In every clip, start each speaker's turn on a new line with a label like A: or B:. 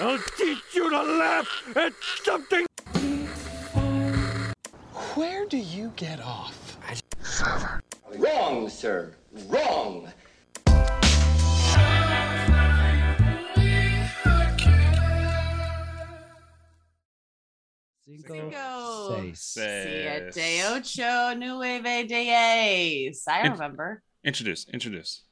A: I'll teach you to laugh at something.
B: Where do you get off?
C: Wrong, sir. Wrong.
D: Cinco.
E: Say
D: Sia
E: s-
D: de ocho nueve diez. I
E: Int-
D: remember.
E: Introduce, introduce.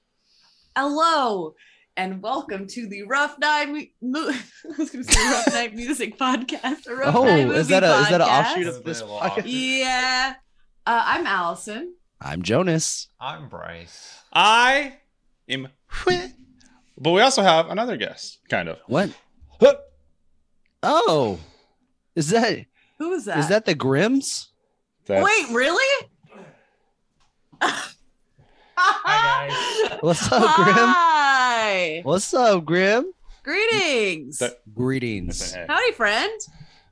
D: Hello, and welcome to the Rough Night. Mu- Mu- I was going to say Rough Night Music Podcast. A Rough
F: Oh,
D: Night
F: is
D: Movie
F: that a is that an
D: Podcast.
F: offshoot of this podcast?
D: Yeah. Uh, I'm Allison.
F: I'm Jonas.
B: I'm Bryce.
E: I am. But we also have another guest, kind of.
F: What? Oh, is that
D: Who was that?
F: is that the Grims?
E: That's-
D: Wait, really?
B: Hi,
D: guys.
F: What's up, Grim?
D: Hi.
F: What's up, Grim?
D: Greetings.
E: That-
F: Greetings.
E: Hey,
D: Howdy, friend.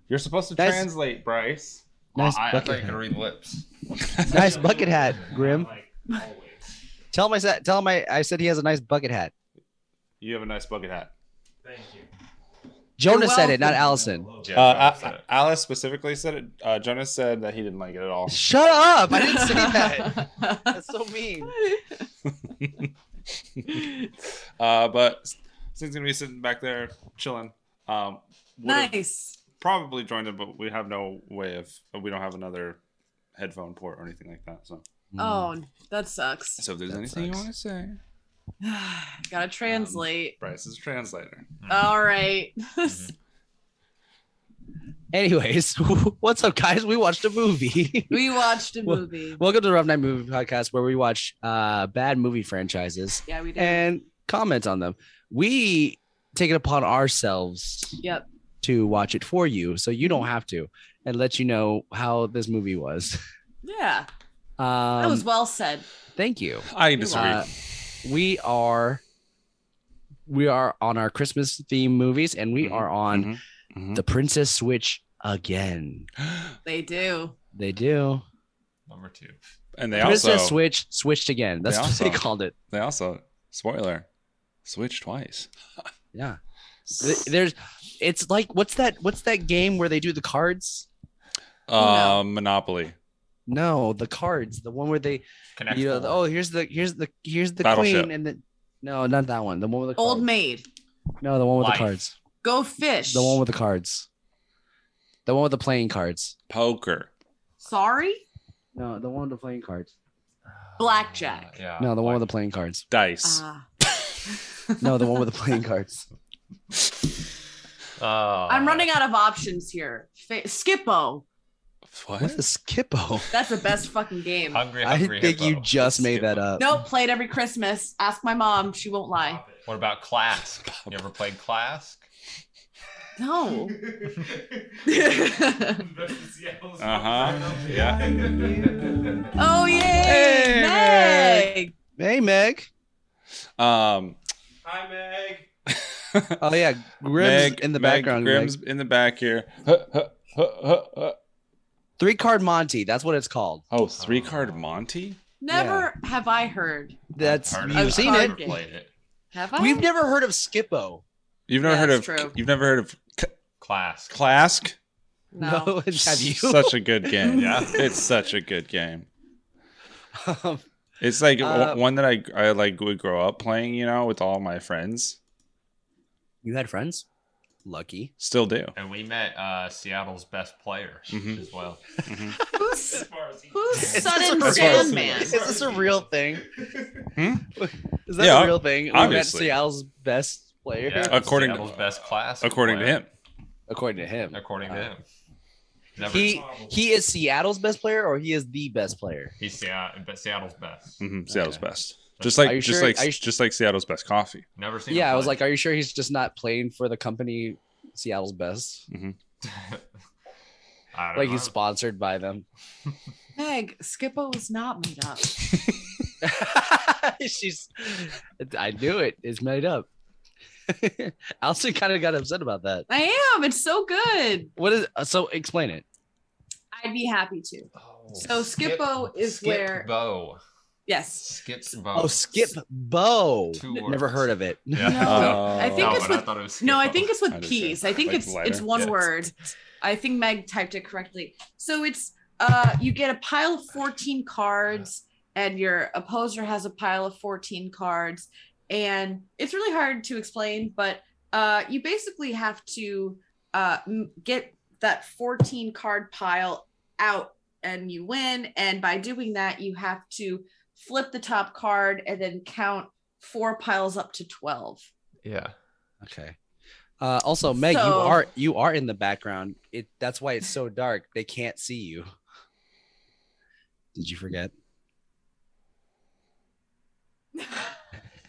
E: You're supposed to
F: That's-
E: translate, Bryce.
F: Nice
B: I, I thought
F: bucket.
B: you could
F: Hat.
B: read lips.
F: Nice bucket hat, Grim. Tell my sa- tell my I said he has a nice bucket hat.
E: You have a nice bucket hat.
F: Jonas said it, not
D: welcome.
F: Allison.
B: Jeff,
E: Uh,
B: I
E: A-
B: said it.
E: A- Alice specifically said it. Uh, Jonas said that he didn't like it at all.
F: Shut up! I didn't say that. That's so mean.
E: uh, but Sin's gonna be sitting back there chilling. Um, would've
D: nice.
E: Probably joined him, but we have no way of. We don't have another headphone port or anything like that. So,
D: Oh,
F: Mm.
D: that sucks.
E: so if there's
F: That
E: anything you
F: sucks.
E: want to say,
F: um,
D: Gotta translate.
E: Bryce is a translator.
D: All right.
F: Anyways, what's up, guys? We watched a movie.
D: we watched a
F: Well-
D: movie.
F: Welcome to the Rough Night Movie Podcast, where we watch uh, bad movie franchises
D: Yeah, we did.
F: and comment on them. We take it upon ourselves
D: yep.
F: to watch it for you, so you don't have to, and let you know how this movie was.
D: Yeah.
F: Um,
D: That was well said.
F: thank you.
E: I disagree.
F: Uh, we are we are on our Christmas theme movies, and we
E: Mhm,
F: are on
E: mhm, mhm.
F: the Princess Switch again.
E: Mm-hmm.
D: They do.
F: They do.
B: Number two.
E: and they
F: Princess
E: also
F: Switch switched again. That's
E: They
F: what they
E: also-
F: called it.
E: they also spoiler switch twice.
F: Yeah. Th- There's it's like what's that what's that game where they do the cards? Oh,
E: Uh, Monopoly.
F: No, the cards. The one where they
B: Connect
F: you know,
B: four.
F: oh here's the here's the here's the
E: Battleship.
F: queen and the no, not that one. The one with the
D: Old
F: cards.
D: maid.
F: No, the one with
B: Life.
F: the cards.
D: Go fish.
F: The one with the cards. The one with the playing cards.
E: Poker.
D: Sorry?
F: No, the one with the playing cards.
D: Blackjack.
B: Uh, yeah.
F: No, the one with the
B: black-
F: playing cards.
E: Dice.
F: Uh,
D: Ah.
F: No, the one with the playing cards.
B: Oh.
D: I'm running out of options here. Fa Skippo.
F: What's
E: what?
F: a skippo?
D: That's the best fucking game.
B: Hungry,
F: I
B: hungry
F: think you
B: Hippo.
F: just made that up.
D: Nope, played every Christmas. Ask my mom. She won't lie.
B: What about Clask? You ever played Clask?
D: No.
E: Uh huh. Yeah.
D: oh, yay.
E: Hey, Meg.
D: Meg.
F: Hey Meg.
E: Um.
B: Hi, Meg.
F: Oh yeah, Grim's
E: Meg-
F: in the
E: Meg
F: background. Meg.
E: Grimm's in the back here. Huh, huh, huh, huh, huh.
F: Three card Monty. That's what it's called.
E: Oh, three card Monty.
D: Never have I heard.
F: That's
B: I've heard of
F: you've
D: that.
F: seen
D: Card
F: it.
B: I've never
D: game.
B: played it.
D: Have I?
F: We've never heard of Skippo.
E: You've never
D: Yeah,
E: heard of.
D: that's true.
E: You've never heard of K-
B: Clask.
E: Clask.
D: No.
F: have you?
E: Such a good game.
B: Yeah.
E: It's such a good game.
F: Um,
E: It's like o-
F: Uh,
E: one that I I like would grow up playing. You know, with all my friends.
F: you had friends? Lucky.
E: Still do.
B: and we met uh, Seattle's best player
F: Mm-hmm.
E: Mhm.
B: as well.
D: Who's, who's
F: Is this
D: sudden
F: a-
D: Sandman?
F: Is this a real thing?
E: Hmm?
F: Is that
E: Yeah,
F: a real thing?
E: obviously.
F: We met Seattle's best player,
B: Yeah,
E: According-
B: Seattle's best class.
E: According to him.
F: according to him.
B: According to him.
F: Uh,
B: Never,
F: He he is Seattle's best player, or he is the best player.
B: he's Seattle, but Seattle's best.
E: hmm Seattle's
F: Okay.
E: best. Just
F: Are
E: like
F: you
E: just
F: sure-
E: like
F: are you-
E: just like Seattle's best coffee.
B: Never seen.
F: Yeah,
B: him
F: I was
B: play.
F: like, are you sure he's just not playing for the company Seattle's best?
B: I don't
F: Like
B: know.
F: he's sponsored by them.
D: Meg, Skippo was not made up.
F: She's, I knew it. It's made up. Allison kind of got upset about that.
D: I am. It's so good.
F: What is uh, so? Explain it.
D: I'd be happy to.
B: Oh,
D: So Skippo is
B: Skip
D: where-
B: Bo.
D: Yes.
B: Skip Bo.
F: Oh, Skip Bo.
B: Two
F: Never
B: words.
F: heard of it.
B: Yeah. Oh,
D: No, I think
B: No,
D: it's
B: but I
D: with
B: thought it was Skip
D: no. I
B: Bo.
D: think it's with
E: How to say
D: P's. I think
E: like
D: it's
E: lighter?
D: it's one
E: Yes.
D: word. I think Meg typed it correctly. So it's uh, you get a pile of fourteen cards, and your opposer has a pile of fourteen cards, and it's really hard to explain, but uh, you basically have to uh, m- get that fourteen card pile out, and you win. And by doing that, you have to flip the top card and then count four piles up to twelve.
B: Yeah.
F: Okay. Uh, also, Meg, you
D: So-
F: are you are in the background. It that's why it's so dark. They can't see you. Did you forget?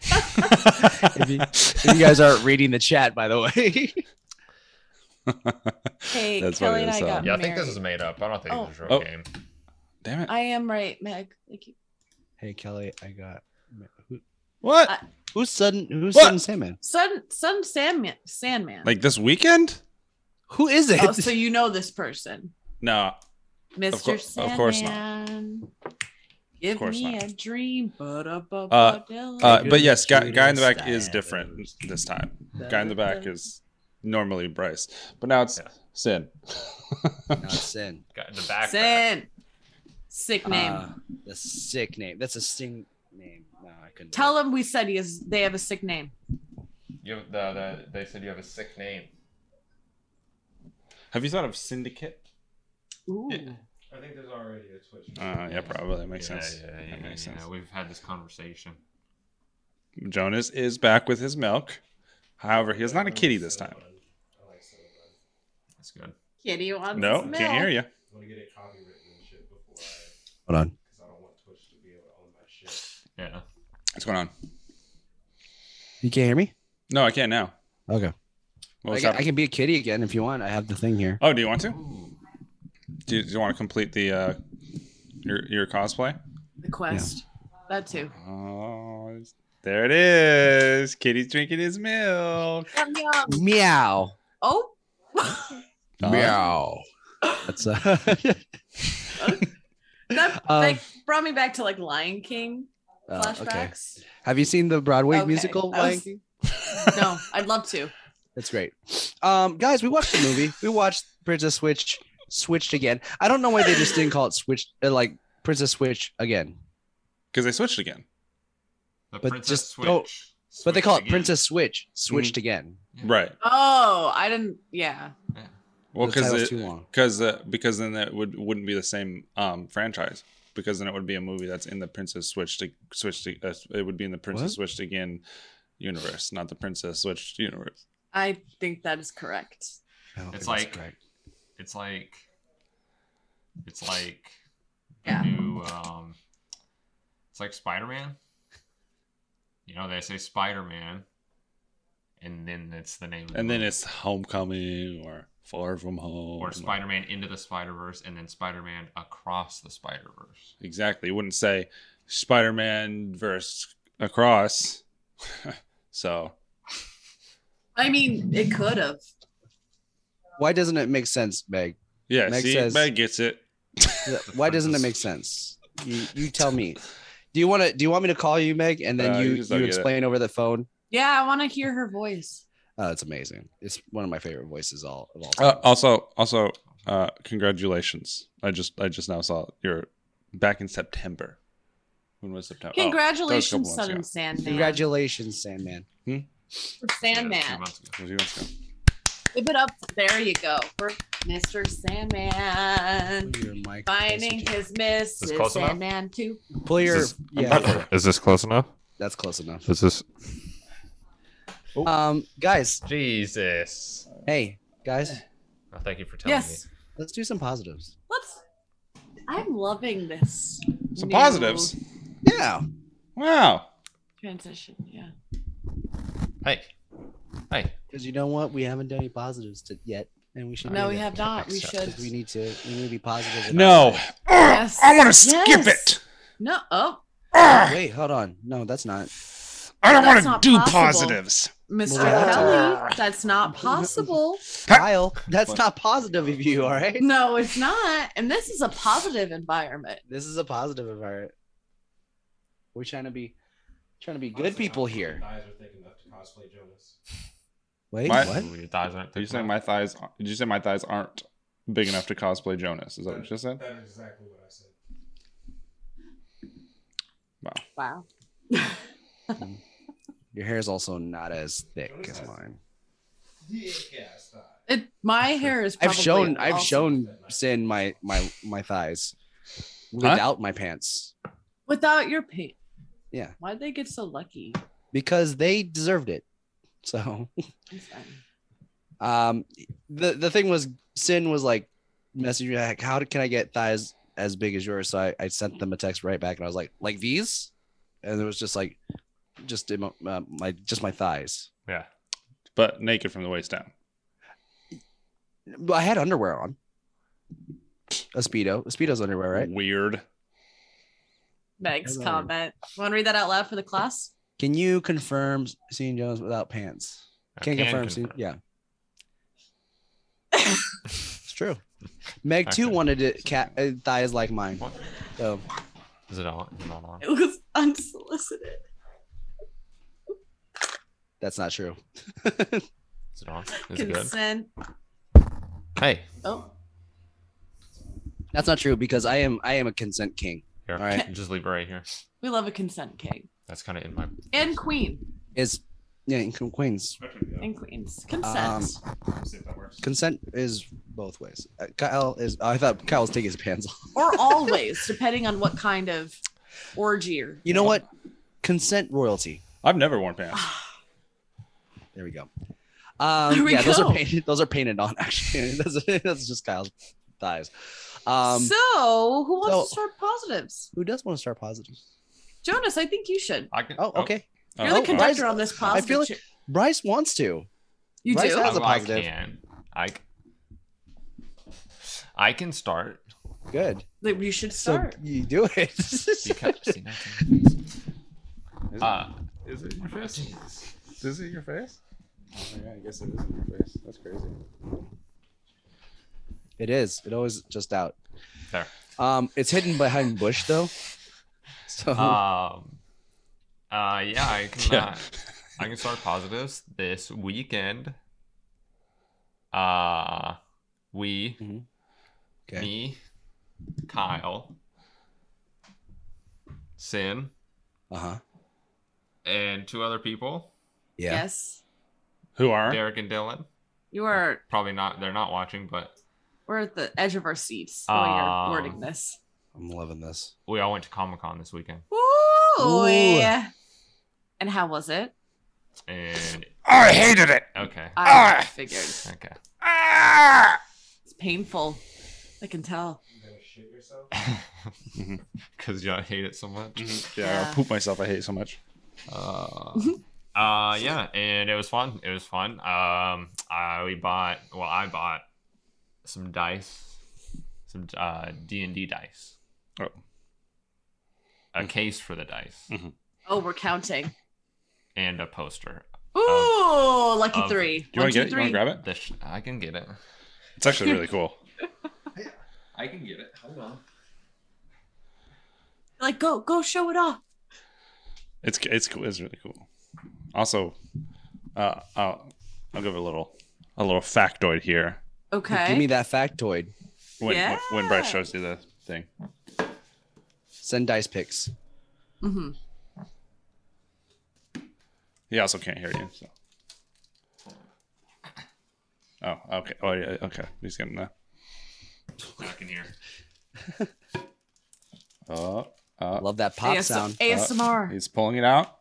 F: If you, if you guys aren't reading the chat, by the way.
D: Hey,
E: That's
D: Kelly
E: what it
D: and I
E: is, uh,
D: got
B: Yeah, I think this
D: married.
B: is made up. I don't think
D: Oh.
B: it's a real
E: Oh.
B: game.
E: Damn it.
D: I am right, Meg. Thank you.
F: hey Kelly, I got who,
E: What?
D: I-
F: who's sudden who's
E: What?
F: sudden Sandman?
D: Sun, Sun Sandman. Sandman.
E: like this weekend?
F: Who is it?
D: oh, so you know this person,
E: No.
D: Mr.
E: cour-
D: Sandman.
E: of course not.
D: Give
E: course
D: me
E: not.
D: a dream, but a
E: Uh, Uh, but yes, guy, guy in the back is different this time. Guy in the back is normally Bryce, but now it's
B: Yeah.
E: Sin.
F: Not Sin.
B: Got the
E: uh,
B: back.
D: Sin. Sick name.
F: Uh, the sick name. That's a sing name. No, I couldn't. do
D: Tell him we said he is. They have a sick name.
B: You have the, the, they said you have a sick name.
E: Have you thought of Syndicate?
D: Ooh.
G: I think there's already a Twitch.
E: Uh, yeah, probably. That makes
B: yeah,
E: sense.
B: Yeah, yeah,
E: that makes
B: yeah,
E: sense.
B: We've had this conversation.
E: Jonas is back with his milk. However, he is not a kitty this time.
G: I like cinnamon. I
B: That's good.
D: Kitty wants
E: No,
D: his
E: can't hear
D: milk.
E: you.
G: want to get it copywritten and shit before I,
F: it. Hold on.
G: because I don't want Twitch to be able to own my shit.
B: Yeah.
E: What's going on?
F: You can't hear me?
E: No, I can't now.
F: Okay. I
E: What was
F: can, I
E: happening?
F: can be a kitty again if you want. I have the thing here.
E: Oh, do you want to? Do you, do you want to complete the uh, your your cosplay?
D: The quest. That too.
E: Oh, there it is. Kitty's drinking his milk.
F: Meow.
D: Oh.
E: Uh-huh.
F: Meow. That's uh,
D: that
F: Um,
D: like brought me back to like Lion King
F: uh, okay.
D: flashbacks.
F: Have you seen the Broadway
D: Okay,
F: musical?
D: I
F: Lion
D: was-
F: King?
D: No, I'd love to.
F: That's great. Um, guys, we watched the movie. We watched Princess Switch switched again. I don't know why they just didn't call it Switch uh, like Princess Switch again,
E: Because they switched again.
B: The
F: But
B: Princess
F: just
B: Switch.
F: don't- but they
B: Switched
F: call it
B: again. Mm-hmm.
F: Princess Switch switched again.
E: Right.
D: Oh, I didn't. Yeah.
E: Well,
F: The title's
E: because
F: too long.
E: because uh, because then that would wouldn't be the same um, franchise. Because then it would be a movie that's in the Princess Switch to Switch to uh, it would be in the Princess
F: What?
E: Switched again universe, not the Princess Switched universe.
D: I think that is correct.
F: I don't think
B: It's
F: that's
B: like-
F: correct.
B: It's like. It's like.
D: Yeah.
B: The new. Um, it's like Spider Man. You know, they say Spider Man. And then it's the name. Of the
E: And then
B: movie.
E: it's Homecoming or Far From Home
B: Or Spider Man into the Spider Verse, and then Spider Man across the Spider Verse.
E: Exactly. You wouldn't say Spider Man versus across. so
D: I mean, it could have.
F: Why doesn't it make sense, Meg?
E: yeah,
F: Meg
E: see,
F: says-
E: Meg gets it.
F: Why doesn't it make sense? You, you tell me. Do you want to? Do you want me to call you, Meg, and then
E: Uh,
F: you
E: you just don't
F: you
E: get it.
F: explain over the phone?
D: Yeah, I want to hear her voice.
F: Oh, it's amazing. It's one of my favorite voices all of all time.
E: Uh, also, also, uh, congratulations! I just, I just now saw you're back in September. When was September? Oh,
D: Congratulations,
E: months
D: Sun
E: ago.
D: and Sandman.
F: Congratulations, Sandman.
B: Yeah, two
D: Sandman.
B: months ago.
E: it was two months ago.
D: Give it up. There you go. For Mr. Sandman.
F: Pull your mic
D: Finding
F: closer
D: his miss
B: Is this close enough?
D: Sandman too.
F: to- Pull your
B: This
F: yeah,
A: Is this close enough?
F: that's close enough.
A: Is this?
F: Um, guys,
B: Jesus.
F: hey guys,
B: Well, thank you for telling me.
D: Yes.
F: let's do some positives.
D: Let's. I'm loving this.
E: Some
D: new
E: positives.
F: Yeah,
E: Wow.
D: Transition. Yeah.
B: Hey. Hey.
F: because you know what, we haven't done any positives to, yet, and we should.
D: No,
F: do
D: we
F: that.
D: have not. We should.
F: 'Cause We need to. We need to be positive. about
E: No.
F: it.
D: Yes.
E: I want to skip
D: Yes.
E: it.
D: No. Oh,
F: Wait, hold on. No, that's not.
E: I don't
D: That's
E: want
D: not
E: to do
D: possible.
E: positives.
D: Mr.
F: Well,
D: Kelly, that's not possible.
F: Kyle, that's
E: What?
F: not positive of you. All right.
D: No, it's not. And this is a positive environment.
F: This is a positive environment. We're trying to be trying to be
G: Honestly,
F: good people
G: I don't think
F: here.
G: your Thighs are thick enough to cosplay Jonas.
F: Wait,
E: My-
F: what?
B: Ooh, your thighs aren't
E: Are you
B: thick
E: saying my
B: enough.
E: thighs? Did you say my thighs aren't big enough to cosplay Jonas? Is that what you said?
G: That is exactly what I said.
D: Wow.
F: Your hair's also not as thick
G: Jonas
F: as
G: has-
F: mine.
G: Thick ass thigh.
D: It, my hair is.
F: I've
D: probably
F: shown I've
D: also-
F: shown Sin my my my thighs without my pants
D: without your paint.
F: Yeah.
D: Why'd they get so lucky?
F: because they deserved it. So
D: It's fine.
F: um the the thing was sin was like messaging me like how can i get thighs as big as yours so i, I sent them a text right back and i was like like these and it was just like just in my, uh, my just my thighs
B: Yeah.
E: But naked from the waist down.
F: But i had underwear on a speedo a speedo's underwear
B: Mm-hmm.
F: right
E: Weird.
D: Meg's
F: Hello.
D: comment. Want to read that out loud for the class?
F: can you confirm seeing jones without pants
B: I
F: can,
B: can
F: confirm, Seeing, yeah it's true meg
B: I
F: too
B: can-
F: wanted it cat uh, thighs like mine
B: What?
F: so
B: Is it on? Is it not on?
D: It was unsolicited.
F: that's not true
B: Is it on? Is it good?
D: Consent.
B: Hey,
D: Oh,
F: that's not true because i am i am a consent king
B: here.
F: All right.
B: Just leave it right here.
D: we love a consent king
B: That's kind of in my.
D: and queen
F: is yeah in Queens.
G: Okay,
D: and queens. Consent.
F: Um,
G: yeah. See if that works.
F: Consent is both ways. Uh, Kyle is. I thought Kyle was taking his pants off.
D: or always, depending on what kind of orgy or.
F: You know what? Consent royalty.
E: I've never worn pants.
F: There we go. Um,
D: There we
F: yeah, those
D: go.
F: are painted. Those are painted on. Actually, that's, that's just Kyle's thighs. Um,
D: so, who wants
F: so-
D: to start positives?
F: who does want to start positive?
D: Jonas, I think you should.
B: I can.
F: Oh, okay.
D: You're
E: Oh,
D: the
E: wow.
D: conductor on this
F: I
D: positive.
F: feel like-
D: shit.
F: Bryce wants to.
D: you
F: Bryce
D: do.
F: has- That's a
B: oh, I- I
F: positive.
B: can. I. I can start
F: Good.
D: Like, you should
F: So
D: start.
F: you do it.
B: because see, now
E: Is
B: it's-
E: it-
B: uh,
E: Is it your face? Is it your face? Oh yeah, I guess it is in your face. That's crazy.
F: it is. It always just out.
B: there.
F: Um, it's hidden behind bush though. So
B: Um, uh, yeah, I can.
E: Yeah.
B: Uh, I can start positives this weekend. Uh, we,
F: okay.
B: me, Kyle, Sin,
F: Uh huh.
B: and two other people,
F: Yeah.
D: Yes.
E: Who are?
B: Derek and Dylan.
D: You are.
B: Probably not. They're not watching, but
D: We're at the edge of our seats while
B: Um,
E: Ah.
D: you're wording this.
F: I'm loving this.
B: we all went to Comic Con this weekend,
D: Ooh.
F: Ooh.
D: yeah. And how was it?
B: and
A: I hated it.
B: okay,
D: I figured. It's
B: okay.
A: Ah!
D: painful. I can tell.
G: You gonna shit yourself?
B: Because y'all hate it so much.
E: Mhm. Yeah,
D: Mm-hmm. Yeah.
E: I poop myself. I hate it so much.
B: Uh, uh, yeah, and it was fun. It was fun. Um, I we bought. Well, I bought some dice, some uh D and D dice.
E: Oh.
B: A case for the dice
D: Oh, we're counting.
B: and a poster.
D: Ooh, lucky
B: of-
D: three.
E: Um, You
D: One,
E: want to
D: two,
E: get it? You want
D: three.
E: to grab it?
B: The sh- I can get it.
E: It's actually really cool.
B: I can get it. Hold on.
D: Like, go, go, show it off.
E: It's it's cool. It's really cool. Also, uh, I'll I'll give a little a little factoid here.
D: Okay.
F: Give me that factoid.
E: When
D: Yeah.
E: when Bryce shows you the thing,
F: Send dice picks.
D: hmm
E: he also can't hear you. So. Oh okay. Oh yeah. Okay. He's getting that.
B: I can hear.
E: Oh, oh.
F: Love that pop sound. Uh, Oh,
D: ASMR.
E: He's pulling it out.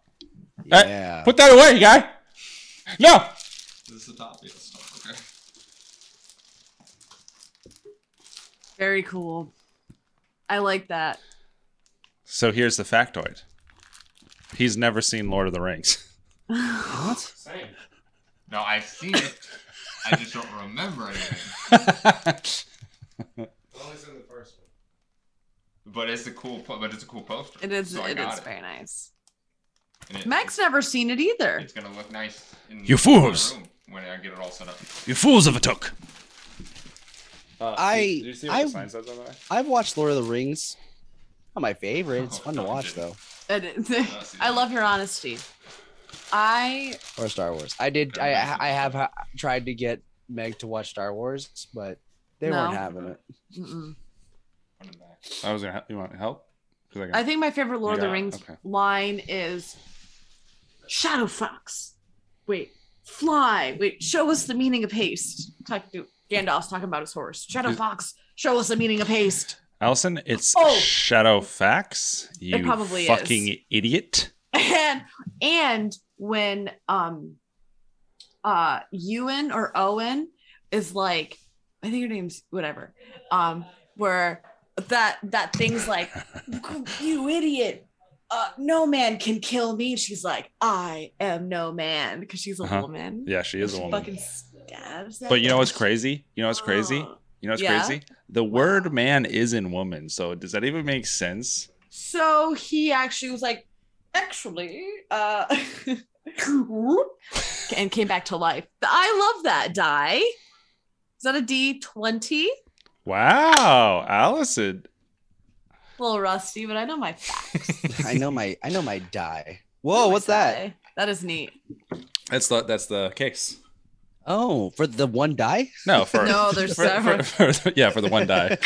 E: Hey,
F: Yeah.
E: Put that away, guy. No.
B: This is the top. Yeah, it's top. Okay.
D: Very cool. I like that.
E: So here's the factoid. He's never seen Lord of the Rings.
F: What?
B: Same. No, I've seen it. I just don't remember anything.
G: Well, it's in the first one.
B: But it's a cool. Po- but it's a cool poster.
D: It is.
E: Oh
B: So I
D: it
B: got
D: is very nice.
B: And it-
D: Meg's never seen it either.
B: It's gonna look nice. In
E: You
B: my
E: fools!
B: room When I get it all set up.
E: you fools of a took.
F: I- did you see what the I- sign
E: says on that? Oh,
F: I've watched Lord of the Rings. Not my favorite. It's fun to watch though.
D: And it- I love your honesty. I
F: or Star Wars. I did. I I have ha- tried to get Meg to watch Star Wars, but they
D: No.
F: weren't having it.
D: mm-mm.
G: Running back.
E: I was gonna. Help. You want help? Because I, can-
D: I think my favorite Lord of
E: Yeah,
D: the Rings
E: okay.
D: line is Shadow Fox. Wait, fly. Wait, show us the meaning of haste. Talk to Gandalf's talking about his horse. Shadow
E: Is-
D: Fox, show us the meaning of haste.
E: Allison, it's
D: Oh!
E: Shadow Facts. You
D: probably is.
E: fucking idiot.
D: and and when um uh ewan or owen is like i think her name's whatever um where that that thing's like you idiot uh no man can kill me she's like i am no man because she's a
E: Uh-huh.
D: woman
E: Yeah, she is a
D: She
E: woman.
D: fucking stabs that
E: But you know what's
D: bitch.
E: crazy? You know what's crazy?
D: Oh.
E: You know what's
D: Yeah.
E: crazy? The word man is in woman. So does that even make sense?
D: so he actually was like actually uh whoop, and came back to life i love that die is that a d20
E: Wow, Allison.
D: a little rusty but i know my facts
F: I know my I know my die. Whoa, what's that?
D: Die. that is neat
E: That's the that's the case.
F: Oh, for the one die.
E: No, for
D: No, there's
E: for,
D: several.
E: for- for- yeah for the one die.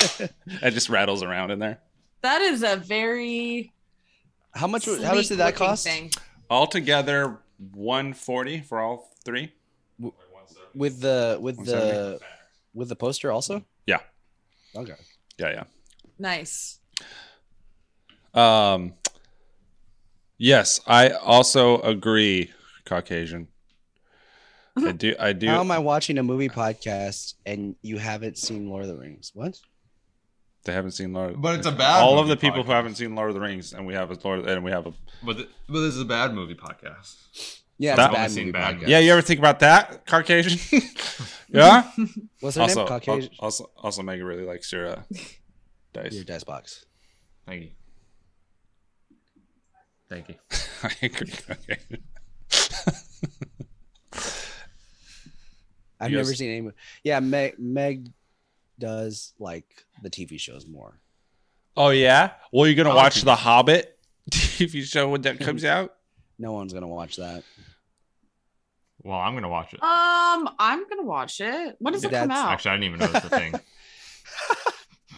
E: it just rattles around in there.
D: that is a very
F: How much? w- How much did that
D: sleek-looking
F: cost?
D: thing.
E: Altogether, one forty for all three.
F: With the with the
E: 170.
F: with the poster also.
E: Yeah.
F: Okay.
E: Yeah, yeah.
D: nice
E: Um, yes, I also agree, Caucasian. I do. I do.
F: How am I watching a movie podcast and you haven't seen Lord of the Rings? What?
E: they haven't seen Lord.
H: But it's a bad
E: All of
H: movie
E: the people who
H: podcast.
E: haven't seen Lord of the Rings, and we have a Lord, and we have a.
H: But, th- but this is a bad movie podcast.
F: Yeah, it's a
E: That-
H: I've
F: bad
H: seen
F: movie
H: bad
F: podcast.
H: movies.
E: Yeah, you ever think about that, Caucasian? yeah.
F: What's her
E: also,
F: name? Caucasian.
E: al- also, also, Megan really likes your uh, dice.
F: Your dice box.
B: Thank you. Thank you.
E: I agree. Okay.
F: I've
E: Yes.
F: never seen any. mo- Yeah, Meg Meg does like the TV shows more.
E: Oh yeah. Well, you're gonna
F: I'll
E: watch
F: keep-
E: The Hobbit TV show when that comes out.
F: No one's gonna watch that.
B: Well, I'm gonna watch it.
D: um i'm gonna watch it when does it come
F: That's-
D: out
B: Actually, I didn't even know it's a thing.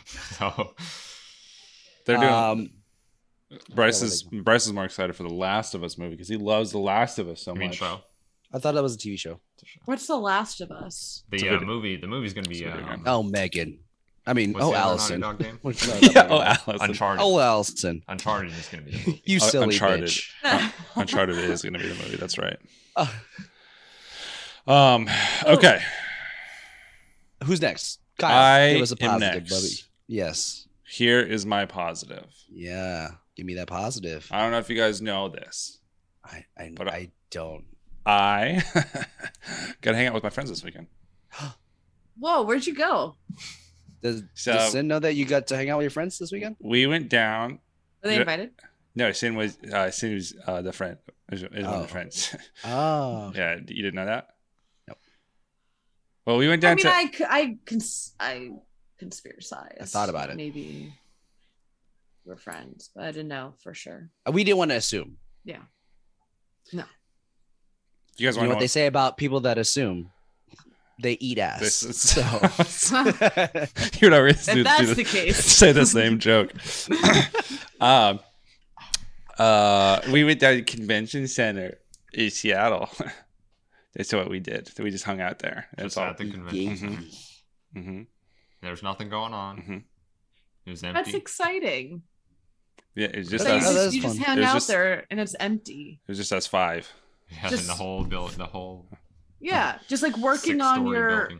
B: so
E: They're doing.
F: Um,
E: Bryce is Bryce is more excited for the Last of Us movie because he loves the Last of Us so
B: I mean,
E: much.
B: show
F: I thought that was a TV show.
D: what's the last of us
E: It's a
B: the uh,
E: video-
B: movie. The movie's gonna be
E: it's a video
B: um,
E: game.
F: Oh, Megan. I mean,
B: what's
F: oh
B: the other Naughty
F: Allison.
B: Dog game?
E: yeah, oh, Allison.
B: Uncharted.
F: oh Allison.
B: Uncharted is gonna be. The movie.
F: You
E: Uh,
F: silly
E: Uncharted.
F: bitch.
E: Uncharted is going to be the movie. That's right.
F: Uh,
E: Um. Okay.
F: who's next? Kyle.
E: I
F: Give us a
E: am
F: positive,
E: next.
F: buddy. Yes.
E: Here is my positive.
F: Yeah. Give me that positive.
E: I don't know if you guys know this.
F: I I,
E: But I-
F: I don't.
E: I got to hang out with my friends this weekend.
D: whoa where'd you go
F: Does,
E: So-
F: does Sin know that you got to hang out with your friends this weekend?
E: We went down.
D: are they
E: Yeah.
D: invited
E: No, Sin was uh, Sin was uh, the friend. Is, is one of
F: Oh.
E: the friends.
F: Oh.
E: yeah, you didn't know that.
F: Nope.
E: Well, we went down
D: I mean,
E: to.
D: I c- I cons- I conspiracize.
F: I thought about it.
D: Maybe we're friends, but I didn't know for sure.
F: Ah. We didn't want to assume.
E: you guys
F: You
E: want
F: know what they say about people that assume? They eat ass.
E: This is-
F: so
E: you would always do,
D: If that's
E: do
D: the case,
E: say the same joke. um, uh, we went down to convention center in Seattle. That's what we did. So we just hung out there. That's
B: Just
E: all.
B: at the convention. center.
E: hmm
B: There's nothing going on.
E: Mhm.
B: It was
D: that's
B: empty.
D: exciting.
E: Yeah, it was just
D: so you
E: us.
F: Oh, that
D: just,
F: is
D: you just
F: fun.
D: hang
E: It was
D: out
E: just-
D: there and it's empty.
E: it was just us five.
B: yeah, and
D: just-
B: the whole build, the whole
D: Yeah,
E: Oh,
D: just like working on
B: six-story
D: your
B: building.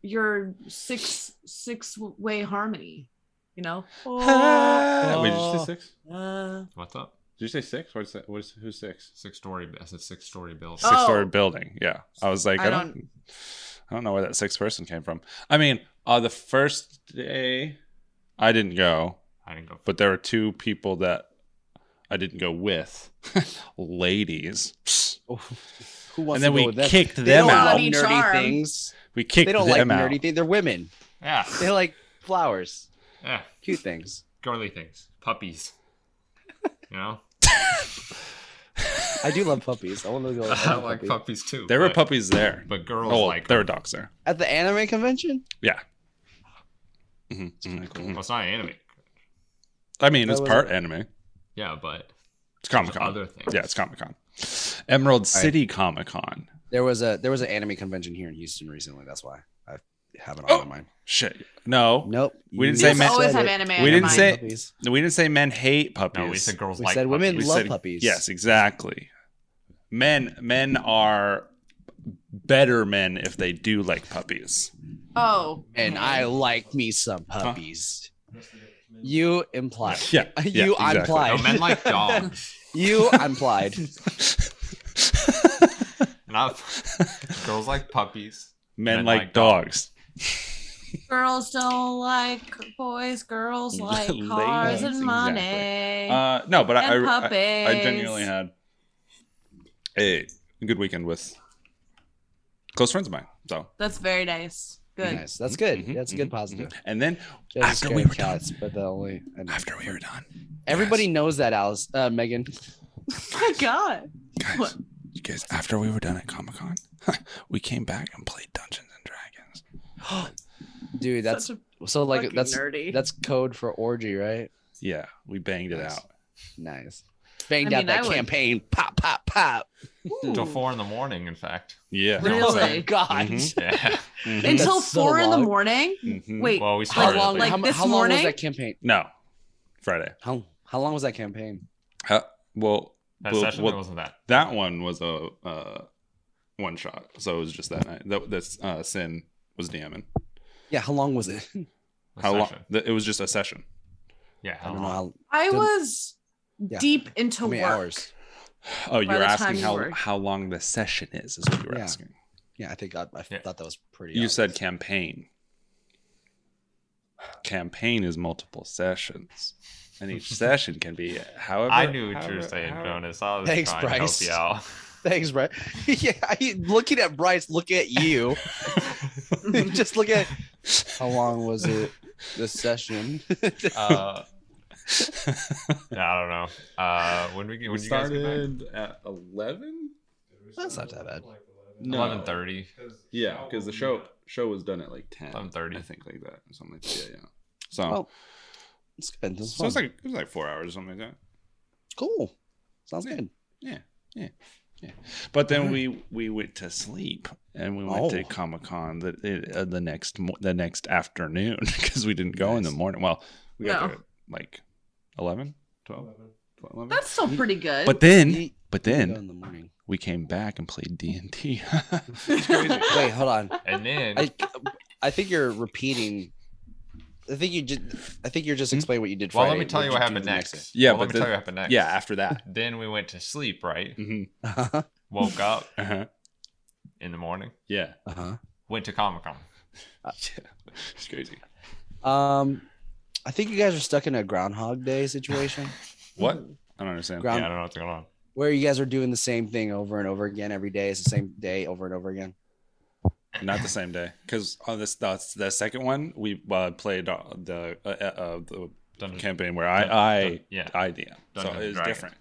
D: your six six way harmony. You know. Oh.
E: Wait, did you say six?
D: Uh,
B: What's up?
E: Did you say six? What's that? What's who's six?
B: Six story. I said six story building.
E: Six story
D: Oh.
E: building. Yeah, I was like, I,
D: I
E: don't, I don't know where that sixth person came from. I mean, uh, the first day, I didn't go.
B: I didn't go.
E: but there were two people that I didn't go with, ladies. Psst.
F: Who wants
E: and
F: to
E: then
F: go
E: we
F: with them?
E: kicked
F: They
E: them
F: don't
E: out.
F: love
D: Bloody
F: nerdy
D: charm.
F: things.
E: we kicked
F: They don't like
E: them out.
F: nerdy things. They're women.
B: Yeah,
F: They like flowers,
B: yeah.
F: cute things.
B: Girly things, puppies. You know.
F: I do love puppies. I want to go.
H: I
F: Like
H: like
F: puppy.
H: puppies too.
E: There were
B: But-
E: puppies there.
B: But girls
E: Oh, well,
B: like
E: there were dogs there.
F: At the anime convention,
E: hmm
B: Well, it's not anime.
E: I mean,
F: That
E: it's
F: was-
E: part anime.
B: Yeah, but
E: It's Comic Con.
B: other things.
E: Yeah, it's Comic Con. Emerald City Comic Con.
F: there was a there was an anime convention here in Houston recently. That's why I have it on
E: Oh.
F: my mind.
E: Shit. No,
F: Nope.
E: We didn't
F: you
E: say
D: They
E: men-
D: always
F: said
D: have
F: it.
D: anime.
E: we
D: in
E: didn't
D: mind.
E: say-
F: Puppies.
E: we didn't say men hate puppies.
B: no, we said girls
F: We
B: like
F: said women
B: puppies.
F: love puppies.
E: Yes, exactly. Men men are better men if they do like puppies.
D: Oh.
F: And
D: man.
F: I like me some puppies. You implied.
E: Yeah. yeah,
F: you
E: exactly.
F: implied.
B: No, men like dogs.
F: you implied.
B: Not girls like puppies.
E: Men,
B: Men
E: like,
B: like
E: dogs.
D: Girls don't like boys. Girls like
E: Ladies,
D: cars and
E: exactly.
D: money.
E: Uh, no, but I,
D: and
E: I,
D: puppies.
E: I I genuinely had a good weekend with close friends of mine. So
D: That's very nice. Good.
F: Nice. That's good.
E: Mhm,
F: That's a good
E: mhm,
F: positive.
E: mhm. And then
F: Just
E: After we
F: scared
E: were done.
F: cats, but the only and
E: after we were done,
F: everybody knows that Alice uh, Megan.
D: my God.
E: guys,
D: What?
E: you guys, after we were done at Comic Con, we came back and played Dungeons and Dragons.
F: Dude, that's
D: Such
F: so
D: a
F: like
D: fucking
F: that's
D: nerdy.
F: that's code for orgy, right?
E: Yeah, we banged it
F: Nice.
E: out.
F: Nice. Banged
D: I
F: out
D: mean,
F: that
D: I would-
F: campaign. Pop, pop, pop.
B: Till
D: Ooh.
B: four in the morning, in fact.
E: Yeah.
F: Oh my
D: Really? Mm-hmm.
F: god.
E: Mhm.
B: Yeah.
E: Mhm.
D: Until
F: That's so
D: four in the
F: long.
D: morning.
E: Mhm.
D: Wait.
B: Well, we
F: How
B: started.
F: long?
B: late.
D: like-
F: how, mu-
D: this
F: how long was
D: morning?
F: that campaign?
E: No, Friday.
F: How how long was that campaign?
E: Uh, well,
B: that
E: well,
B: session
E: well,
B: wasn't that.
E: that one was a uh, one shot, so it was just that night. That that's uh, Sin was DMing.
F: Yeah, how long was it?
B: that
E: How long?
B: session.
E: th- it was just a session.
B: Yeah.
F: I
B: How
F: don't know
B: long?
F: how,
D: I
F: Didn't-
D: was
F: Yeah.
D: deep into
F: how many
D: work.
F: hours.
E: Oh, you
D: By
E: were
D: the
E: asking
D: time you
E: how
D: were-
E: how long the session is, is what you were
F: Yeah.
E: asking.
F: Yeah, I think I, I
B: Yeah.
F: thought that was pretty.
E: You
F: obvious.
E: said campaign. Campaign is multiple sessions, and each session can be however.
B: I knew what you
E: however-
B: were saying,
E: however-
B: Jonas. I was
F: Thanks,
B: trying
F: Bryce.
B: to help
F: thanks, Bryce. yeah, I, looking at Bryce, looking at you. just look at how long was it the session
B: you out. uh, yeah, I don't know. Uh, when we, get- when
H: we
B: you guys get back?
H: started at eleven.
F: That's not that bad.
E: No.
B: Eleven thirty.
E: Yeah, because the show show was done at like ten.
B: 11:30.
E: I think like that or something. Like that. Yeah, yeah. So
F: Well, it's good This is
E: so it's
F: fun.
E: like it was like four hours or something like that.
F: cool sounds
E: Yeah.
F: good
E: But then we we went to sleep and we went to
F: Oh.
E: Comic Con the uh, the next mo- the next afternoon because we didn't go in the
F: Nice.
E: morning. Well, we got
D: No.
E: there at like 11, 12, 11.
D: That's still pretty good.
E: Mm, But then
F: Ye-
E: but
F: Go
E: then
F: in the morning
E: we came back and played D and D.
F: wait hold on
B: And then
F: i i think you're repeating i think you just i think you're just
E: Hmm?
F: explaining what you did
B: Well,
F: Friday.
B: let me tell you
F: did
B: what
F: do
B: happened
F: the
B: next.
E: Yeah,
B: well, let
E: but
B: me
E: the-
B: tell you what happened next.
E: Yeah, after that.
B: Then we went to sleep, right?
E: hmm
F: day. uh-huh
B: Woke up
E: Uh-huh.
B: in the morning,
E: Yeah.
F: uh-huh
B: went to Comic Con.
E: yeah. It's crazy.
F: um i think you guys are stuck in a groundhog day situation
E: What? I don't understand.
F: Ground- Um,
B: yeah, I don't know what's going on.
F: where you guys are doing the same thing over and over again every day it's the same day over and over again
E: Not the same day, because on this the, the second one we uh, played uh, the uh, uh, the
B: Dungeons-
E: campaign where I
B: Dun-
E: I
B: dun- yeah.
E: I DM,
B: Dungeons
E: so it
B: and
E: was
B: Dragons.
E: different.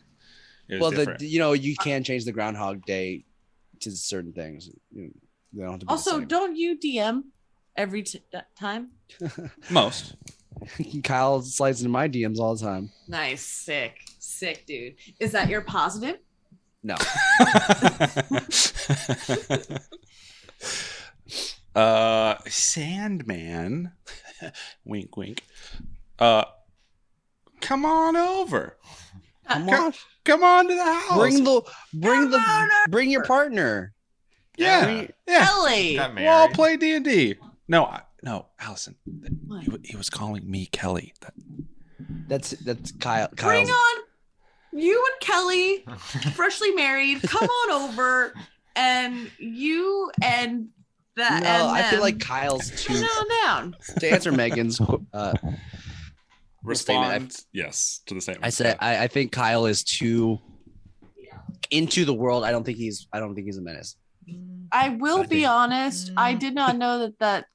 E: It was
F: well
E: different.
F: the you know you can change the groundhog day to certain things You- they don't have to be the
D: also,
F: same.
D: don't you DM every t- that time?
E: Most
F: Kyle slides into my DMs all the time.
D: Nice, sick, sick, dude. Is that your positive?
F: No.
E: uh, Sandman, wink wink. Uh, come on over.
D: Uh,
F: Come
E: Kyle-
F: on.
E: Come on to the house.
F: Bring the bring
D: Come
F: the
D: on over.
F: bring your partner.
E: yeah, yeah.
D: Ellie.
B: Got
E: We'll all
B: married.
E: play D and D. No, I, no, Allison.
D: What?
E: He, wa- he was calling me Kelly. That-
F: That's that's Kyle
D: Bring
F: Kyle's
D: on you and Kelly, freshly married. Come on over, and you and
F: No,
D: that. and
F: I feel
D: them.
F: like Kyle's too
D: Come on down.
F: to answer Megan's uh,
E: Respond yes to the statement.
F: I said I, I think Kyle is too into the world. I don't think he's I don't think he's a menace.
D: I will
F: I
D: be
F: think-
D: Mm. honest. I did not know that that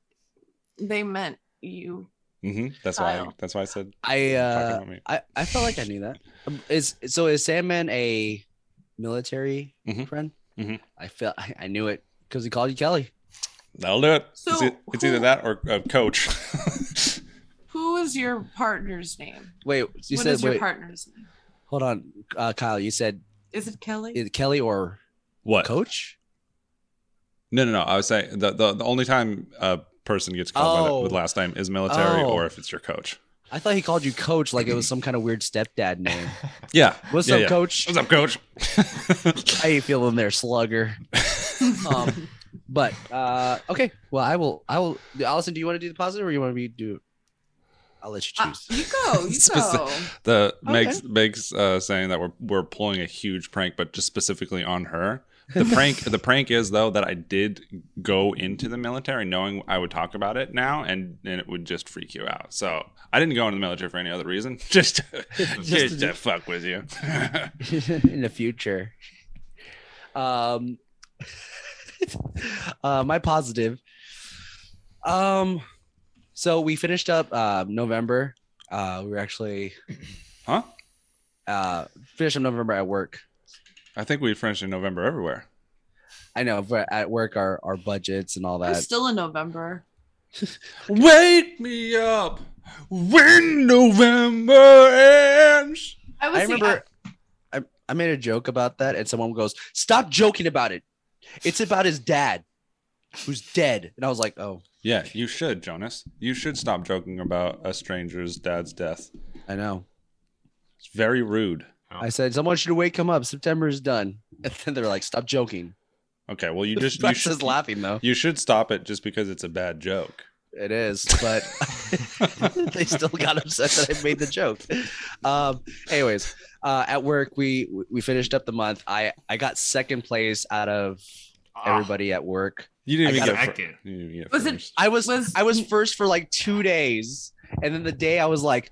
D: they meant you
E: hmm That's why. I,
D: Kyle.
E: that's why I said.
F: I
E: talking
F: uh,
E: about me.
F: I I felt like I knew that. Um, Is so is Sandman a military
E: Mhm.
F: friend?
E: Mhm.
F: I felt I, I knew it because he called you Kelly.
E: That'll do it. it's,
D: So
E: e- it's either
D: who-
E: that or uh, coach.
D: Who is your partner's name?
F: Wait,
D: What
F: you
D: is
F: said
D: your
F: wait.
D: partner's name?
F: Hold on, uh, Kyle. You said
D: Is it Kelly?
F: either Kelly or
E: what?
F: Coach.
E: No, no, no. I was saying the the, the only time a person gets called by the, with
F: Oh.
E: last name is military
F: Oh.
E: or if it's your coach.
F: I thought he called you Coach like it was some kind of weird stepdad name.
E: Yeah.
F: What's
E: yeah,
F: up,
E: yeah.
F: Coach?
E: What's up, coach?
F: How you feeling there, Slugger? um, but uh, okay. Well, I will. I will. Allison, do you want to do the positive or you want me to do? I'll let you
D: Uh,
F: choose.
D: you go. You
E: Speci-
D: go.
E: the Meg's Meg's uh, saying that we're we're pulling a huge prank, but just specifically on her. The prank the prank is though that I did go into the military knowing I would talk about it now, and and it would just freak you out. So I didn't go into the military for any other reason, just to, just,
F: Just
E: to
F: to-
E: fuck with you.
F: in the future. Um, uh, my positive. Um, so we finished up uh, November. Uh, we were actually
E: huh?
F: uh, finished up November at work.
E: I think we finished in November everywhere.
F: I know, but at work our our budgets and all
D: I'm
F: that.
D: still in November.
E: Wake me up when November ends.
D: I was
F: I
D: the-
F: remember I, I made a joke about that, and someone goes, "Stop joking about it. It's about his dad, who's dead." And I was like, "Oh,
E: Yeah, you should, Jonas. You should stop joking about a stranger's dad's death.
F: I know."
E: It's very rude.
F: I said, "Someone should wake him up. September is done." And then they're like, "Stop joking."
E: Okay, well you just you
F: Rex is
E: should,
F: laughing though.
E: you should stop it just because it's a bad joke.
F: It is, but they still got upset that I made the joke. Um, anyways, uh, at work we we finished up the month. I I got second place out of
E: Ah.
F: everybody at work.
E: You didn't
F: I got
E: even get,
F: a-
E: fir-
B: Second.
E: you didn't even get
D: Was it-
E: first.
F: I was,
D: Was-
F: I was first for like two days, and then the day I was like,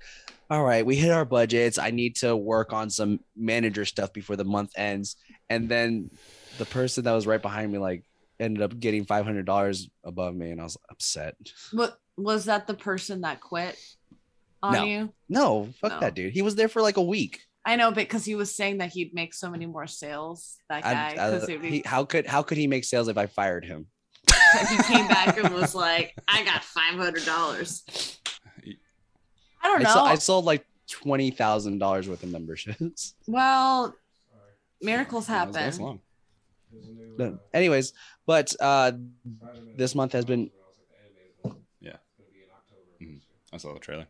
F: "All right, we hit our budgets. I need to work on some manager stuff before the month ends." And then the person that was right behind me like ended up getting five hundred dollars above me, and I was upset.
D: What was that? The person that quit on
F: No.
D: you?
F: No, fuck
D: No.
F: that dude. He was there for like a week.
D: I know because he was saying that he'd make so many more sales. That guy,
F: I- I-
D: because he,
F: he- how could how could he make sales if I fired him?
D: he came back and was like, "I got five hundred dollars." I don't
F: I,
D: know.
F: so- I sold like twenty thousand dollars worth of memberships.
D: well,
G: Sorry.
D: miracles
E: That was-
D: happen.
E: that's long.
G: There's a new.
F: No. Anyways, but uh,
G: Spider-Man
F: this month has been-
E: Yeah.
G: It's gonna be in October.
E: Mhm. I saw the trailer.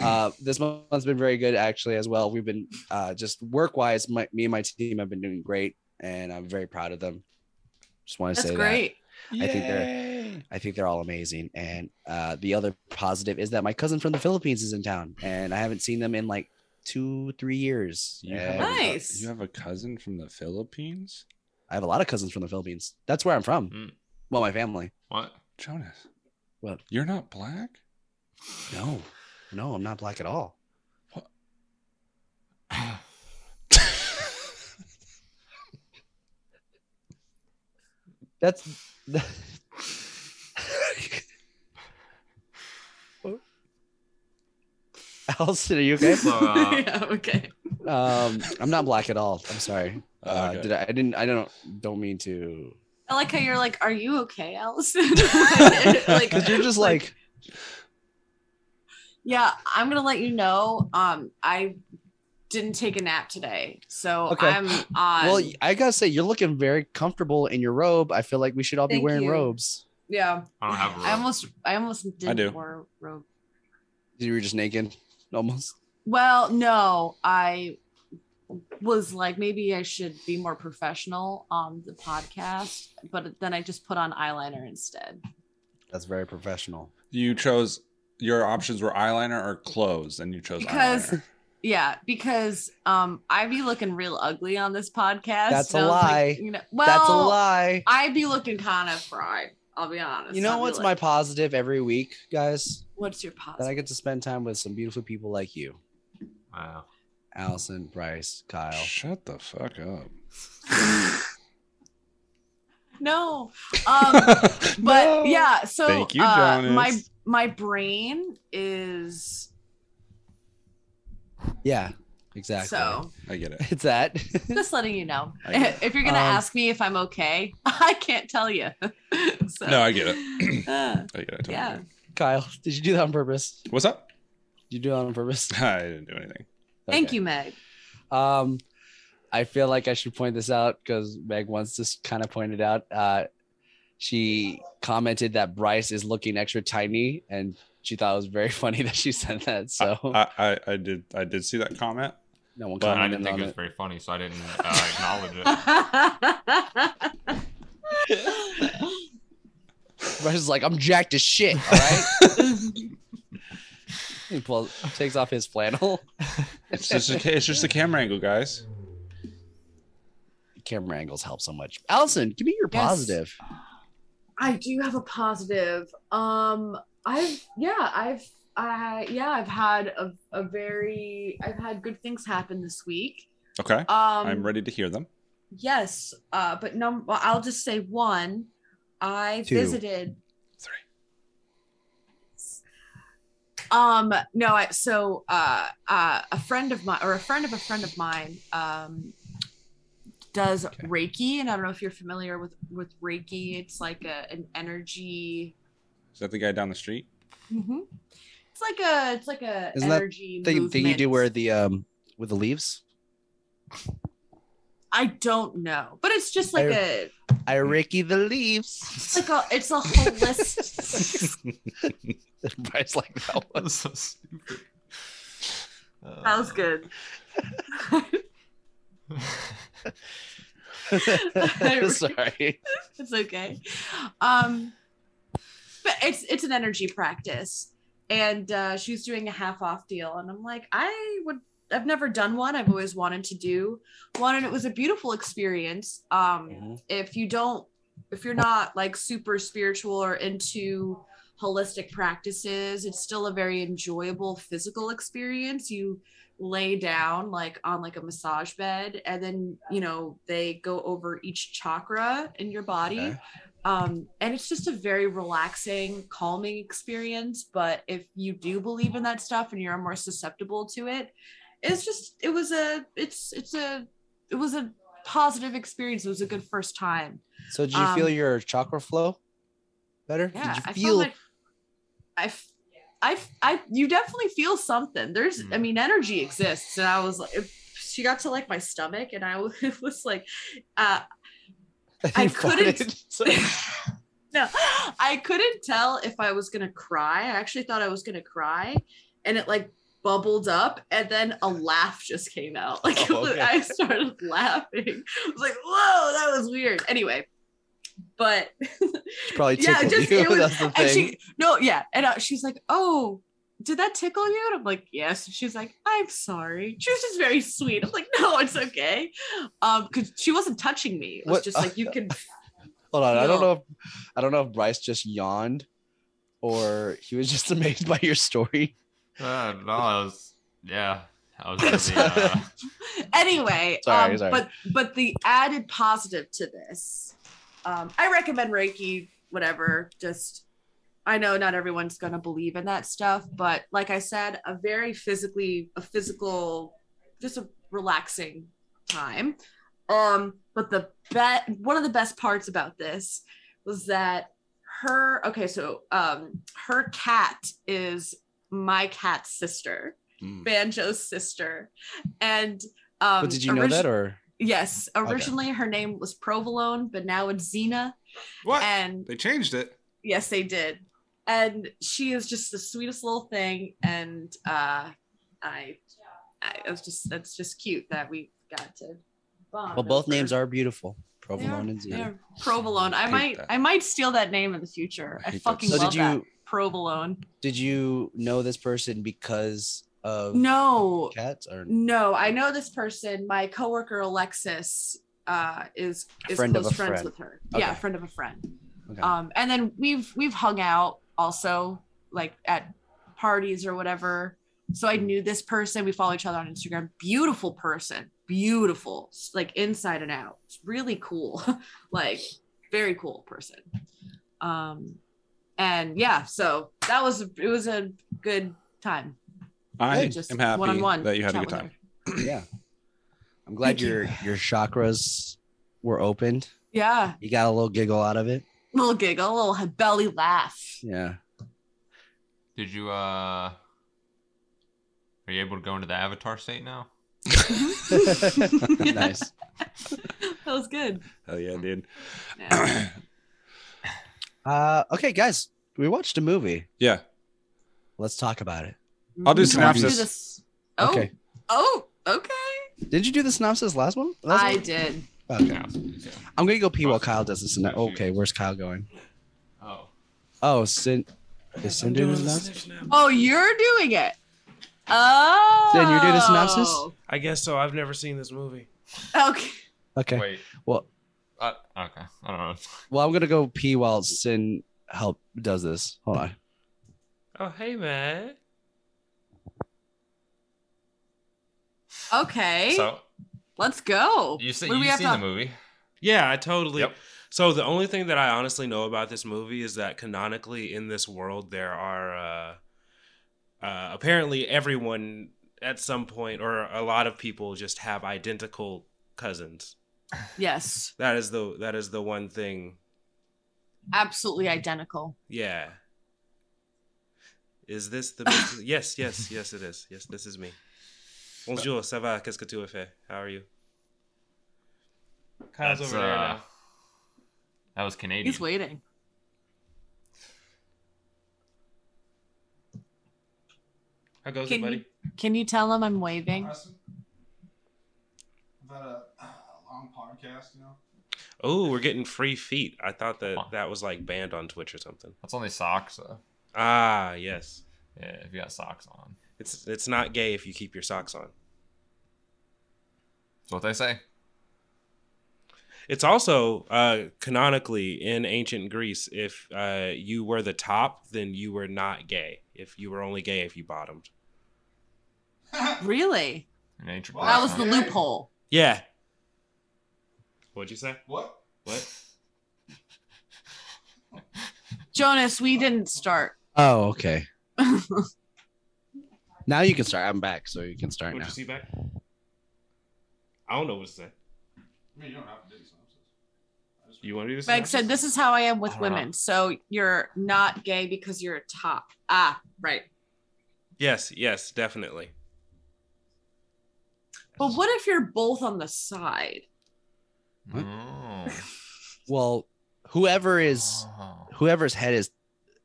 F: uh, this month's been very good actually as well. We've been uh, just work wise, my, me and my team have been doing great, and I'm very proud of them. Just want to
D: That's
F: say
D: great.
F: I think that I think they're all amazing. And uh, the other positive is that my cousin from the Philippines is in town, and I haven't seen them in like two three years.
E: You
F: And-
E: have a cou-
D: Nice.
E: you have a cousin from the Philippines?
F: I have a lot of cousins from the Philippines. That's where I'm from.
B: Mm.
F: Well, my family.
B: What?
E: Jonas.
F: What?
E: You're not black?
F: No, no, I'm not black at all. That's. Allison, are you okay?
B: So, uh,
D: yeah, okay.
F: um, I'm not black at all. I'm sorry. Uh,
E: Oh, Okay.
F: Did I? I didn't. I don't. Don't mean to.
D: I like how you're like, "Are you okay, Allison?" Uh, like,
F: Because you're just like.
D: Yeah, I'm gonna let you know. Um, I didn't take a nap today, so
F: Okay.
D: I'm on.
F: well, I gotta say, you're looking very comfortable in your robe. I feel like we should all be
D: Thank
F: wearing
D: you.
F: robes.
D: yeah,
B: I don't have a
D: I
B: robe.
D: almost, I almost didn't
E: do.
D: wear a robe.
F: You were just naked, almost.
D: Well, no, I was like, maybe I should be more professional on the podcast, but then I just put on eyeliner instead.
F: That's very professional.
E: You chose your options were eyeliner or clothes, and you chose
D: Because-
E: eyeliner.
D: Yeah, because um, I'd be looking real ugly on this podcast.
F: That's a
D: and I was like,
F: lie.
D: you know, well,
F: That's a lie.
D: I'd be looking kind of fried. I'll be honest.
F: You
D: I'd
F: know
D: be
F: what's my
D: like,
F: positive every week, guys?
D: What's your
F: That I
D: positive?
F: get to spend time with some beautiful people like you,
B: Wow.
F: Allison, Bryce, Kyle.
E: Shut the fuck up.
D: no. Um, but yeah so
E: Thank you,
D: uh,
E: Jonas.
D: my my brain is
F: Yeah, exactly.
D: so.
E: I get it.
F: It's that.
D: Just letting you know.
E: I-
D: If you're gonna
F: Um,
D: ask me if I'm okay, I can't tell you. so,
E: No, I get it.
D: uh,
E: I get it. I totally
D: yeah.
E: get it.
F: Kyle, did you do that on purpose?
E: What's up?
F: Did you do that on purpose?
E: I didn't do anything.
D: Thank you, Meg.
F: Um, I feel like I should point this out because Meg once just kind of pointed out. Uh, she commented that Bryce is looking extra tiny, and she thought it was very funny that she said that. So
E: I, I, I did I did see that comment.
F: no one
E: but I
B: And I
F: commented
B: didn't think
F: on
B: it was
F: it.
B: very funny, so I didn't uh, acknowledge it.
F: Bryce is like, "I'm jacked as shit." All right. he pulls, takes off his flannel.
E: It's just a, ca- it's just a camera angle, guys.
F: Camera angles help so much. Allison, give me your
D: Yes.
F: positive.
D: I do have a positive. Um, I've yeah, I've I Uh, yeah, I've had a, a very I've had good things happen this week.
E: Okay.
D: Um,
E: I'm ready to hear them.
D: Yes, uh, but no, well, I'll just say one. I
F: Two.
D: visited.
E: Three.
D: Um, no, I so uh, uh, a friend of mine or a friend of a friend of mine um, does Reiki, and I don't know if you're familiar with with Reiki. It's like a, an energy.
E: Is that the guy down the street?
D: It's like a it's like a
F: Isn't that
D: energy
F: Thing, thing you do
D: movement.
F: where the um with the leaves.
D: I don't know, but it's just like
F: I-
D: a
F: I Reiki the leaves.
D: it's like a it's a holistic.
F: Bryce like that one.
H: That's so stupid. Uh,
D: that was good.
F: Sorry.
D: it's okay um but it's it's an energy practice and uh she was doing a half off deal and i'm like i would i've never done one i've always wanted to do one and it was a beautiful experience um
F: Mhm.
D: if you don't if you're not like super spiritual or into holistic practices it's still a very enjoyable physical experience you lay down like on like a massage bed and then you know they go over each chakra in your body
F: Okay.
D: um and it's just a very relaxing calming experience but if you do believe in that stuff and you're more susceptible to it it's just it was a it's it's a it was a positive experience it was a good first time
F: So did you feel
D: Um,
F: your chakra flow better?
D: yeah
F: did you
D: i
F: feel
D: feel like i f- I, f- I you definitely feel something there's i
B: Mm.
D: mean energy exists and i was like she got to like my stomach and i was like uh I
F: You
D: couldn't-
F: farted? So-
D: no, I couldn't tell if I was gonna cry. I actually thought I was gonna cry, and it like bubbled up, and then a laugh just came out. Like it
F: Oh,
D: was-
F: okay.
D: I started laughing. I was like, "Whoa, that was weird." Anyway, but
F: probably
D: yeah,
F: tickled
D: just
F: you.
D: it was.
F: That's the
D: and
F: thing.
D: she no, yeah, and uh, she's like, "Oh." Did that tickle you? And I'm like, yes. She's like, I'm sorry. She was just very sweet. I'm like, no, it's okay. Um, because she wasn't touching me. It was
F: What-
D: just like you can
F: Hold on, I don't
D: feel-
F: know. If, I don't know if Bryce just yawned, or he was just amazed by your story.
B: Uh, no, I was yeah, I was busy. Uh,
D: anyway,
F: Sorry,
D: um,
F: sorry.
D: but but the added positive to this, um, I recommend Reiki, whatever. Just I know not everyone's gonna believe in that stuff, but like I said, a very physically a physical, just a relaxing time. Um, but the bet one of the best parts about this was that her okay, so um her cat is my cat's sister.
F: Hmm.
E: Mm.
D: Banjo's sister. And um
F: but did you know that,
D: origi-
F: or
D: yes,
F: Okay.
D: originally her name was Provolone, but now it's Xena.
E: What?
D: And
E: they changed it.
D: yes, they did. And she is just the sweetest little thing. And uh I I it was just that's just cute that we got to bond
F: well, both
D: over-
F: names are beautiful,
D: They are-
F: provolone and
D: they
F: zero.
D: are Provolone. I,
E: hate
D: might
E: that.
D: I might steal that name in the future.
E: I
D: I,
E: hate that
D: fucking
F: So
D: love
F: did
D: that.
F: you
D: Provolone.
F: did you know this person because of
D: No,
F: cats or
D: No, I know this person. My coworker Alexis uh, is is
F: Friend of
D: close
F: a
D: friends
F: friend.
D: with her.
F: Okay.
D: Yeah, friend of a friend.
F: Okay.
D: Um, and then we've we've hung out also like at parties or whatever. So I knew this person. We follow each other on Instagram. Beautiful person, beautiful, s- like inside and out. It's really cool, like very cool person. Um, and yeah, so that was it was a good time.
E: I
D: Just
E: am happy
D: one-on-one
E: that you had a
D: chat
E: good
D: with
E: time.
D: her.
F: yeah. I'm glad
D: Thank you.
F: your your chakras were opened.
D: Yeah,
F: You got a little giggle out of it.
D: little giggle, little belly laugh.
F: Yeah.
B: Did you, uh, are you able to go into the avatar state now?
F: nice.
D: That was good.
E: Hell yeah, dude.
D: Yeah.
F: Uh, okay, guys, we watched a movie.
E: yeah.
F: Let's talk about it.
E: I'll do
D: Let's
E: synopsis.
D: this- Oh,
F: Okay.
D: oh, okay.
F: Did you do the synopsis last one? Last
D: I
F: one?
D: did.
F: Okay.
B: No. Yeah.
F: I'm gonna go pee while Kyle does this. Syno- okay, where's Kyle going?
B: Oh.
F: Oh, Sin. Is Sin doing the synopsis?
D: Oh, you're doing it. Oh.
F: Then you're doing a synopsis?
G: I guess so. I've never seen this movie.
D: Okay.
F: Okay.
B: Wait.
F: Well,
B: Uh, okay. I don't know.
F: well, I'm gonna go pee while Sin help does this. Hold on.
G: Oh, hey, man.
D: Okay.
B: So,
D: Let's go.
B: you see,
D: What do
B: you've
D: we have
B: seen
D: to-
B: the movie.
G: Yeah, I totally.
B: Yep.
G: So the only thing that I honestly know about this movie is that canonically in this world there are uh, uh, apparently everyone at some point or a lot of people just have identical cousins.
D: Yes.
G: That is the that is the one thing.
D: Absolutely identical.
G: Yeah. Is this the best- yes yes yes it is yes this is me. Bonjour, ça va? Qu'est-ce que tu as fait? How are you? Kyle's
B: That's,
G: over there
B: uh,
G: now.
B: That was Canadian.
D: He's waiting.
G: How goes it,
D: Can
G: buddy?
D: you, can you tell him I'm waving?
H: About a, a long podcast, you know.
G: Oh, we're getting free feet. I thought that
B: Huh.
G: that was like banned on Twitch or something.
B: That's only socks, though.
G: Ah, yes.
B: Yeah, if you got socks on.
G: It's it's not gay if you keep your socks on.
B: That's what they say.
G: It's also uh, canonically in ancient Greece, if uh, you were the top, then you were not gay. If you were only gay if you bottomed.
D: Really?
B: In ancient
H: Wow.
D: That
B: Greece,
D: was the
H: Okay.
D: loophole.
G: Yeah. What'd you say?
H: What?
G: What?
D: Jonas, we didn't start.
F: Oh, okay. now you can start. I'm back, so you can start now.
G: What'd you see back? I don't know what to say.
H: I mean, you don't have to do the synopsis. I just-
G: You want to do this?
D: Meg said, This is how I am with
B: Uh-huh.
D: women. So you're not gay because you're a top. Ah, right.
G: Yes, yes, definitely.
D: But what if you're both on the side?
F: What?
B: Oh.
F: Well, whoever is
B: Oh.
F: whoever's head is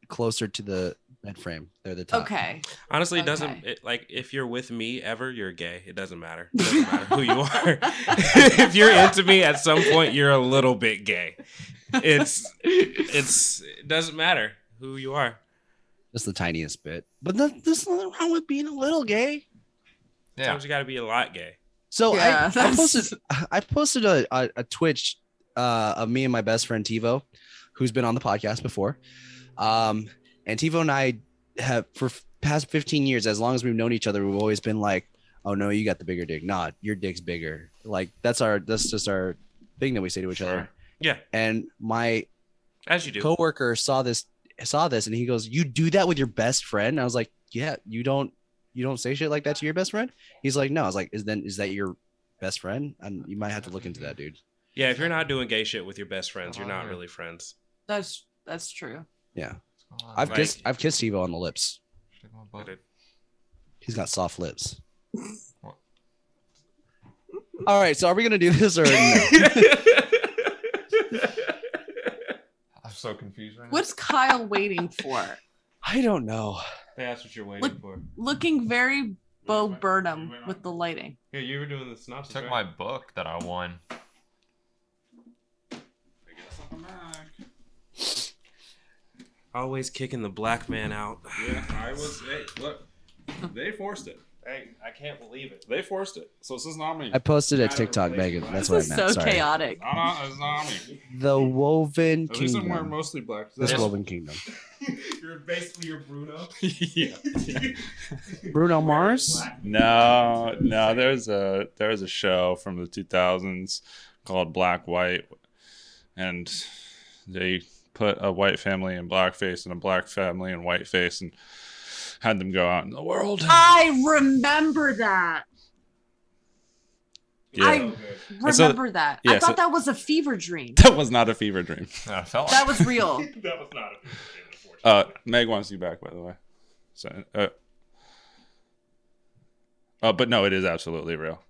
F: closer to the bed frame, they're the top.
D: Okay.
G: Honestly, it doesn't
D: Okay.
G: it, like if you're with me ever, you're gay. It doesn't matter. It doesn't matter who you are. if you're into me at some point, you're a little bit gay. It's it's it doesn't matter who you are.
F: Just the tiniest bit. But th- there's nothing wrong with being a little gay.
B: Yeah.
G: Sometimes you got to be a lot gay.
F: So
D: Yeah,
F: I, I
D: that's-
F: posted I posted a, a, a Twitch uh, of me and my best friend TiVo, who's been on the podcast before. Um, and TiVo and I have for f- past 15 years, as long as we've known each other, we've always been like, oh no, you got the bigger dick. Nah, your dick's bigger. Like that's our that's just our thing that we say to each other.
G: Yeah,
F: And my
G: as you do.
F: coworker saw this saw this and he goes, "You do that with your best friend?" And I was like, "Yeah, you don't you don't say shit like that to your best friend?" He's like, "No." I was like, "Is then is that your best friend?" And you might have to look into that, dude.
G: Yeah, if you're not doing gay shit with your best friends, you're not
B: Uh-huh.
G: really friends.
D: That's that's true.
F: Yeah.
B: What's going on?
F: I've
G: Like-
F: kissed I've kissed Evo on the lips.
B: Shake my butt.
F: He's got soft lips. All right, so are we going to do this or no?
B: I'm so confused right now.
D: What's Kyle waiting for?
F: I don't know.
G: That's what you're waiting
D: Look-
G: for.
D: Looking very Bo
H: Wait, wait,
D: Burnham
H: wait, wait,
D: with the lighting.
G: Yeah, you were doing the
B: I
G: synopsis.
B: took my
G: right?
B: book that I won.
H: I guess I'm back.
G: Always kicking the black man out.
H: Yeah, I was. Hey, look, they forced it.
G: Hey, I can't believe it.
H: They forced it. So this is not me.
F: I posted a TikTok, Megan. That's what I
D: This is
F: meant.
D: so
F: Sorry.
D: chaotic.
H: Not, it's not me.
F: The Woven
H: At least I'm wearing
F: Kingdom.
H: mostly black.
F: This
H: That's-
F: Woven Kingdom.
G: you're basically your Bruno.
H: yeah.
F: Bruno Mars?
E: No, no, there's a there's a show from the 2000s called Black White, and they put a white family in blackface and a black family in whiteface and had them go out in the world.
D: I remember that.
E: Yeah.
D: I
G: So good.
E: And so-
D: remember that.
E: yeah,
D: I thought
E: so-
D: that was a fever dream.
E: that was not a fever dream.
B: I felt
D: That
B: like
D: was real.
G: That was not a good thing, unfortunately.
E: Uh, Meg wants you back, by the way. So, uh, uh, but no, it is absolutely real.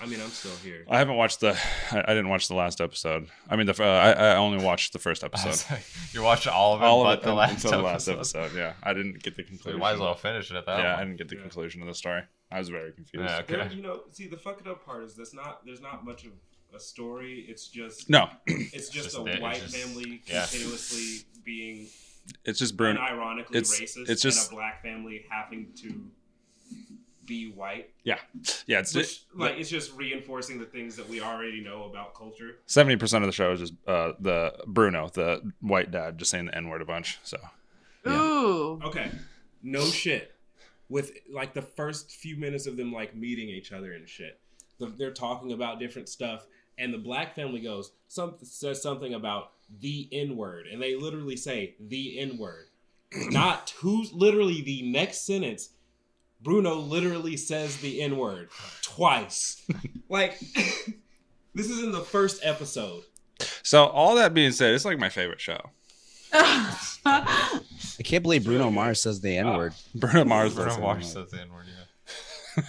I: I mean, I'm still here.
E: I haven't watched the. I, I didn't watch the last episode. I mean, the f- uh, I, I only watched the first
B: I was
E: episode.
B: like, you're watching all of it,
E: All
B: but
E: of it
B: the
E: un-
B: last,
E: until the last
B: episode.
E: episode. Yeah, I didn't get the
B: So
E: conclusion.
B: you might as well finish it at that
E: yeah, I
B: one.
E: didn't get the
I: Yeah.
E: conclusion of the story. I was very confused.
B: Yeah,
G: There-
B: okay.
G: You know, see the fuck it up part is that's not there's not much of a story. It's just
E: No,
G: it's just,
B: just
G: a
B: that- it's
G: white
B: just-
G: family
B: yeah.
G: continuously being
E: it's just Bruno.
G: unironically
E: it's-
G: racist
E: it's just-
G: and a black family having to be white.
E: Yeah, yeah. It's
G: Which like it's just reinforcing the things that we already know about culture.
E: seventy percent of the show is just uh, the Bruno, the white dad, just saying the n word a bunch. So
D: Ooh.
G: Okay. No shit. With like the first few minutes of them like meeting each other and shit, the, they're talking about different stuff, and the black family goes some says something about the N word, and they literally say the N word. Not two. Literally, the next sentence, Bruno literally says the N word twice. like, this is in the first episode.
E: So all that being said, it's like my favorite show.
F: I can't believe Bruno Mars says the N word.
E: Bruno Mars.
B: Bruno
E: versus-
B: Mars says the N-word, yeah.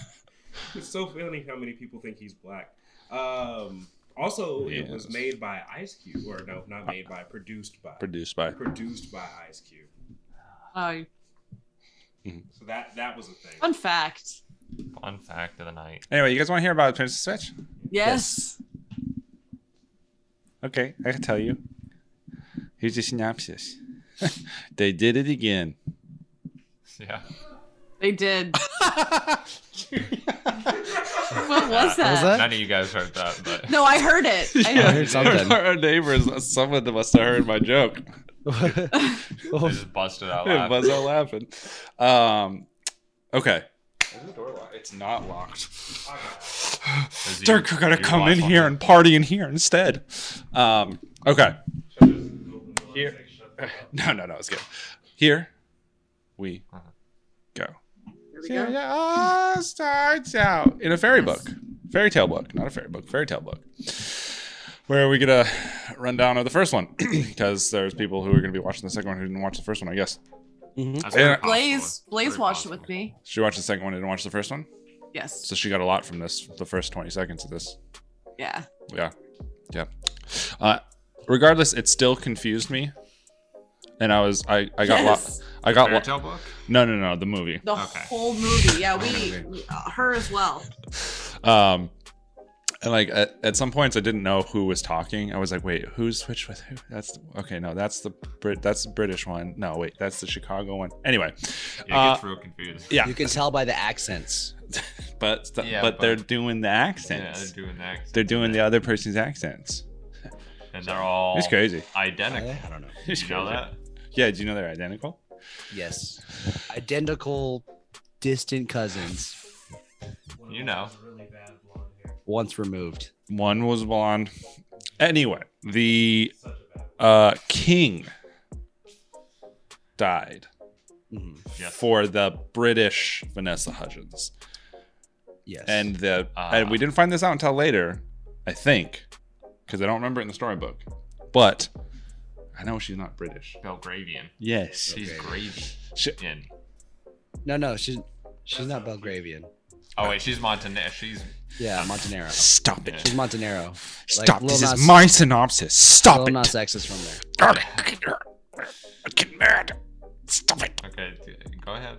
G: It's so funny how many people think he's black. Um, also, it was
E: Yes.
G: made by Ice Cube, or no, not made by, produced by,
E: Produced by.
G: produced by Ice Cube.
D: Oh,
G: So that that was a thing.
D: fun fact.
B: Fun fact of the night.
E: Anyway, you guys want to hear about Princess Switch?
D: Yes.
E: Okay, I can tell you. Here's the synopsis. they did it again.
B: Yeah.
D: They did. what was that?
F: was that?
B: None of you guys heard that, but
D: No, I heard it. I
F: I
D: heard
F: heard something.
E: Our neighbors, someone that must have heard my joke.
B: they just busted out
E: It
B: laughing.
E: was all laughing. Um, okay. It's not locked.
B: Is you-
E: Dirk, you gotta
B: you
E: come
B: watch
E: in
B: one
E: here
B: thing.
E: and party in here instead. Um, okay. Here. No, no, no. It's good. Here we go.
D: There we
E: Yeah,
D: go.
E: yeah, all starts out in a fairy book, fairy tale book, not a fairy book, fairy tale book. Where we get a rundown of the first one because there's people who are going to be watching the second one who didn't watch the first one. I guess
B: That's very
E: Yeah.
B: possible.
D: Blaze, Blaze
B: Very
D: watched it
B: possible.
D: with me.
E: she watched the second one and didn't watch the first one,
D: Yes.
E: so she got a lot from this. The first 20 seconds of this,
D: Yeah.
E: yeah, yeah. Uh, regardless, it still confused me, and I was I I got
D: Yes.
E: lost. I got
B: Fairy
E: lost.
B: tale book?
E: No, no, no, the movie.
D: The
B: Okay.
D: whole movie. Yeah, we, we- uh, her as well.
E: um and like at, at some points i didn't know who was talking i was like wait who's switched with who that's okay no that's the brit that's the british one no wait that's the chicago one anyway
B: Yeah, it
E: uh,
B: gets real confused.
E: yeah
F: You can tell by the accents.
E: but st-
B: Yeah,
E: but,
B: but-
E: they're doing the
B: Yeah,
E: accents
B: they're doing that.
E: they're doing the other person's accents
B: And they're all
E: it's crazy
F: Are
B: identical.
F: they? I don't know.
E: It's
B: You know
E: crazy.
B: that?
E: yeah do you know they're identical
F: Yes. Identical, distant cousins,
B: You know.
F: once removed.
E: one was blonde anyway the uh king died Mm-hmm.
F: Mhm.
B: Yes.
E: for the british vanessa hudgens
F: Yes.
E: and the
B: Ah.
E: and we didn't find this out until later, I think, because I don't remember it in the storybook. But I know she's not British.
B: Belgravian.
E: Yes,
B: She's Gravian.
E: She-
F: no, no, she's she's not Belgravian.
B: Oh wait, she's Montenegro. She's
F: Yeah, Montenegro.
E: stop it.
F: She's Montenegro. Like,
E: Stop.
F: Lil
E: this
F: Nas-
E: is my synopsis. Stop
F: Lil
E: it.
F: Nas X is from there.
J: God, I get mad. Stop it.
B: okay. d- Go ahead.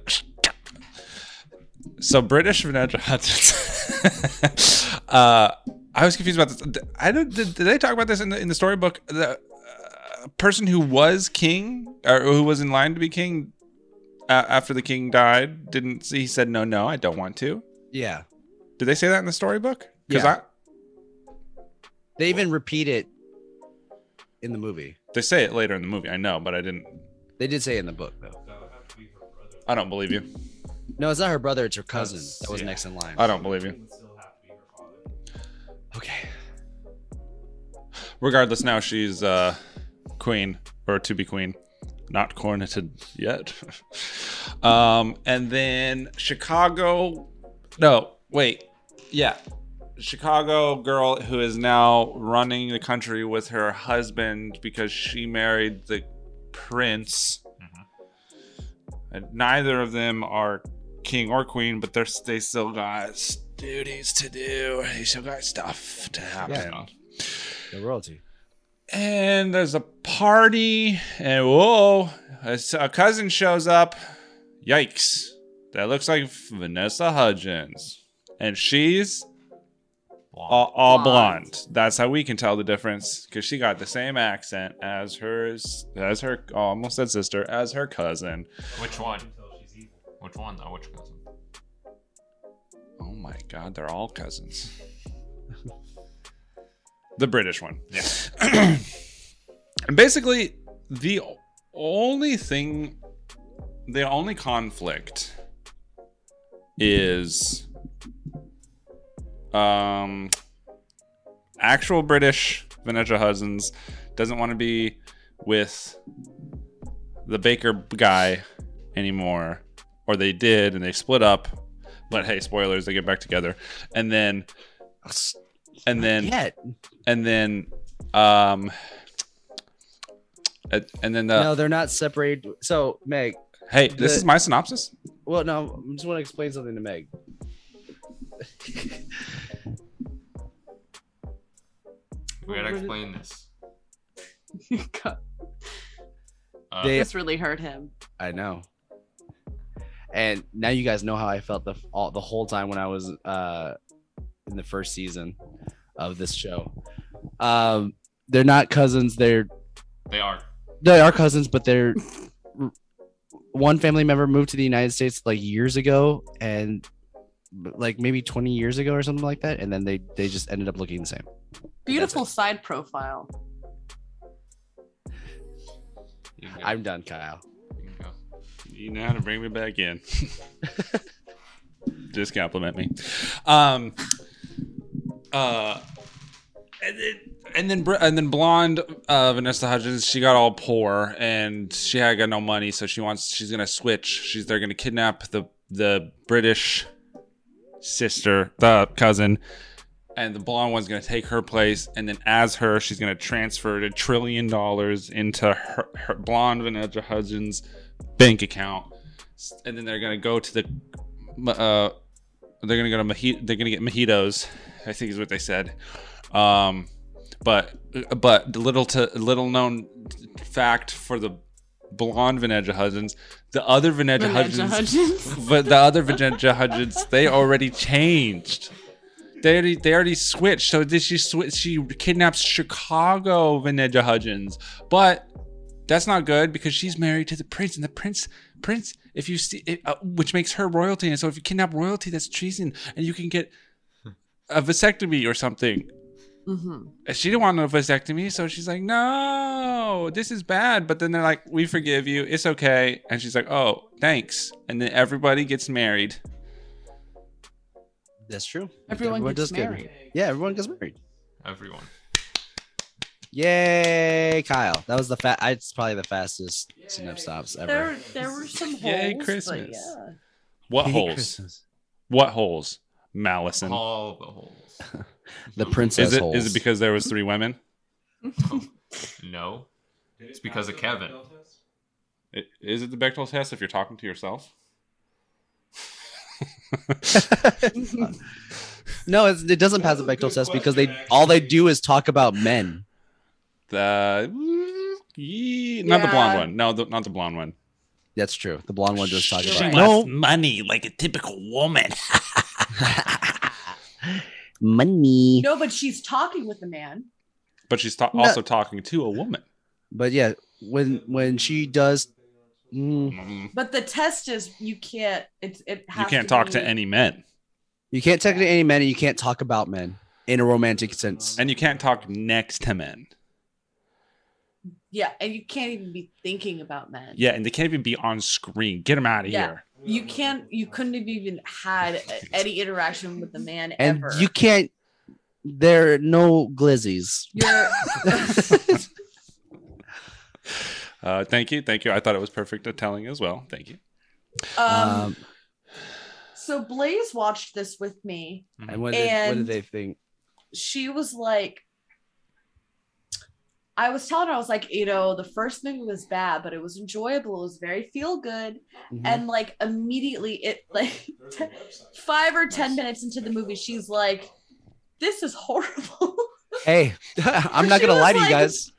E: So British Vanessa Hudgens. uh, I was confused about this. D- I don't, did, did they talk about this in the in the storybook? The uh, person who was king or who was in line to be king uh, after the king died didn't. He said no, no, I don't want to.
F: Yeah.
E: Did they say that in the storybook? Because
F: Yeah. They even repeat it in the movie.
E: they say it later in the movie. I know, but I didn't.
F: They did say it in the book though.
E: I don't believe you.
F: No, it's not her brother, it's her cousin
G: That's-
F: that was
G: yeah.
F: next in line.
E: I don't believe you.
F: okay.
E: Regardless, now she's uh, queen or to be queen. Not coronated yet. um, and then Chicago. No, wait. Yeah. Chicago girl who is now running the country with her husband because she married the prince. And neither of them are king or queen, but they're they still got duties to do. They still got stuff to happen.
F: The royalty.
E: And there's a party, and whoa, a, s- a cousin shows up. Yikes! That looks like Vanessa Hudgens, and she's all, all blonde.
D: Blonde.
E: That's how we can tell the difference because she got the same accent as hers, as her oh, I almost said sister, as her cousin.
B: Which one? Which one though? Which cousin?
E: Oh my god, they're all cousins. the British one.
B: Yeah.
E: And basically, the o- only thing, the only conflict is um actual British Vanessa Hudgens doesn't want to be with the Baker guy anymore. Or they did and they split up. But hey, spoilers, they get back together. And then and then
F: Yet.
E: and then um and and then the
F: no, they're not separated. So Meg,
E: hey this
F: the-
E: is my synopsis
F: well, no, I just want to explain something to Meg.
B: We gotta
D: What-
B: explain this.
D: God,
B: Uh,
F: They-
D: this really hurt him.
F: I know. And now you guys know how I felt the all, the whole time when I was uh, in the first season of this show. Um, they're not cousins. They're
B: they are.
F: they are cousins, but they're one family member moved to the United States like years ago, and like maybe 20 years ago or something like that, and then they they just ended up looking the same.
D: Beautiful side profile.
B: You can go.
F: I'm done, Kyle.
B: You can go.
E: you know how to bring me back in just compliment me um uh and then and then, Br- and then blonde uh, Vanessa Hudgens, she got all poor and she had got no money, so she wants she's gonna switch. She's they're gonna kidnap the the British sister, the cousin, and the blonde one's gonna take her place. And then as her, she's gonna transfer a trillion dollars into her, her blonde Vanessa Hudgens' bank account, S- and then they're gonna go to the uh, they're gonna go to mojito. They're gonna get mojitos, I think is what they said. Um, but uh, but the little to little known fact for the blonde Vanessa Hudgens, the other Vanessa
D: Vanessa
E: Hudgens
D: Hudgens.
E: but the other Vanessa Hudgens, they already changed. They already, they already switched. So did she switch? She kidnaps Chicago Vanessa Hudgens, but that's not good because she's married to the prince, and the prince, prince, if you see, it, uh, which makes her royalty, and so if you kidnap royalty, that's treason, and you can get a vasectomy or something.
D: hmm
E: And She didn't want a vasectomy, so she's like, "No, this is bad." But then they're like, "We forgive you. It's okay." And she's like, "Oh, thanks." And then everybody gets married.
F: That's true.
D: Everyone gets
F: does good.
D: married.
F: Yeah, everyone gets married.
B: Everyone.
F: Yay, Kyle! That was the fat. It's probably the fastest synapse stops ever.
D: There, there were some holes.
E: Yay,
D: but
E: Christmas.
D: yeah.
E: What
F: Hey,
E: holes?
F: Christmas.
E: What holes? Mallison.
B: All the holes.
F: The princess
E: Is it?
F: holes.
E: Is it because there was three women?
B: No. It's because of Kevin.
E: I- Is it the Bechtel test if you're talking to yourself?
F: no, it's, it doesn't pass the Bechdel test because they all they do is talk about men.
E: The Yee- not the blonde
D: Yeah.
E: one. No, the, not the blonde one.
F: That's true. The blonde one does talk
D: She
F: about no
D: wants
A: money like a typical woman.
F: money.
D: No, but she's talking with the man.
E: But she's ta-
F: No.
E: also talking to a woman.
F: But yeah, when when she does, mm,
E: Mm,
D: But the test is you can't. It's it.
E: You
D: Has
E: can't talk
D: be-
E: to any men,
F: you can't talk to any men, and you can't talk about men in a romantic sense.
E: and you can't talk next to men.
D: Yeah, and you can't even be thinking about men.
E: Yeah, and they can't even be on screen. Get them out of
D: Yeah.
E: here.
D: You can't. You couldn't have even had a- any interaction with the man
F: and
D: ever.
F: you can't. There are no glizzies.
D: You're.
E: Uh, thank you, thank you. I thought it was perfect at telling as well. Thank you.
D: Um,
F: Um,
D: so Blaze watched this with me.
F: and what did, they- what
D: and-
F: did they think?
D: She was like, I was telling her, I was like, you know, the first movie was bad, but it was enjoyable. It was very feel good.
F: Mhm.
D: And like immediately it like five or ten minutes into the movie, she's like, This is horrible.
F: hey, I'm not
D: She
F: gonna
D: was
F: lie to you
D: like-
F: guys.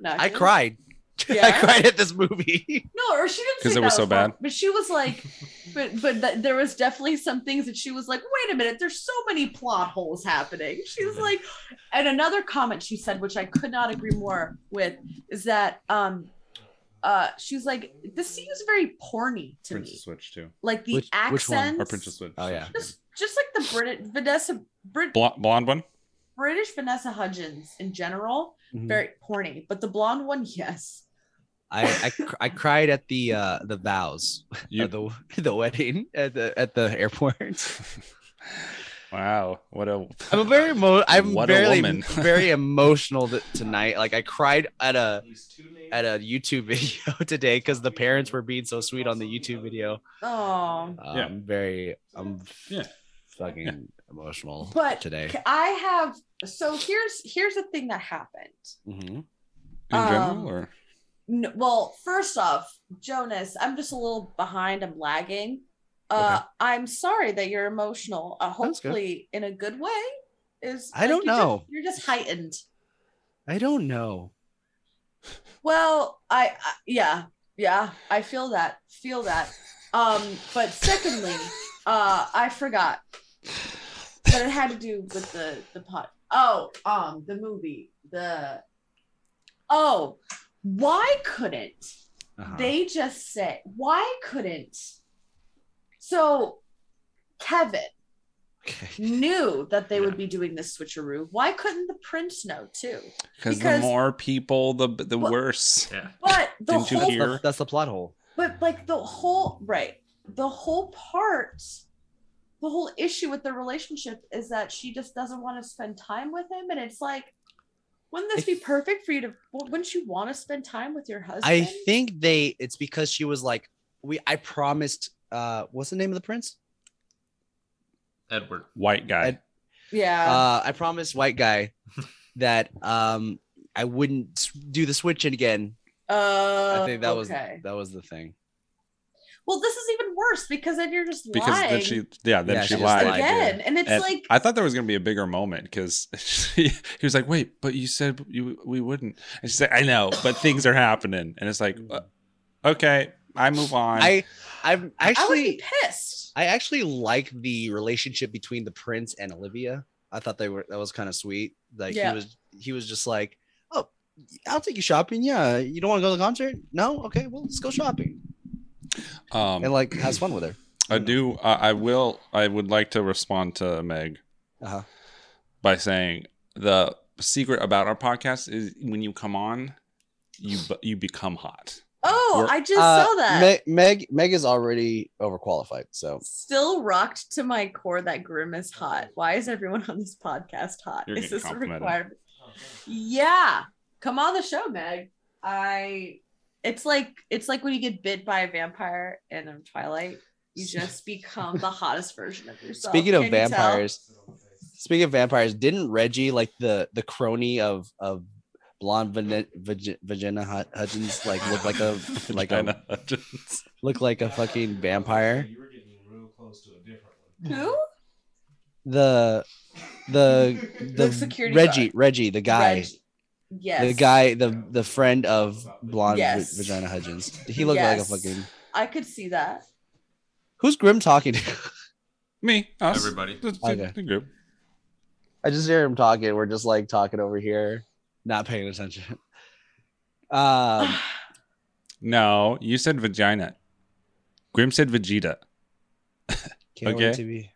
D: No,
F: I
D: she-
F: cried. I
D: Yeah?
F: cried at this movie.
D: No, or she didn't
E: 'Cause
D: say
E: it was
D: that
E: so bad?
D: horrible, But she was like, but but th- there was definitely some things that she was like, wait a minute, there's so many plot holes happening. She was like, and another comment she said, which I could not agree more with, is that um, uh, she was like, this seems very porny to
E: Princess
D: me,
E: Switch too,
D: like the
F: Which- which one?
D: accents,
E: or Princess Switch.
F: Oh, yeah.
D: just just like the Brit Vanessa Brit
E: Bl- blonde one.
D: British Vanessa Hudgens in general,
E: Mm.
F: Mhm.
D: very porny, but the blonde one, yes.
F: I, I cr- I cried at the uh the vows
E: You-
F: of the the wedding at the at the airport.
E: wow, what a
F: I'm a very emo- I'm
E: What a
F: barely
E: woman.
F: very emotional th- tonight. Like I cried at a at a YouTube video today because the parents were being so sweet on the YouTube video.
D: Oh,
F: Um,
H: Yeah.
F: very I'm
E: Yeah.
F: fucking
E: Oh.
F: emotional
D: But
F: today.
D: I have so here's here's the thing that happened.
E: Mm-hmm.
F: Mhm.
E: in
D: um,
E: general, or
D: N- well, first off, Jonas, I'm just a little behind. I'm lagging. Uh, I'm sorry that you're emotional. Uh,
F: That's good.
D: hopefully, in a good way. Is
F: I don't
D: you're just-
F: know.
D: you're just heightened.
F: I don't know.
D: Well, I, I yeah yeah I feel that feel that. Um, but secondly, uh, I forgot that it had to do with the the pot. Oh, um, the movie the. Oh, why couldn't
F: Uh-huh.
D: they just say why couldn't? So, Kevin
F: okay.
D: knew that they would be doing this switcheroo. Why couldn't the prince know too?
E: because the
D: because-
E: more people, the the
D: Well-
E: worse.
B: Yeah.
D: But the
E: Didn't you
D: whole
E: hear?
F: That's, that's the plot hole.
D: but like the whole right the whole part the whole issue with the relationship is that she just doesn't want to spend time with him and it's like wouldn't this
F: I
D: be
F: th-
D: perfect for you to wouldn't you want to spend time with your husband
F: I think they it's because she was like we I promised uh what's the name of the prince?
B: Edward.
E: White guy.
F: Ed-
D: yeah
F: uh, I promised white guy that um I wouldn't s- do the switch again.
D: uh,
F: I think that
D: okay.
F: was that was the thing.
D: well this is even worse because then you're just
E: because
D: lying
E: then she yeah then
F: Yeah,
E: she,
F: she just
E: lied.
F: lied.
D: again and it's
E: And
D: like
E: I thought there was gonna be a bigger moment because he was like, "Wait, but you said you we wouldn't." And she said, "I know, but things are happening." And it's like, uh, "Okay, I move on."
F: I I'm
D: i would be
F: actually
D: pissed
F: I actually like the relationship between the prince and Olivia. I thought they were that was kind of sweet. Like
D: Yeah.
F: he was he was just like, "Oh, I'll take you shopping. Yeah, you don't want to go to the concert? No, okay, well let's go shopping
E: um,
F: and like has fun with her."
E: I do. I I will. I would like to respond to Meg
F: Uh-huh.
E: by saying the secret about our podcast is when you come on, you be- you become hot.
D: oh
E: We're-
D: i just
F: Uh,
D: saw that
F: Meg, Meg Meg is already overqualified, so
D: still rocked to my core that Grim is hot. Why is everyone on this podcast hot?
E: You're
D: is
E: getting
D: this a
E: complimented.
D: requirement?
B: Oh,
D: Yeah. Come on the show, Meg. I it's like it's like when you get bit by a vampire in um, Twilight, you just become the hottest version of yourself.
F: Speaking of
D: Can you tell?
F: vampires, speaking of vampires, didn't Reggie like the the crony of of blonde Vane- Vag- Vagina Hud- Hudgens like look like a like a
E: Vagina Hudgens.
F: look like a fucking vampire?
H: You were getting real close to a different one.
D: Who?
F: The Uh, the the
D: The security
F: Reggie
D: guard.
F: Reggie the guy
D: Reg. Yes.
F: the guy the the friend of blonde
D: Yes.
F: Va- Vagina Hudgens. He looked
D: Yes.
F: like a fucking
D: I could see that.
F: who's Grim talking to?
E: Me, us,
B: Everybody.
E: the, the-
F: Okay.
E: the group.
F: I just hear him talking. We're just like talking over here, not paying attention. Um.
E: No, you said vagina. Grim said Vegeta.
F: Can't
E: Okay.
F: wait to be.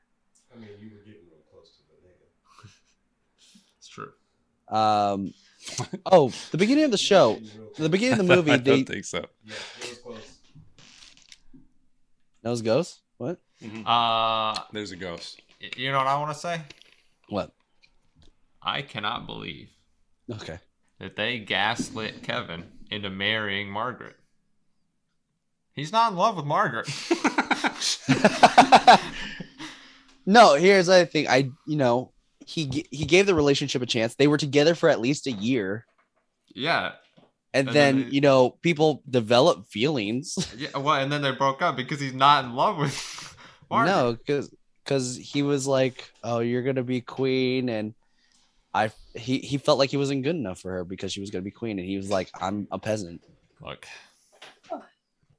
H: I mean, you were getting real close to the nigga.
B: It's true.
F: Um, oh, the beginning of the show, the beginning of the movie,
E: I
F: they
E: don't think so.
H: Yeah, it was close.
F: nose goes. What?
B: Uh,
E: There's a ghost.
B: y- you know what I want to say?
F: What?
B: I cannot believe
F: Okay.
B: that they gaslit Kevin into marrying Margaret. He's not in love with Margaret.
F: no, here's the thing. I, you know, he g- he gave the relationship a chance. They were together for at least a year,
B: yeah.
F: and, then,
B: And then they-
F: you know, people develop feelings.
B: Yeah. Well, and then they broke up because he's not in love with Margaret.
F: No, because because he was like, oh, you're gonna be queen, and I he he felt like he wasn't good enough for her because she was gonna be queen, and he was like, I'm a peasant.
B: Look.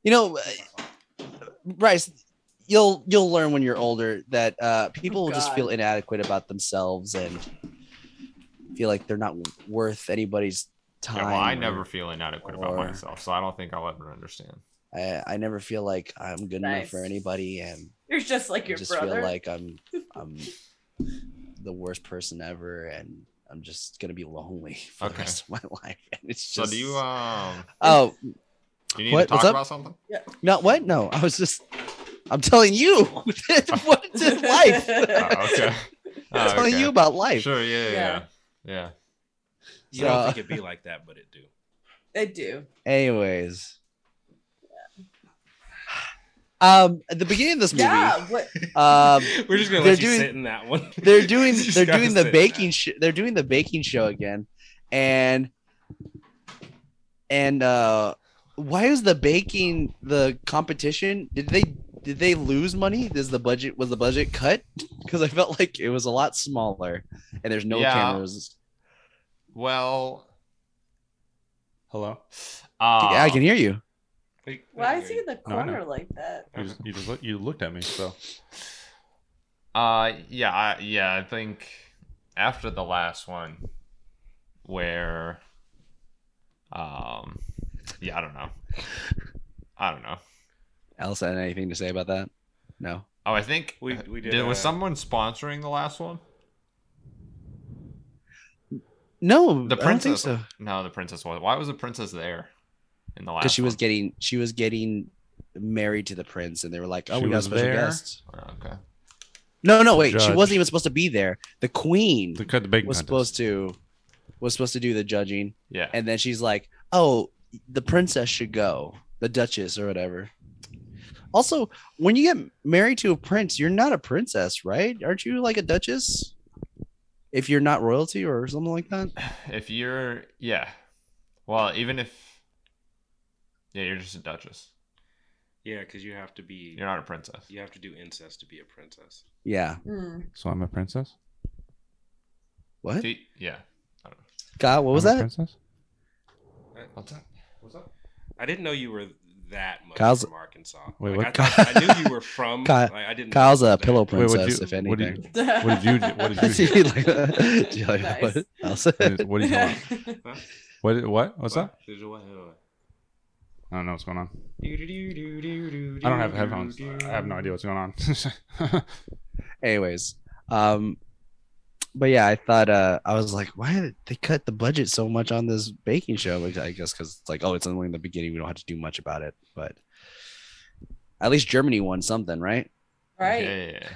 F: you know uh, bryce you'll you'll learn when you're older that uh people will just
D: Oh, God.
F: feel inadequate about themselves and feel like they're not worth anybody's time
B: Yeah, well, I
F: or-
B: never feel inadequate about
F: or-
B: myself, so I don't think I'll ever understand.
F: I, I never feel like i'm good enough for
D: Nice.
F: anybody and
D: You're just like
F: i
D: your
F: just
D: brother.
F: feel like i'm i'm the worst person ever and i'm just gonna be lonely for
B: Okay.
F: the rest of my life and it's
B: So
F: just
B: do you um
F: oh
B: do you need
F: What?
B: to talk
F: What's up?
B: about something?
F: no what no i was just i'm telling you what is life
B: Oh, okay.
F: i'm
B: Oh,
F: telling
B: okay.
F: you about life
B: Sure, yeah, yeah, yeah.
D: Yeah.
B: Yeah.
G: You don't
F: So-
G: think it'd be like that, but it do.
D: I do.
F: Anyways. Um, at the beginning of this movie,
D: Yeah. What?
F: um,
G: We're just gonna
F: They're
G: let you
F: doing-
G: sit in that one.
F: they're doing
G: You just
F: they're
G: gotta
F: doing
G: sit
F: the
G: in that.
F: baking sh- they're doing the baking show again, and and uh, why is the baking the competition? Did they did they lose money? Does the budget was the budget cut? Because I felt like it was a lot smaller, and there's no
B: Yeah.
F: cameras.
B: Well,
E: Hello.
B: uh,
F: I can hear you.
G: Like,
D: Why is he in the
E: No, I know.
D: corner like that?
E: You just, you just look, you looked at me. So
B: Uh, yeah, I, yeah. I think after the last one, where, um, yeah, I don't know. I don't know.
F: Elsa, anything to say about that? No.
B: Oh, I think
G: We- we did,
B: was
G: uh,
B: someone sponsoring the last one?
F: No,
B: The
F: I don't think
B: princess.
E: Oh,
F: so.
B: No, the princess was. Why was the princess there? In the last,
F: because she was
B: one?
F: getting she was getting married to the prince, and they were like, "Oh,
E: She
F: we got a
E: was
F: special
E: there?
F: guest."
B: Oh, okay.
F: No, no, wait, she
E: Judge.
F: wasn't even supposed to be there. The queen
E: they cut the bacon.
F: was supposed to was supposed to do the judging,
B: Yeah.
F: and then she's like, "Oh, the princess should go, the duchess or whatever." Also, when you get married to a prince, you're not a princess, right? Aren't you like a duchess? If you're not royalty or something like that,
B: if you're, yeah. Well, even if, yeah, you're just a duchess.
G: Yeah, because you have to be.
B: You're not a princess.
G: You have to do incest to be a princess.
F: yeah.
D: Hmm.
E: So I'm a princess.
F: What?
B: See- Yeah.
F: God, what was
E: I'm a
F: that?
E: Princess.
B: What's that?
G: What's up? I didn't know you were that much
F: Kyle's-
G: from Arkansas.
E: Wait,
G: Like,
E: what?
G: I, thought, I knew you were from.
F: Kyle-
G: like, I didn't. know
F: Kyle's
G: you were
F: a
G: that.
F: pillow
E: Wait,
F: princess,
E: what'd you-
F: if anything.
E: what did you- What did you? What did you?
F: like, uh, Julia,
D: Nice.
F: what else?
E: What is- what is going on?
G: Huh?
E: What? did- What? What's
G: What?
E: that?
G: There's a what? What?
E: I don't know what's going on.
G: I
E: I don't have headphones. I have no idea what's going on.
F: Anyways, um, but yeah, I thought uh, I was like, why did they cut the budget so much on this baking show? Like, I guess because it's like, oh, it's only in the beginning. We don't have to do much about it. But at least Germany won something, right?
D: Right.
B: Yeah, yeah, yeah.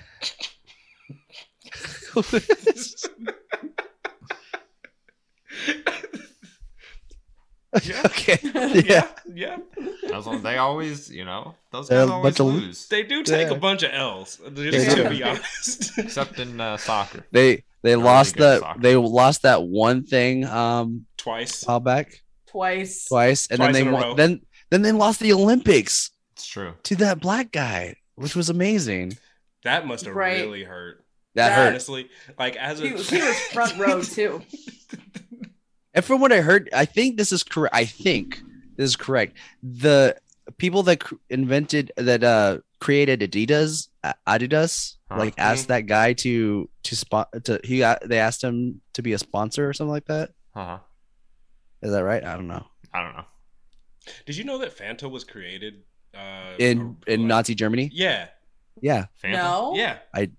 G: Yeah.
F: okay.
G: Yeah.
F: Yeah.
G: yeah,
B: That's what they always, you know, those
F: They're
B: guys
F: a
B: always
F: bunch of-
B: lose,
G: They do take
F: Yeah.
G: a bunch of L's.
F: They
G: Just
F: do.
G: to be honest.
B: except in uh, soccer.
F: They they
B: really
F: lost
B: good
F: the
B: soccer.
F: they lost that one thing um
G: Twice.
F: a while back
D: Twice.
F: twice and
G: Twice
F: then
G: in
F: they
G: a
F: won
G: row.
F: then then they lost the Olympics
B: It's true.
F: to that black guy, which was amazing.
G: That must have
D: Right.
G: really hurt.
F: That
D: That-
F: hurt.
G: Honestly, like as a
D: He, was- he was front row too.
F: And from what I heard, I think this is correct. I think this is correct. The people that cr- invented that uh created Adidas, uh, Adidas,
B: Huh.
F: like asked that guy to to spot to he got they asked him to be a sponsor or something like that.
B: Uh huh.
F: Is that right? I don't know.
B: I don't know.
G: Did you know that Fanta was created uh,
F: In
G: a-
F: in Nazi Germany,
G: Yeah,
F: yeah,
B: Phantom?
D: No.
G: yeah.
F: I.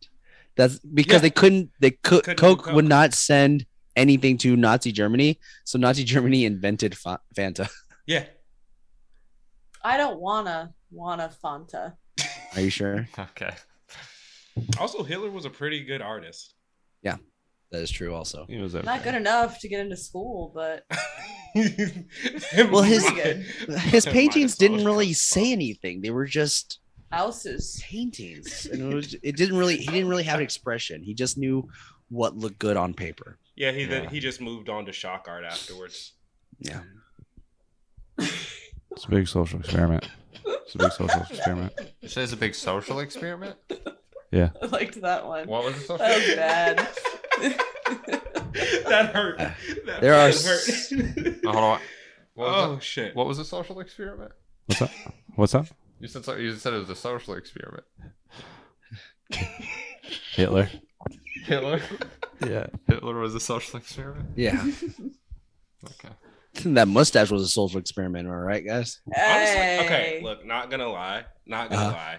F: That's because
G: Yeah.
F: they couldn't. They could
G: Couldn't do
F: Coke,
G: Coke.
F: would not send anything to Nazi Germany, so Nazi Germany invented fa- Fanta.
G: Yeah.
D: I don't wanna wanna Fanta.
F: Are you sure?
B: Okay.
G: Also, Hitler was a pretty good artist.
F: That is true. Also,
E: He was okay.
D: Not good enough to get into school, but
G: well,
F: his- his
G: Minus
F: paintings
G: all
F: didn't
G: the
F: really
G: crap.
F: say anything. They were just
D: houses.
F: paintings, and it, was, it didn't really. He didn't really have an expression. He just knew what looked good on paper.
G: Yeah, he Then,
E: Yeah.
G: he just moved on to shock art afterwards.
F: Yeah.
E: It's a big social experiment. It's a big social experiment.
B: This is a big social experiment.
D: I liked that one.
B: What was the social?
D: That was bad.
G: that hurt.
F: Uh,
G: That
F: there are
G: fucking
F: s-
G: hurt.
B: Oh, hold on. What was,
G: oh shit.
B: the, what was the social experiment?
E: What's up? What's up?
B: You said so, you said it was a social experiment.
E: Hitler.
B: Hitler.
E: Yeah.
B: Hitler was a social experiment.
F: Yeah.
B: Okay.
F: that mustache was a social experiment. All right, guys.
G: Honestly, okay,
D: Hey.
G: look, not gonna lie, not gonna
F: Uh-huh.
G: lie.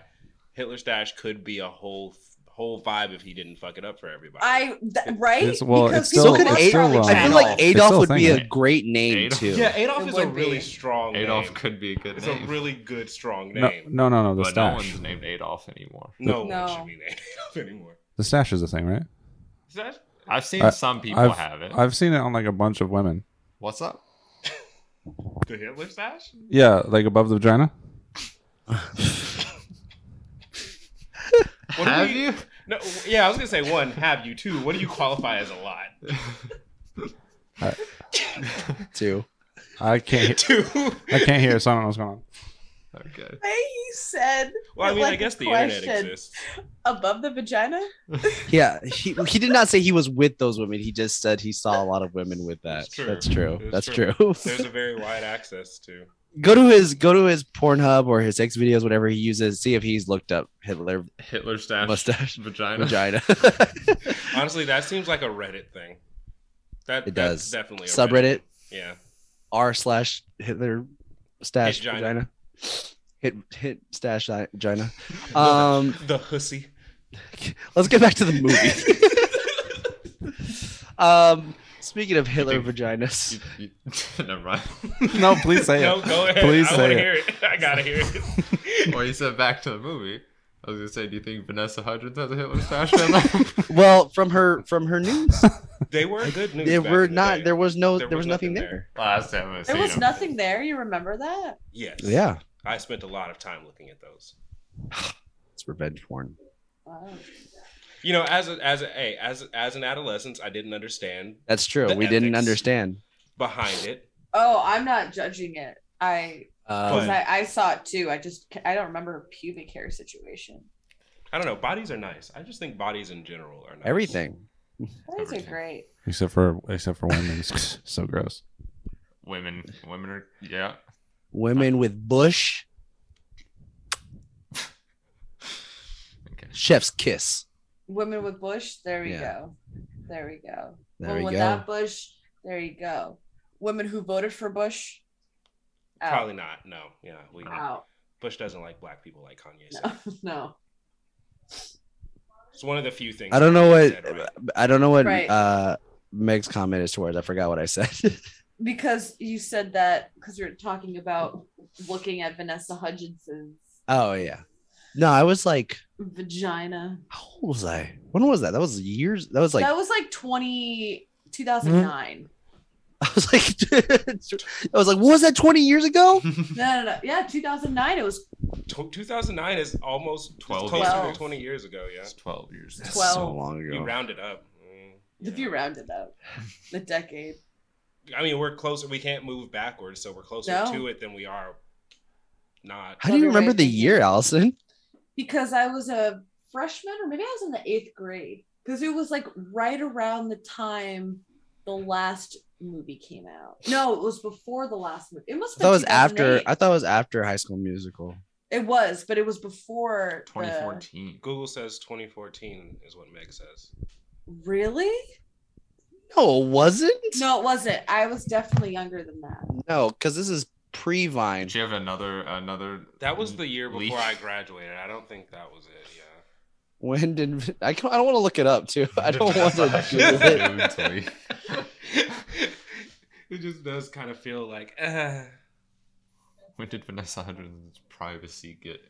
G: Hitler's dash could be a whole whole vibe if he didn't fuck it up for everybody.
D: I th- right
E: It's- well,
D: because
E: it's
D: people
F: still-
D: love
F: it's still
D: Charlie
E: wrong.
F: I feel
D: Chaplin.
F: like
E: It's
F: Adolf
E: still a
F: would be
E: thing,
F: a
E: right?
F: great name
B: Adolf.
F: too.
G: yeah, Adolf
D: It
G: is a
D: would
G: really
D: be.
G: strong
B: Adolf
G: name.
B: could be a good
G: It's
B: name.
G: a really good strong
E: No,
G: name.
E: no, no, no. The
B: but no
E: stash.
B: one's named Adolf anymore.
G: No,
D: No.
G: one should be named Adolf anymore.
E: The stash is a thing, right?
G: Is that
B: I've seen
E: I-
B: some people
E: I've-
B: have it.
E: I've seen it on like a bunch of women.
B: What's up?
G: the Hitler stash?
E: Yeah, like above the vagina.
G: What do
B: have
G: we-
B: you?
G: No, yeah, I was gonna say one. Have you two? What do you qualify as a lot?
F: Too.
E: I can't.
G: Two.
E: I can't hear. Something. What's going on?
B: Okay.
D: Hey, he said
G: Well, I mean, I
D: Like
G: guess the
D: question.
G: internet exists.
D: above the vagina.
F: Yeah, he, he did not say he was with those women. He just said he saw a lot of women with that.
G: It's true.
F: That's true.
G: It's
F: That's
G: true.
F: true.
G: There's a very wide access to.
F: go to his go to his Pornhub or his X videos, whatever he uses. See if he's looked up Hitler
B: Hitler stash.
F: Mustache.
B: Vagina.
F: vagina.
G: Honestly, that seems like a Reddit thing. That
F: It
G: that's
F: does.
G: definitely a Reddit.
F: Subreddit
G: Yeah.
F: r slash Hitler stash
G: Hit
F: vagina.
G: vagina.
F: Hit hit stash vi- vagina. Um,
G: the hussy.
F: let's get back to the movie. um, speaking of Hitler vaginas,
B: You- you- Never mind.
E: No, please say
G: No,
E: it.
G: go ahead.
E: Please
G: I
E: say
G: wanna
E: it.
G: hear it. I gotta hear it.
B: Well, you said back to the movie. I was gonna say, do you think Vanessa Hudgens has a Hitler stash? down there?
F: well, from her from her news,
G: they were good news.
F: there
G: back
F: were
G: in the
F: not
G: day.
F: there was no there, was, nothing,
B: Last time I
D: There
B: seen
D: was
B: him.
D: nothing there. You remember that?
G: Yes.
F: there. Yeah,
G: I spent a lot of time looking at those.
F: it's revenge porn.
D: Wow.
G: You know, as a, as a, hey, as as an adolescent, I didn't understand
F: That's true.
G: The
F: we didn't
G: ethics.
F: understand.
G: behind it.
D: Oh, I'm not judging it. I
F: Um,
D: 'cause I, I saw it too. I just I don't remember her pubic hair situation.
G: I don't know. Bodies are nice. I just think bodies in general are nice.
F: everything.
D: Those are
B: Everything.
D: great.
E: Except for except for women. It's so gross.
B: Women, women are yeah.
F: Women with bush,
B: Okay.
F: chef's kiss.
D: Women with bush. There we
F: Yeah.
D: go. There we go.
F: There
D: Women
F: we go.
D: without bush. There you go. Women who voted for Bush. Out.
G: Probably not. No. Yeah. We,
D: Out.
G: Bush doesn't like black people like Kanye.
D: Oh. No.
G: said.
D: no.
G: It's one of the few things.
F: I don't know
G: Kanye
F: what
G: said, right?
F: I don't know what
D: Right.
F: uh, Meg's comment is towards. I forgot what I said.
D: Because you said that because we were talking about looking at Vanessa Hudgenson's
F: oh yeah. No, I was like,
D: vagina.
F: how old was I? When was that? That was years. That was like
D: that was like 20 2009.
F: I was like I was like, what was that? Twenty years ago?
D: No, no, no. Yeah, 2009. It was
G: Tw- 2009 is almost 12
B: Twelve
G: closer
D: years.
G: to 20 years ago. Yeah.
B: It's twelve years.
F: That's
D: 12.
F: So long
G: You
F: ago.
G: round it up. Mm,
D: if
G: yeah.
D: you round it up, the decade.
G: I mean, we're closer. We can't move backwards, so we're closer
D: No.
G: to it than we are not.
F: How do you remember the year, Allison?
D: Because I was a freshman, or maybe I was in the eighth grade. Because it was like right around the time the last movie came out. No, it was before the last movie. It must
F: I
D: have
F: thought it
D: been
F: was after.
D: 2008.
F: I thought it was after High School Musical.
D: It was, but it was before the-
B: 2014.
G: Google says 2014 is what Meg says.
D: Really?
F: No, it wasn't.
D: No, it wasn't. I was definitely younger than that.
F: no, because this is pre-Vine.
B: Did you have another another?
G: That was the year before
B: leak?
G: I graduated. I don't think that was it. Yeah.
F: When did I? Don't, I don't want to look it up too. I don't want to. Google it.
B: Dude,
G: it just does kind of feel like uh,
B: When did Vanessa Hudgens' privacy get?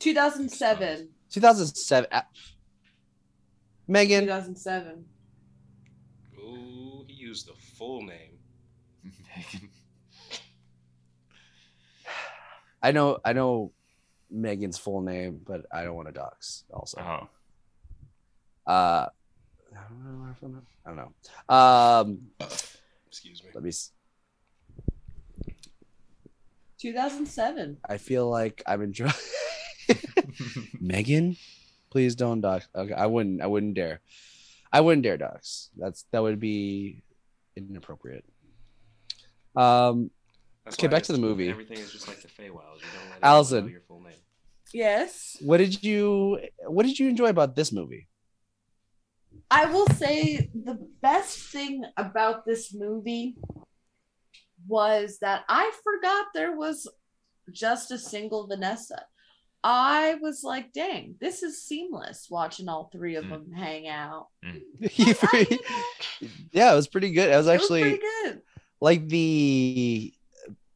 D: 2007.
F: 2007. Megan,
D: 2007.
G: use the full name.
B: Megan.
F: I know I know Megan's full name, but I don't want to dox also.
B: Oh,
F: Uh I don't know her full name. I don't know. Um
G: Excuse me.
F: let me s-
D: 2007.
F: I feel like I'm in trouble. Megan, please don't dox. Okay, I wouldn't I wouldn't dare. I wouldn't dare dox. That's that would be inappropriate. Um
G: That's
F: Okay,
G: why
F: back
G: it's-
F: to the movie.
G: Everything is just like the Feywilds. You don't let anyone
F: Allison.
G: know your full name.
D: Yes.
F: what did you what did you enjoy about this movie?
D: I will say the best thing about this movie was that I forgot there was just a single Vanessa. I was like, dang, this is seamless watching all three of
B: Mm.
D: them hang out.
F: You
D: I,
F: free- yeah, it was pretty good. I was
D: it was
F: actually
D: pretty good.
F: like the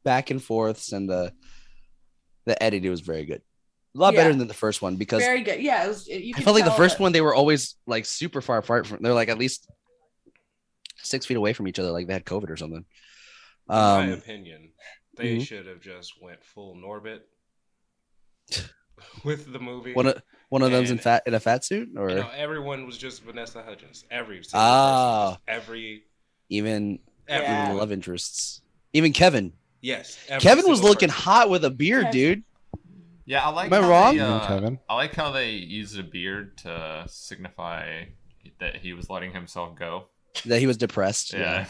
F: back and forths and the the editing was very good. A lot better
D: Yeah.
F: than the first one because
D: Very good. Yeah, it was. You
F: I
D: could
F: felt like the
D: tell
F: first
D: that-
F: one they were always like super far apart from. They're like at least six feet away from each other, like they had COVID or something.
G: In my
F: Um,
G: opinion, they
F: mhm.
G: should have just went full Norbit with the movie.
F: one of one of them's in
G: And-
F: fat in a fat suit, or
G: You know, everyone was just Vanessa Hudgens. Every single
F: Ah.
G: person, just every
F: even
D: Yeah.
F: even
G: everyone.
F: love interests, even Kevin.
G: Yes, every
F: Kevin was
G: single
F: looking
G: person.
F: hot with a beard,
D: Kev-
F: dude.
B: yeah. I like.
F: Am I
B: how
F: wrong?
B: They, uh,
E: Kevin.
B: I like how they used a beard to signify that he was letting himself go.
F: That he was depressed.
B: Yeah.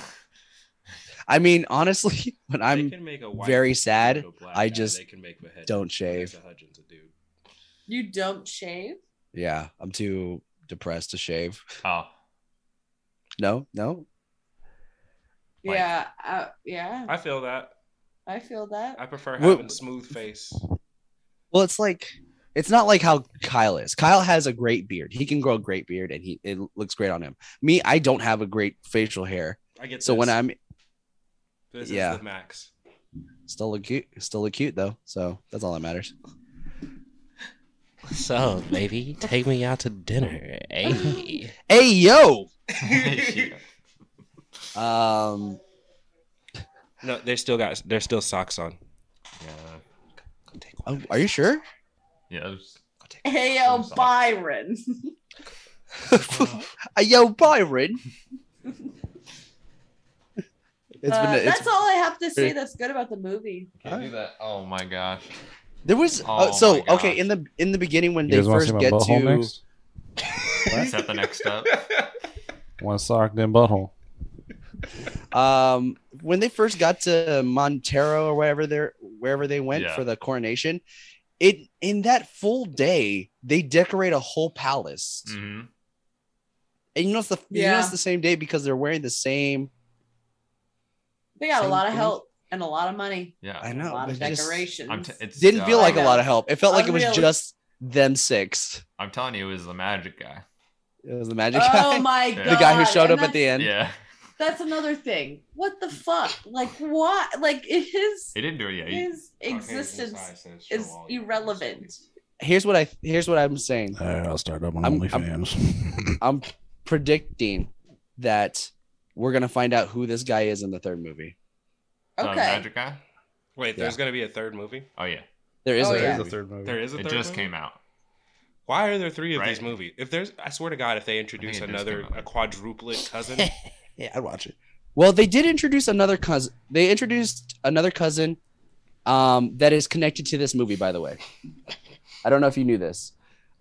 F: I mean, honestly, when
G: They
F: I'm
G: can make a white
F: very
G: dude
F: sad,
G: into a black
F: I
G: guy.
F: just
G: they can make Vanessa-
F: don't shave.
G: Vanessa Hudgens a dude.
D: You don't shave.
F: Yeah, I'm too depressed to shave.
B: Oh.
F: No, no.
B: Like-
D: yeah. Uh, yeah.
G: I feel that.
D: I feel that.
G: I prefer
F: Wha-
G: having smooth face.
F: Well, it's like it's not like how Kyle is. Kyle has a great beard. He can grow a great beard and he it looks great on him. Me, I don't have a great facial hair.
G: I get
F: So
G: this.
F: when I'm
G: this
F: yeah.
G: is the max.
F: still look cute, still look cute though. So that's all that matters.
K: So, baby, take me out to dinner. Hey.
F: Hey yo.
B: Yeah.
F: Um
G: No, they still got. They're still socks on.
B: Yeah.
G: Go take
F: oh, are you sure?
B: Yeah. there's- Some
D: Hail
B: socks.
D: Byron.
F: Uh, yo, Byron. It's
D: Uh,
F: been a- it's,
D: that's all I have to say that's good about the movie.
B: Can't do that. Oh my gosh.
F: there was
B: Oh
F: oh, so
B: my
F: okay
B: gosh.
F: in the in the beginning when
E: You
F: they
E: guys wanna
F: first
E: see my
F: get
E: butthole
F: to
E: next?
B: Is that the next step?
E: One sock, then butthole.
F: um when they first got to montero or wherever they're wherever they went
B: Yeah.
F: for the coronation it in that full day they decorate a whole palace
B: hmm
F: and you know it's the you know
D: Yeah.
F: it's the same day because they're wearing the same
D: They got a
F: Same
D: lot of
F: thing.
D: help and a lot of money.
B: Yeah.
F: i
D: A
F: know
D: lot
F: but
D: of
F: they just
D: decorations.
B: I'm t- it's
F: didn't feel
B: uh,
F: like a
D: I
F: lot
D: know.
F: of help it felt like it was
D: Unreal.
F: just them six
B: I'm telling you, it was the magic guy.
F: it was the magic
D: oh
F: guy
D: my
B: The
D: god!
F: the guy who showed
D: And
F: up at the end
B: Yeah.
D: that's another thing. What the fuck? Like what? Like his
B: He didn't do it yet. He-
D: his existence is irrelevant.
F: here's what i here's what i'm saying
E: I'll start up on
F: I'm-
E: OnlyFans.
F: i'm predicting that we're gonna find out who this guy is in the third movie
B: the
D: Okay.
B: Uh, magic guy?
G: Wait, there's gonna be a third movie.
B: Oh, yeah.
F: there is
D: Oh,
F: a third
D: yeah.
F: movie.
E: third movie.
G: There is a
B: It
G: third.
B: just
G: movie?
B: came out.
G: Why are there three of these
B: Right.
G: movies? If there's, I swear to God, if they introduce
B: it just
G: another
B: came out.
G: a quadruplet cousin,
E: Yeah, I'd watch it.
F: Well, they did introduce another cousin. They introduced another cousin um, that is connected to this movie, by the way. I don't know if you knew this.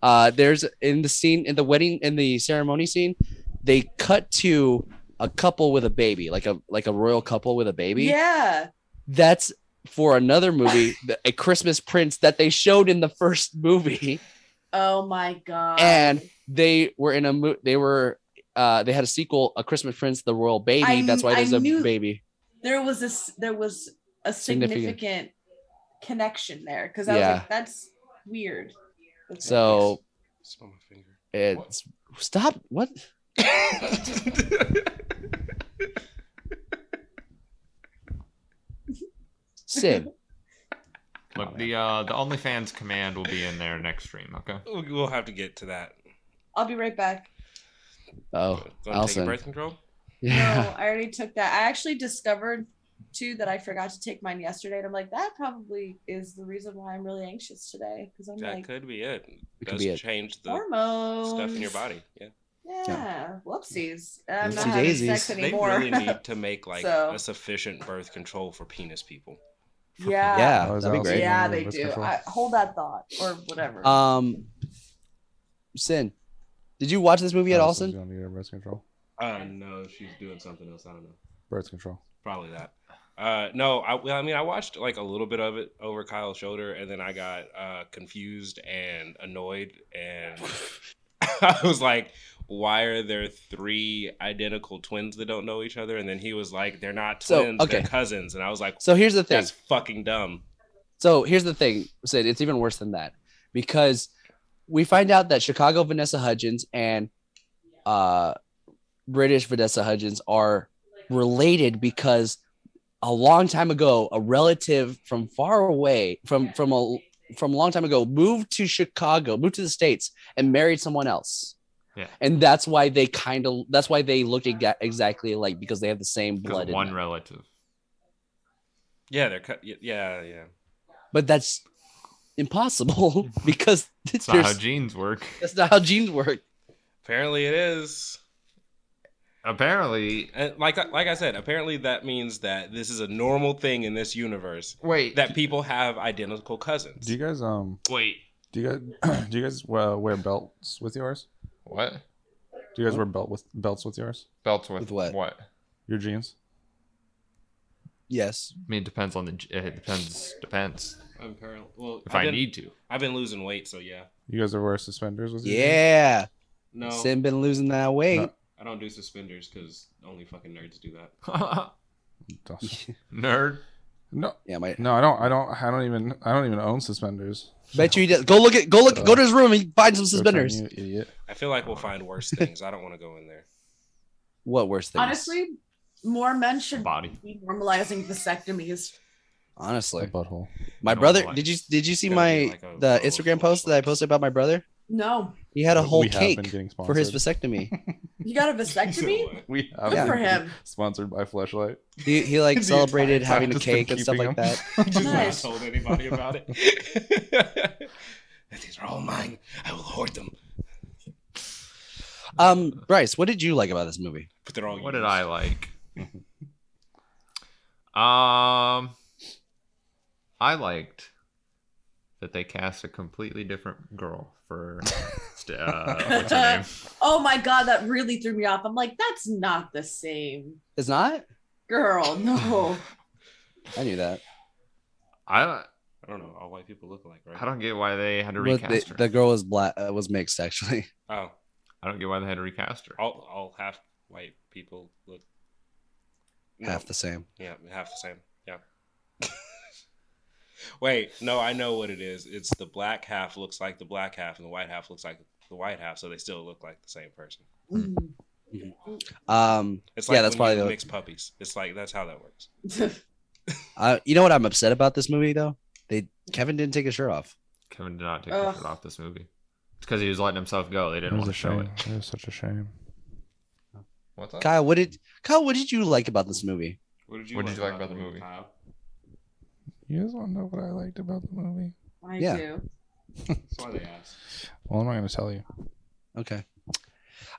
F: Uh, there's in the scene in the wedding in the ceremony scene, they cut to a couple with a baby, like a like a royal couple with a baby.
D: Yeah.
F: That's for another movie, the- a Christmas Prince that they showed in the first movie,
D: Oh my god.
F: and they were in a mo- they were uh, they had a sequel, a Christmas Prince, the royal baby.
D: I
F: That's why
D: kn- I
F: there's a
D: knew-
F: baby.
D: there was a s- there was a
F: Significant.
D: significant, connection there because I was
F: Yeah.
D: like, that's weird. That's
F: So.
G: smell my finger.
F: It's stop. What? Sid. Oh,
B: Look, the uh, the OnlyFans command will be in there next stream, okay?
G: We'll- We'll have to get to that.
D: I'll be right back.
F: Oh,
G: Gonna take a
F: Allison.
G: breath control.
F: Yeah.
D: No, I already took that. I actually discovered too that I forgot to take mine yesterday, and I'm like, that probably is the reason why I'm really anxious today because I'm
G: That
D: like
G: could be it.
F: It
G: It
F: could
G: does
F: be it.
G: change the
D: hormones
G: stuff in your body. Yeah.
D: Yeah. Whoopsies. I'm not
F: Whoopsie
D: having
F: daisies.
D: sex
G: They
D: anymore.
G: really need to make like
D: So-
G: a sufficient birth control for penis people.
F: yeah,
D: yeah.
K: That was
F: that'd be
K: awesome.
F: great.
D: Yeah,
K: Mm,
D: they
K: that's
D: do.
K: control.
D: I, hold that thought or whatever.
F: Um, Sin, did you watch this movie at all,
K: Allison, do you
F: Sin?
K: want to get her birth control?
G: Uh, no, she's doing something else. I don't know.
K: Birth control.
G: Probably that. Uh, no, I, well, I mean, I watched like a little bit of it over Kyle's shoulder, and then I got uh, confused and annoyed, and I was like, "Why are there three identical twins that don't know each other?" And then he was like, "They're not
F: So,
G: twins, they're
F: okay.
G: cousins," and I was like,
F: So here's the thing.
G: "That's fucking dumb."
F: So here's the thing, Sid. It's even worse than that because we find out that Chicago Vanessa Hudgens and uh, British Vanessa Hudgens are related because a long time ago, a relative from far away from from a from a long time ago moved to Chicago, moved to the states, and married someone else.
B: Yeah.
F: And that's why they kind of that's why they look exa- exactly alike because they have the same blood.
B: Because
F: in
B: one
F: them.
B: relative.
G: Yeah, they're co- y- yeah, yeah.
F: But that's impossible because
B: It's not how
F: there's-
B: genes work.
F: That's not how genes work.
G: Apparently, it is.
B: Apparently,
G: And Uh, like like I said, apparently that means that this is a normal thing in this universe
B: wait,
G: that people have identical cousins.
K: Do you guys um
B: wait,
K: do you guys do you guys uh, wear belts with yours?
B: what?
K: Do you guys wear belt with belts with yours?
B: Belts with,
F: With what?
B: What?
K: Your jeans?
F: Yes.
B: I mean, it depends on the. g- It depends. Depends
G: I'm currently well.
B: if
G: I've
B: I
G: been-
B: need to.
G: I've been losing weight, so yeah.
K: You guys ever wear suspenders with your jeans?
F: Yeah.
G: No,
F: Sim been losing that weight.
K: No.
G: I don't do suspenders because only fucking nerds do that.
K: Does-
B: Nerd.
K: No,
F: Yeah, my
K: no, I don't. I don't. I don't even. I don't even own suspenders.
F: bet you he does. Go look at go look go to his room and find some
K: Good for
F: suspenders.
K: you, idiot.
G: I feel like we'll find worse things. I don't want to go in there.
F: What worse things?
D: Honestly, more men should
B: Body.
D: be normalizing vasectomies.
K: My
F: honestly,
K: butthole.
F: my
B: don't
F: brother.
B: like-
F: Did you did you see
G: Gotta
F: my
G: be like
K: oh,
G: a
F: the
G: roll of
F: Instagram post that I
G: flashlights.
F: posted about my brother?
D: No,
F: He had a
K: We
F: whole
K: have been
F: cake
K: getting
F: for his
K: sponsored.
F: vasectomy.
D: you got a
G: So,
D: vasectomy.
G: uh,
K: We have
F: Um, Oh,
D: Good
F: Yeah.
D: for
K: been
D: him.
K: Sponsored by Fleshlight.
F: he he like
K: The
F: celebrated
K: entire time
F: having a
K: just been
F: cake and stuff
K: keeping
F: like
K: them.
F: that.
G: just
D: Nice.
G: not told anybody about it. These are all mine. I will hoard them.
F: Um, Bryce, what did you like about this movie?
G: But they're all.
B: What
G: yours.
B: did I like? um, I liked that they cast a completely different girl for st- uh, what's her name?
D: Oh my god, that really threw me off. I'm like, that's not the same
F: It's not.
D: girl. No,
F: I knew that.
B: I
G: I don't know. All white people look alike, right?
B: I don't get why they had to
F: But The,
B: recast her.
F: the girl was black. Uh, was mixed actually.
G: Oh,
B: I don't get why they had to recast her.
G: all all half white people look. No.
F: Half the same.
G: Yeah, half the same. Yeah. Wait, no, I know what it is. It's the black half looks like the black half, and the white half looks like the white half, so they still look like the same person.
D: Mm.
F: Um,
G: It's like
F: yeah, that's
G: when
F: probably
G: you
F: the
G: mix puppies. It's like that's how that works.
F: Uh, you know what I'm upset about this movie though? They Kevin didn't take his shirt off.
B: Kevin did not take
D: Ugh.
B: the shirt off this movie. It's because he was letting himself go. They didn't
K: It was
B: want
K: a
B: to show
K: shame.
B: it.
K: It was such a shame.
B: What's that?
F: Kyle, what did Kyle? What did you like about this movie?
G: What did
B: you What did like you like about about the the movie, movie?
F: Uh,
K: You guys want to know what I liked about the movie?
D: I
F: Yeah.
D: do.
G: That's why they asked.
K: Well, I'm not going to tell you.
F: Okay.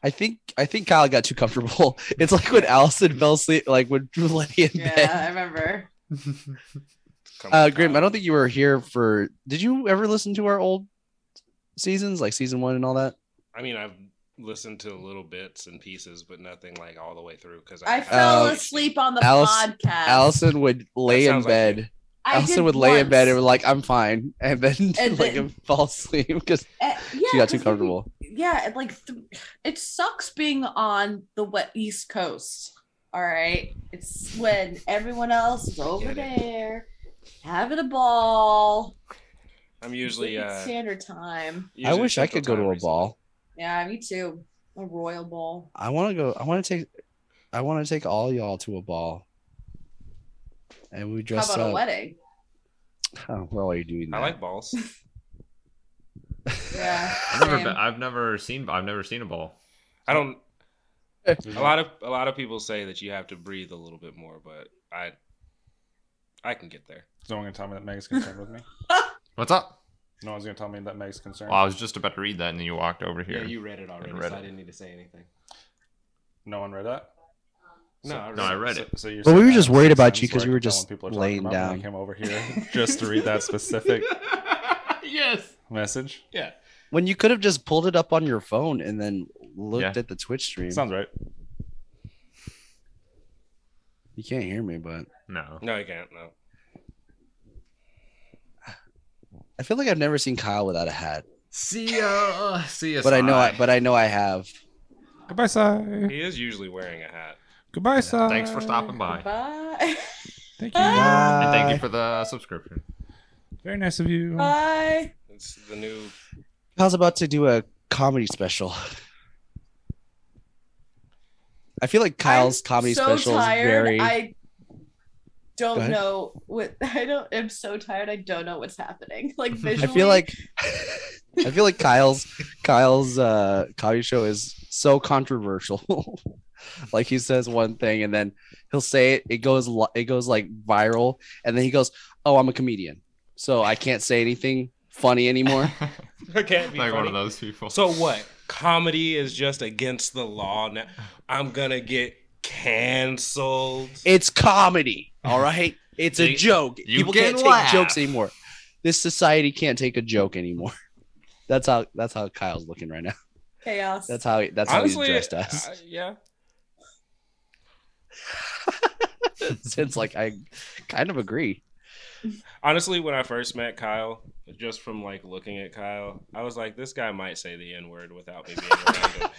F: I think I think Kyle got too comfortable. It's like when Allison fell asleep, like when Drew lay in
D: Yeah, I
F: bed.
D: remember.
F: Uh, Grim, I don't think you were here for. Did you ever listen to our old seasons, like season one and all that?
G: I mean, I've listened to little bits and pieces, but nothing like all the way through because
D: I fell
F: Uh,
D: asleep on the
F: Alice-
D: podcast.
F: Allison would lay in
G: sounds like
F: bed.
D: I did
F: Allison would lay in bed and
D: once.
F: would like, "I'm fine," and then
D: And
F: like
D: then-
F: fall asleep because
D: Eh, yeah,
F: she got too
D: 'cause when we-
F: comfortable.
D: yeah it like th- it sucks being on the wet east coast all right it's when everyone else is over
G: Get it.
D: there having a ball
G: I'm usually.
D: Pacific
G: Uh,
D: standard time
F: I
G: usually
F: wish I
G: Central
F: could go
G: Time
F: to a
G: recently.
F: ball.
D: yeah me too a royal ball
F: I want to go. I want to take. I want to take all y'all to a ball. And we
D: how
F: dress
D: about a
F: up.
D: wedding
F: Oh, well, are you doing that?
G: I like balls.
D: yeah
B: I've never,
D: same.
B: been, I've never seen. I've never seen a ball.
G: I don't. A lot of a lot of people say that you have to breathe a little bit more, but I I can get there.
E: No one's gonna tell me that Meg's concerned with me.
B: What's up?
E: No one's gonna tell me that Meg's concerned.
B: Well, I was just about to read that, and then you walked over here.
G: Yeah, you read it already,
B: read
G: so I
B: it.
G: didn't need to say anything.
E: no one read that.
G: No, I read
B: no, I
G: it.
B: read
E: So,
B: it.
E: so you're
F: Well, we
E: saying
F: were
E: I
F: just
E: have
F: worried
E: some
F: about
E: sense
F: you 'cause
E: where
F: you
E: I
F: were
E: can tell when
F: just
E: people are talking
F: laying
E: about when I
F: down.
E: came over here just to read that specific
B: yes.
E: message.
F: When you could have just pulled it up on your phone and then looked
B: Yeah.
F: at the Twitch stream.
E: Sounds right.
F: you can't hear me, but
B: No.
G: No, you can't. No.
F: I feel like I've never seen Kyle without a hat.
B: See ya. See ya.
F: but I know, I, but I know I have.
E: Goodbye, Si.
G: He is usually wearing a hat.
E: Goodbye, Si.
B: Thanks for stopping by.
D: Bye.
E: Thank you.
D: Bye.
B: And thank you for the subscription.
E: Very nice of
F: Mm.
E: you.
D: Bye.
G: It's the new
F: Kyle's about to do a comedy special. I feel like Kyle's
D: I'm
F: comedy
D: so
F: special
D: tired.
F: is very.
D: I
F: Go
D: don't
F: ahead.
D: know what I don't. I'm so tired. I don't know what's happening. Like visually,
F: I feel like I feel like Kyle's Kyle's uh comedy show is so controversial. like he says one thing and then he'll say it, it goes li- it goes like viral and then he goes, "Oh, I'm a comedian. So I can't say anything funny anymore."
G: I can't be
B: like one
G: funny.
B: of those people.
G: So what? Comedy is just against the law now. I'm gonna get canceled.
F: It's comedy, all right? It's a
B: You-
F: joke.
B: you
F: People
B: can
F: can't
B: laugh.
F: take jokes anymore. This society can't take a joke anymore. That's how that's how Kyle's looking right now.
D: chaos.
F: That's how he, that's
G: Honestly,
F: how he's dressed us.
G: I- yeah.
F: Since like I kind of agree.
G: Honestly, when I first met Kyle, just from like looking at Kyle, I was like, this guy might say the N word without me being around him.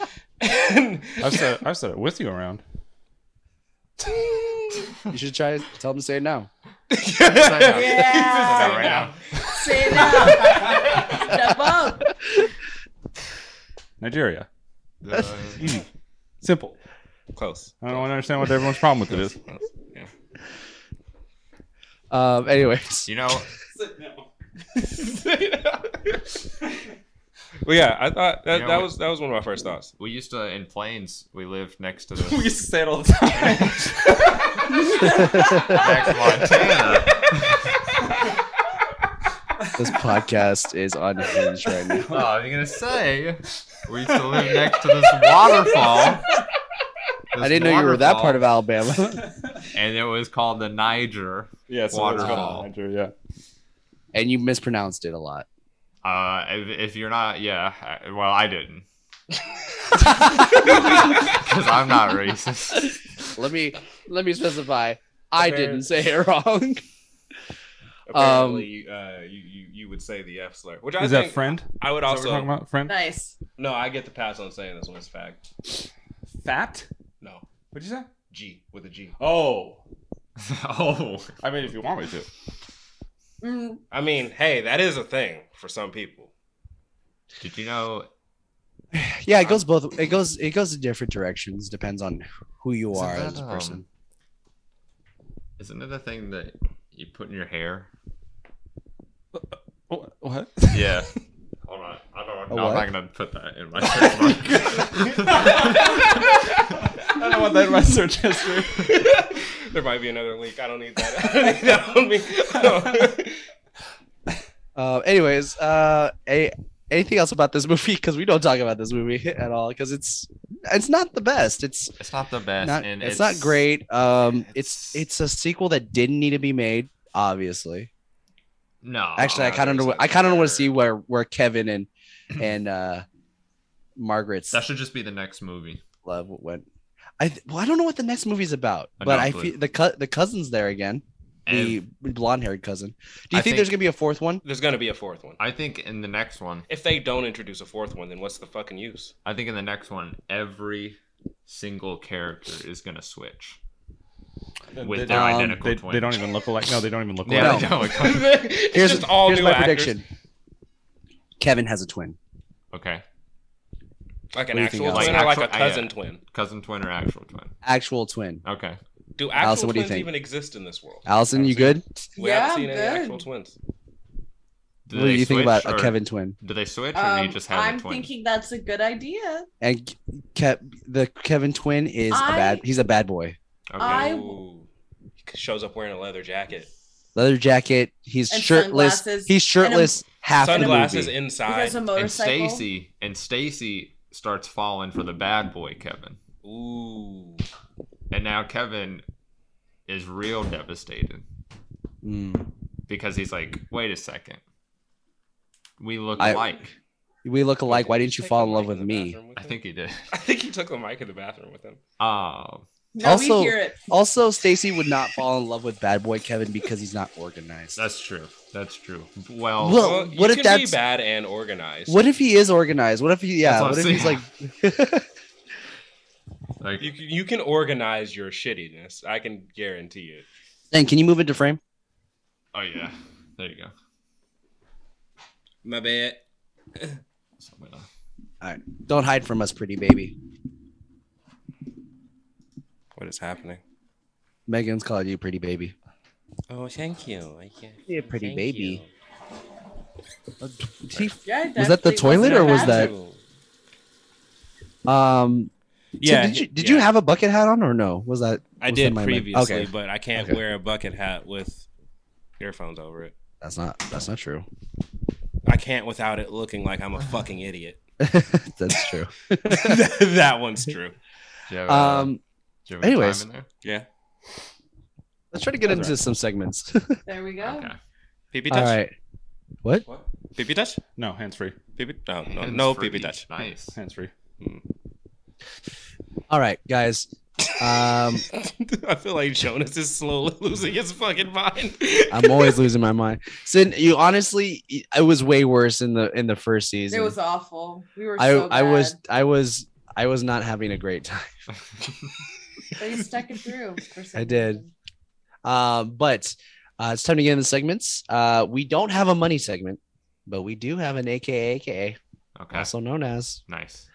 E: I've said I've said it with you around.
F: You should try to tell them to say it now.
D: Yeah.
B: right now.
D: Say it now. Step up.
E: Nigeria.
B: The-
E: Simple.
G: Close.
E: I don't understand what everyone's problem with it is.
F: Um, anyways,
B: you know,
G: Well, yeah, I thought that,
B: You know
G: that
B: what-
G: was that was one of my first thoughts.
B: we used to in planes. We lived next to the
E: used to say it all the time.
B: next Montana.
F: this podcast is unhinged right now.
B: Oh, I was gonna say we used to live next to this waterfall.
F: I didn't know you were that part of Alabama.
B: And it was called the Niger.
E: Yeah, so it's
B: Waterfall.
E: called Nigeria.
F: and you mispronounced it a lot.
B: Uh, if, if you're not, yeah. I- Well, I didn't. Because I'm not racist.
F: Let me let me specify. I
G: Okay.
F: didn't say it wrong.
G: Apparently, uh, you, you you would say the F slur, which I
E: Is that
G: think
E: friend?
G: I would
E: Is that what we're talking
G: also
E: about? Friend?
D: Nice.
G: no. I get the pass on saying this one's fag.
E: Fat?
G: No,
E: What'd you say?
G: G with a G.
E: Oh.
B: oh,
E: I mean if you want me to.
D: Mm,
G: I mean, hey, that is a thing for some people.
B: did you know?
F: Yeah, it goes both. It goes it goes in different directions. Depends on who you
B: Isn't
F: are
B: that,
F: as a person.
B: Isn't it a thing that you put in your hair?
E: Wha- What?
B: Yeah. Hold on. I don't.
F: A
B: no, I'm
F: what?
B: not gonna put that in my. I
E: I don't want that in my search history.
G: there might be another leak. I don't need that. I don't need that on me. No.
F: Uh, anyways, uh, a- anything else about this movie? Because we don't talk about this movie at all. Because it's it's not the best. It's
B: It's not the best.
F: not
B: and
F: it's, not great. Um, it's it's
B: it's-
F: a sequel that didn't need to be made. Obviously,
B: No.
F: actually, I
G: that
F: kind of
G: makes
F: know.
G: sense.
F: I kind of want to see where where Kevin and and uh, Margaret's
B: That should just be the next movie.
F: love went. I th- well, I don't know what the next movie's about,
B: I
F: but
B: know,
F: I
B: but-
F: feel the cu- the cousin's there again. The blonde haired cousin. Do you
B: I
F: think, there's
B: think-
F: gonna be a fourth one?
G: There's gonna be a fourth one.
B: I think in the next one,
G: If they don't introduce a fourth one, then what's the fucking use?
B: I think in the next one, every single character is gonna switch. With their
F: um,
B: identical
E: They,
B: twin.
E: they don't even look alike. No, they don't even look alike.
B: Yeah,
F: No.
B: they don't look like-
G: it's
F: Here's
G: just all
F: here's
G: new
F: my
G: actors.
F: prediction. Kevin has a twin.
B: Okay,
G: Like an
F: What do you think,
G: actual
F: Alex?
G: twin
B: Like
G: or like a
B: actual-
G: cousin
B: yeah.
G: twin?
B: cousin twin or actual twin?
F: Actual twin.
B: Okay,
G: Do actual
F: Allison, what do you
G: twins
F: think?
G: even exist in this world?
F: Allison, you
G: Allison.
F: good?
G: We
D: yeah,
G: haven't seen
D: I'm
G: any actual
D: good.
G: twins.
B: Do
F: What do
B: they
F: you think about a
B: switch, or
F: Kevin twin?
B: Do they switch or do
D: Um,
B: you just have
D: I'm
B: a twin?
D: thinking that's a good idea.
F: And Ke- the Kevin twin is a bad.
D: I-
F: He's a bad boy.
B: okay.
D: I-
G: Ooh. Shows up wearing a leather jacket.
F: Leather jacket. He's
D: And
F: shirtless.
D: sunglasses
F: He's shirtless. half the
G: Sunglasses
F: movie.
D: He
G: inside.
D: has a
B: and
D: motorcycle.
B: Stacy and Stacy starts falling for the bad boy Kevin,
G: Ooh.
B: and now Kevin is real devastated
F: Mm.
B: because he's like, "Wait a second, we look
F: I-
B: alike."
F: We look alike. Why didn't you
G: Take
F: fall
G: the
F: in love
G: mic
F: with
G: the
F: me?
G: bathroom with
B: I
G: him?
B: think he did.
G: I think he took the mic in the bathroom with him.
B: Um,
D: No,
F: Also-
D: we hear it.
F: Also, Stacy would not fall in love with bad boy Kevin because he's not organized.
B: that's true. That's true. Well,
F: Well,
G: Well, you
F: what if
G: can
F: that's-
G: be bad and organized?
F: What if he is organized? What if he? Yeah.
B: That's
F: What if
B: what
F: he's
B: I'm
F: like?
B: like,
G: you, you can organize your shittiness. I can guarantee it.
F: Then can you move into frame?
B: oh yeah, there you go.
G: My bad.
B: So I'm gonna-
F: Don't hide from us, pretty baby.
G: What is happening?
F: Megan's calling you pretty baby.
K: Oh, thank you. I can't-
F: You're a pretty
K: thank
F: baby. Did he-
D: Yeah,
F: Was that the
D: definitely
F: toilet or was
D: a
F: that-
D: bad-
G: Ooh.
F: um.
G: Yeah.
F: did you did
G: yeah.
F: you have a bucket hat on or no? Was that
G: I
F: was that
G: did
F: my-
G: previously,
F: Okay,
G: but I can't
F: Okay.
G: wear a bucket hat with earphones over it.
F: that's not that's not true.
G: I can't without it looking like I'm a fucking idiot.
F: that's true.
G: that one's true.
B: do you have, uh,
F: Um.
B: do you have any time
F: anyways.
B: in there?
G: Yeah.
F: Let's try to get
G: That's
F: into some segments.
D: There we go.
B: Okay.
G: PP
F: All
G: touch.
F: right. What?
G: PP touch.
E: No, hands free.
G: PP. No, no,
B: Hands
G: no
B: free.
G: PP touch.
B: Nice.
E: Hands free.
F: All right, guys. Um,
G: I feel like Jonas is slowly losing his fucking mind.
F: I'm always losing my mind. Sin, you honestly, it was way worse in the in the first season.
D: It was awful. We were.
F: I
D: so
F: I was
D: bad.
F: I was I was not having a great time.
D: They stuck it through. For some
F: I did.
D: reason.
F: Uh, but uh, it's time to get into the segments. Uh, we don't have a money segment, but we do have an AKA AKA,
B: Okay.
F: also known as.
B: Nice.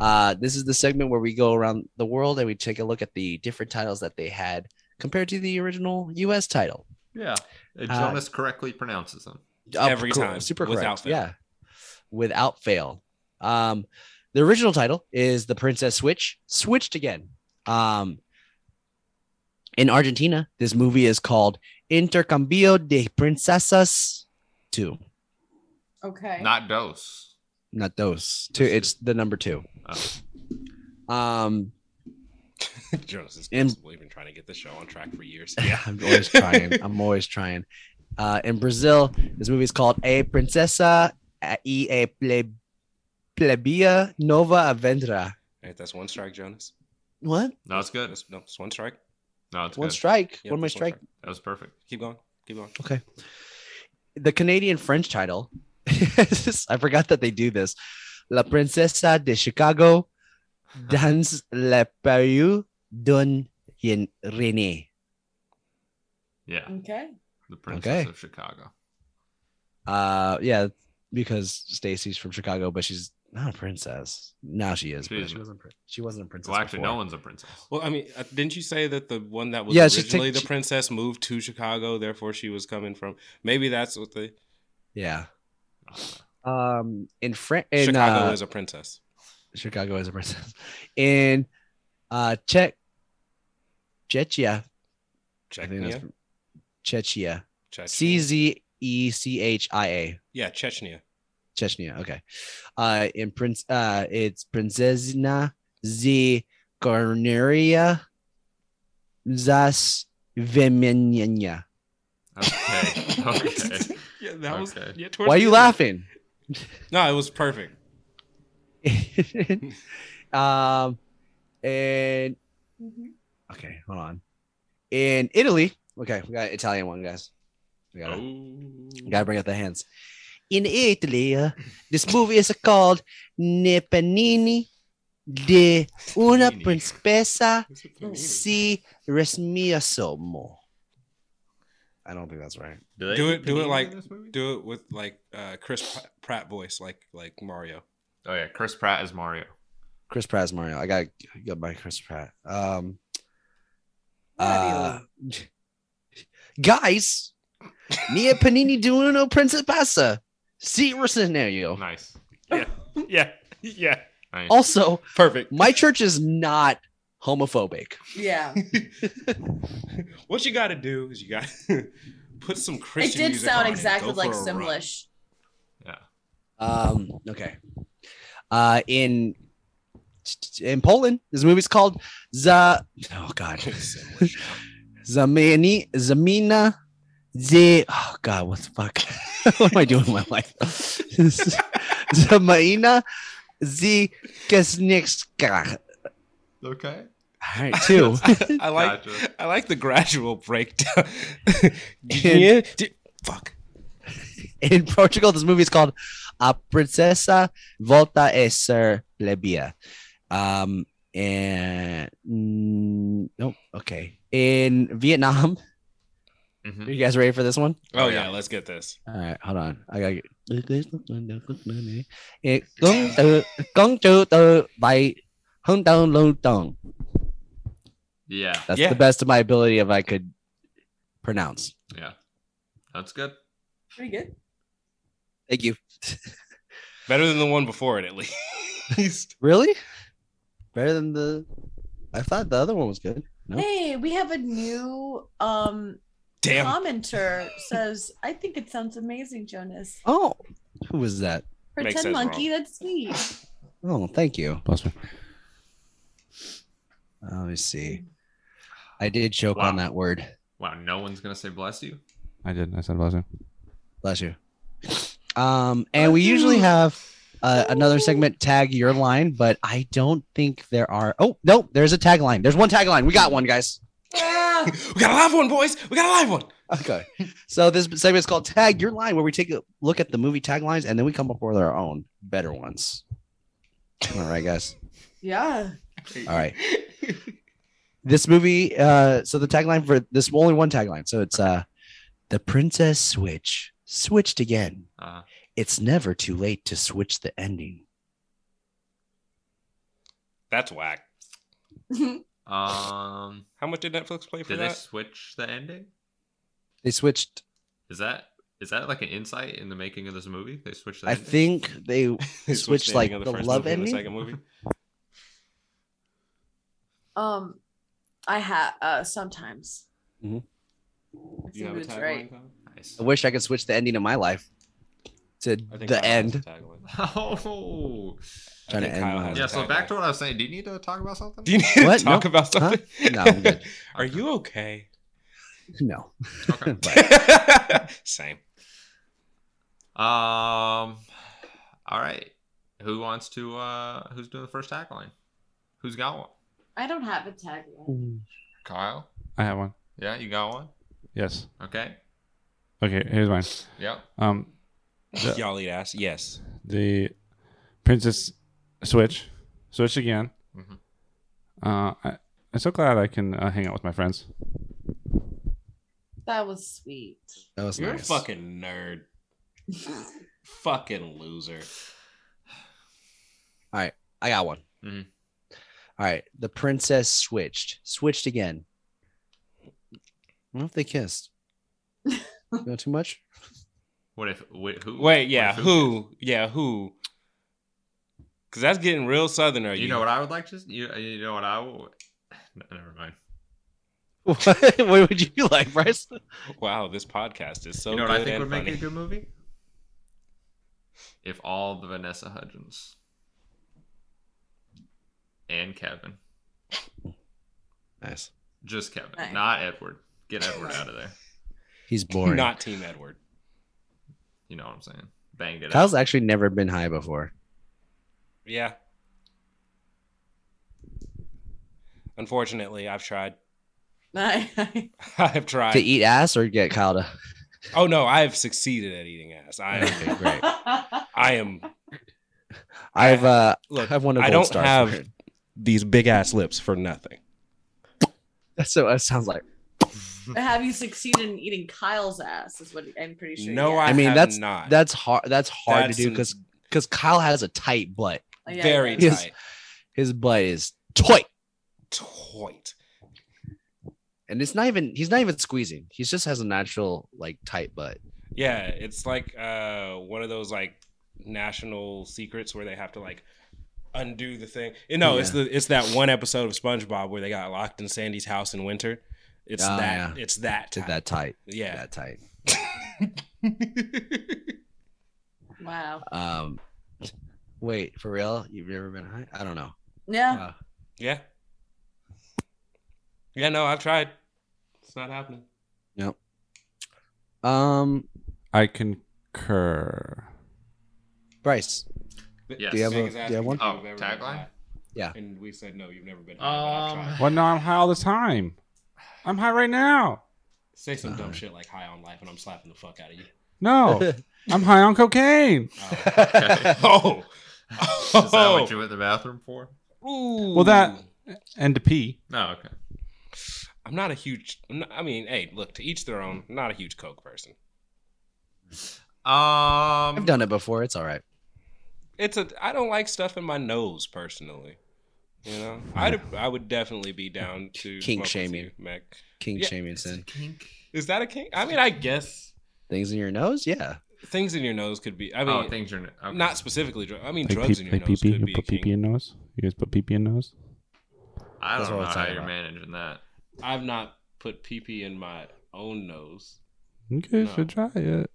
F: Uh, this is the segment where we go around the world and we take a look at the different titles that they had compared to the original U.S. title.
B: Yeah. Uh,
F: Uh,
B: Jonas correctly pronounces them.
F: Uh,
G: Every
F: cor-
G: time,
F: super
G: without
F: correct.
G: fail.
F: Yeah, without fail. Um, the original title is "The Princess Switch." Switched again. Um, in Argentina, this movie is called "Intercambio de Princesas Two.
D: Okay.
B: Not dose.
F: Not those two. It's the number two.
B: Oh.
G: Oh.
F: Um,
G: Jonas is
F: And-
G: possibly been trying to get the show on track for years. Yeah.
F: I'm always trying. I'm always trying. Uh, in Brazil, this movie is called A Princesa e a Ple- Plebeia Nova Aventura.
G: Alright, that's one strike, Jonas.
F: What?
B: No, it's good.
G: That's, no, it's one strike.
B: No, it's
F: one
B: good.
F: strike.
G: Yeah,
F: one more
G: that's
F: strike.
B: That was perfect.
G: Keep going. Keep going.
F: The Canadian French title. I forgot that they do this. La Princesa de Chicago dans le Peru d'un Yen- René.
B: Yeah.
D: Okay.
B: The Princess
F: Okay.
B: of Chicago.
F: Uh, yeah, because Stacy's from Chicago, but she's not a princess. Now she is.
B: She
F: but
B: isn't.
F: she wasn't. prin- She wasn't a princess.
B: Well, actually,
F: before.
B: no one's a princess.
G: Well, I mean, uh, didn't you say that the one that was
F: Yeah, she
G: originally
F: take-
G: the princess moved to Chicago, therefore she was coming from? Maybe that's what the
F: Yeah. Um, in France,
G: Chicago
F: Chicago,
G: is a princess.
F: Chicago is a princess. In uh, Czech, Czechia, I think that's
G: Chechnya.
F: Chechia.
G: Chechnya.
F: C Z E C H I A.
G: yeah, Chechnya.
F: Chechnya. Okay. Uh, in Prince, uh, it's Princesna Z Garneria Zas Vemenya.
B: Okay. Okay.
G: yeah, that was.
B: Okay.
G: Yeah, towards
F: Why are
G: the
F: you
G: end.
F: laughing?
G: No, it was perfect.
F: um, and
D: Mhm.
F: okay, hold on. In Italy, okay, we got an Italian one, guys. We gotta, we gotta bring up the hands. In Italy, uh, this movie is called Nepanini de una
B: Panini.
F: principessa si resmiasomo. I don't think that's right.
B: Do, they
G: Do
B: eat
G: it- do it
B: panini in
G: like-
B: this movie?
G: Do it with like uh, Chris Pratt- Pratt voice, like like Mario.
B: Oh yeah, Chris Pratt is Mario.
F: Chris Pratt's Mario. I gotta get my Chris Pratt. Um,
D: Mario.
F: uh, guys, Nia Panini Duino Principessa. Secret scenario.
B: Nice.
K: Yeah. Yeah.
B: nice.
F: Also,
K: Perfect.
F: my church is not homophobic.
D: Yeah.
G: what you got to do is you got to put some
D: it
G: Christian
D: did
G: music on
D: sound
G: and
D: exactly
G: go
D: like
G: for a run.
D: Simlish.
F: Um, okay. Uh, in in Poland, this movie's called Za. Oh God, Zamini Zamina Z. Oh God, what the fuck? what am I doing with my life? Zamaina Z Kesnikska.
B: Okay.
F: All right, two.
G: I like
B: Gotcha.
G: I like the gradual breakdown.
F: Yeah.
G: Di- Fuck.
F: in Portugal, this movie is called A Princesa Volta a Ser Plebia. Um, and mm, nope, okay. In Vietnam,
B: Mhm.
F: are you guys ready for this one?
G: Oh yeah, let's get this.
F: All right, hold on. I gotta get. It gong to gong to the by hung down long dong.
B: Yeah.
F: That's
G: Yeah.
F: the best of my ability if I could pronounce.
B: Yeah. That's good.
D: Pretty good.
F: Thank you.
G: Better than the one before it, at least.
F: Really? Better than the. I thought the other one was good. No.
D: Hey, we have a new um
G: Damn.
D: commenter says, I think it sounds amazing, Jonas.
F: Oh, who was that?
D: Pretend
G: Makes sense
D: monkey, that's me.
F: Oh, thank you. Uh, Let me see. I did choke on
B: Wow.
F: that word.
B: Wow. No one's gonna say bless you.
E: I did. I said bless you.
F: Bless you. Um, and we usually have uh, another segment tag your line, but I don't think there are. Oh, nope. There's a tagline. There's one tagline. We got one, guys.
D: Ah,
G: we got a live one, boys. We got a live one.
F: Okay. so this segment is called Tag Your Line, where we take a look at the movie taglines and then we come up with our own better ones. All right, guys.
D: yeah.
F: All right. This movie, uh, so the tagline for this only one tagline. So it's uh the princess switch switched again.
B: Uh,
F: It's never too late to switch the ending.
G: That's whack.
B: um.
G: How much did Netflix play for
B: Did they
G: that?
B: switch the ending?
F: They switched.
B: Is that is that like an insight in the making of this movie? They switched the
F: I
B: ending?
F: think they
G: They
F: switched, like,
G: ending of
F: the
G: first
F: love
G: movie and
F: ending?
G: The second movie.
D: Um I have uh sometimes.
F: Mhm.
D: If
G: You
D: the
G: have a
D: mood's
G: tagline,
D: right.
G: Colin?
B: Nice.
F: I wish I could switch the ending of my life to
G: I think
F: the
G: Kyle has a
F: end.
G: tagline.
B: Oh.
G: I
F: Trying to
G: think
F: end
G: Kyle
F: mine.
G: has a
B: Yeah. So back
G: tagline.
B: to what I was saying. Do you need to talk about something?
G: Do you need
F: What?
G: to talk
F: No.
G: about
F: Huh?
G: something?
F: No, I'm good.
G: Are you okay?
F: No.
B: Okay.
G: Same.
B: Um. All right. Who wants to? uh Who's doing the first tagline? Who's got one?
D: I don't have a tagline.
B: Kyle.
E: I have one.
B: Yeah, you got one.
E: Yes.
B: Okay.
E: Okay. Here's mine.
B: Yep.
E: Um, Yeah.
G: Y'all eat ass. Yes.
E: the princess switch, switch again.
G: Mm-hmm.
B: Mhm.
E: Uh, I, I'm so glad I can uh, hang out with my friends.
D: That was sweet.
F: That was
G: You're
F: nice.
G: a fucking nerd. fucking loser.
F: I got one.
G: Mm-hmm.
B: Mhm.
F: All right. The princess switched. Switched again. What if they kissed? you know too much?
B: What if? Wait, who?
G: Wait, yeah,
B: what if
G: who? Yeah, who? Because that's getting real southern. Are
B: You
G: you?
B: know what I would like to? You, you know what I would? Never mind.
F: What, what would you like, Bryce?
G: Wow, this podcast is so.
B: you know what
G: good
B: I think
G: and
B: would make
G: funny.
B: a good movie? If all the Vanessa Hudgens and Kevin,
F: Nice.
B: just Kevin,
D: Nice.
B: not Edward. Get Edward out of there.
F: He's boring.
G: Not Team Edward.
B: You know what I'm saying? Bang it out.
F: Kyle's actually never been high before.
G: Yeah. Unfortunately, I've tried.
D: I,
G: I've tried.
F: to eat ass or get Kyle to.
G: Oh no, I've succeeded at eating ass. I am.
F: Okay, great.
G: I am.
F: I've uh,
G: Look,
F: I've won a
G: I
F: gold
G: don't
F: star.
G: have
F: for it.
G: these big ass lips for nothing.
F: That's so. That sounds like.
D: have you succeeded in eating Kyle's ass? Is what I'm pretty sure.
G: No,
D: yeah.
G: I,
F: I mean,
G: have
F: that's-
G: not.
F: That's hard. That's hard
G: That's
F: to do
G: an-
F: because because Kyle has a tight butt.
D: Oh, Yeah,
G: very
D: yeah.
F: Yes.
G: tight.
F: His butt is tight.
G: Toit.
F: and it's not even he's not even squeezing. He just has a natural like tight butt.
G: Yeah, it's like uh, one of those like national secrets where they have to like undo the thing. And no, it's the it's that one episode of SpongeBob where they got locked in Sandy's house in winter. It's
F: Oh,
G: that.
F: yeah.
G: It's that.
F: To
G: type.
F: that tight.
G: Yeah.
F: That tight.
D: Wow.
F: Um, wait, for real? You've never been high? I don't know.
D: Yeah.
F: Wow.
G: Yeah. Yeah. No, I've tried. It's not happening.
F: Um,
E: I concur.
F: Bryce,
B: Yes.
F: do you have,
G: Vegas
F: a,
G: asked
F: do you have
G: me
F: one?
B: Oh,
G: if I've ever been
B: tagline?
G: high.
F: Yeah.
G: And we said no, you've never been high. but I've
B: Um,
G: tried.
E: Well, no, I'm high all the time. I'm high right now.
G: Say some dumb
F: Uh,
G: shit like high on life and I'm slapping the fuck out of you.
E: No, I'm high on cocaine.
G: Oh.
B: Is that what you went to the bathroom for?
E: Well, that and to pee.
B: No, okay.
G: I'm not a huge. I'm not- I mean, hey, look, to each their own. I'm not a huge Coke person.
B: Um,
F: I've done it before. It's all right.
G: It's a. I don't like stuff in my nose personally. You know, I'd I would definitely be down to
F: Kink
G: smoke with
F: shaming.
G: you, Mac.
F: King
G: Yeah.
F: shaming sin.
B: Kink.
G: Is that a kink? I mean, I guess
F: Things in your nose? Yeah.
G: things in your nose could be. I mean,
B: oh, things are okay.
G: not specifically drugs. I mean, drugs in your nose could be a kink.
E: in nose. You guys put pee pee in nose.
B: I
F: That's
B: don't
F: what
B: know
F: I was
B: how
F: talking
B: you're
F: about.
B: managing that.
G: I've not put pee pee in my own nose.
E: You guys
G: No. should
E: try it.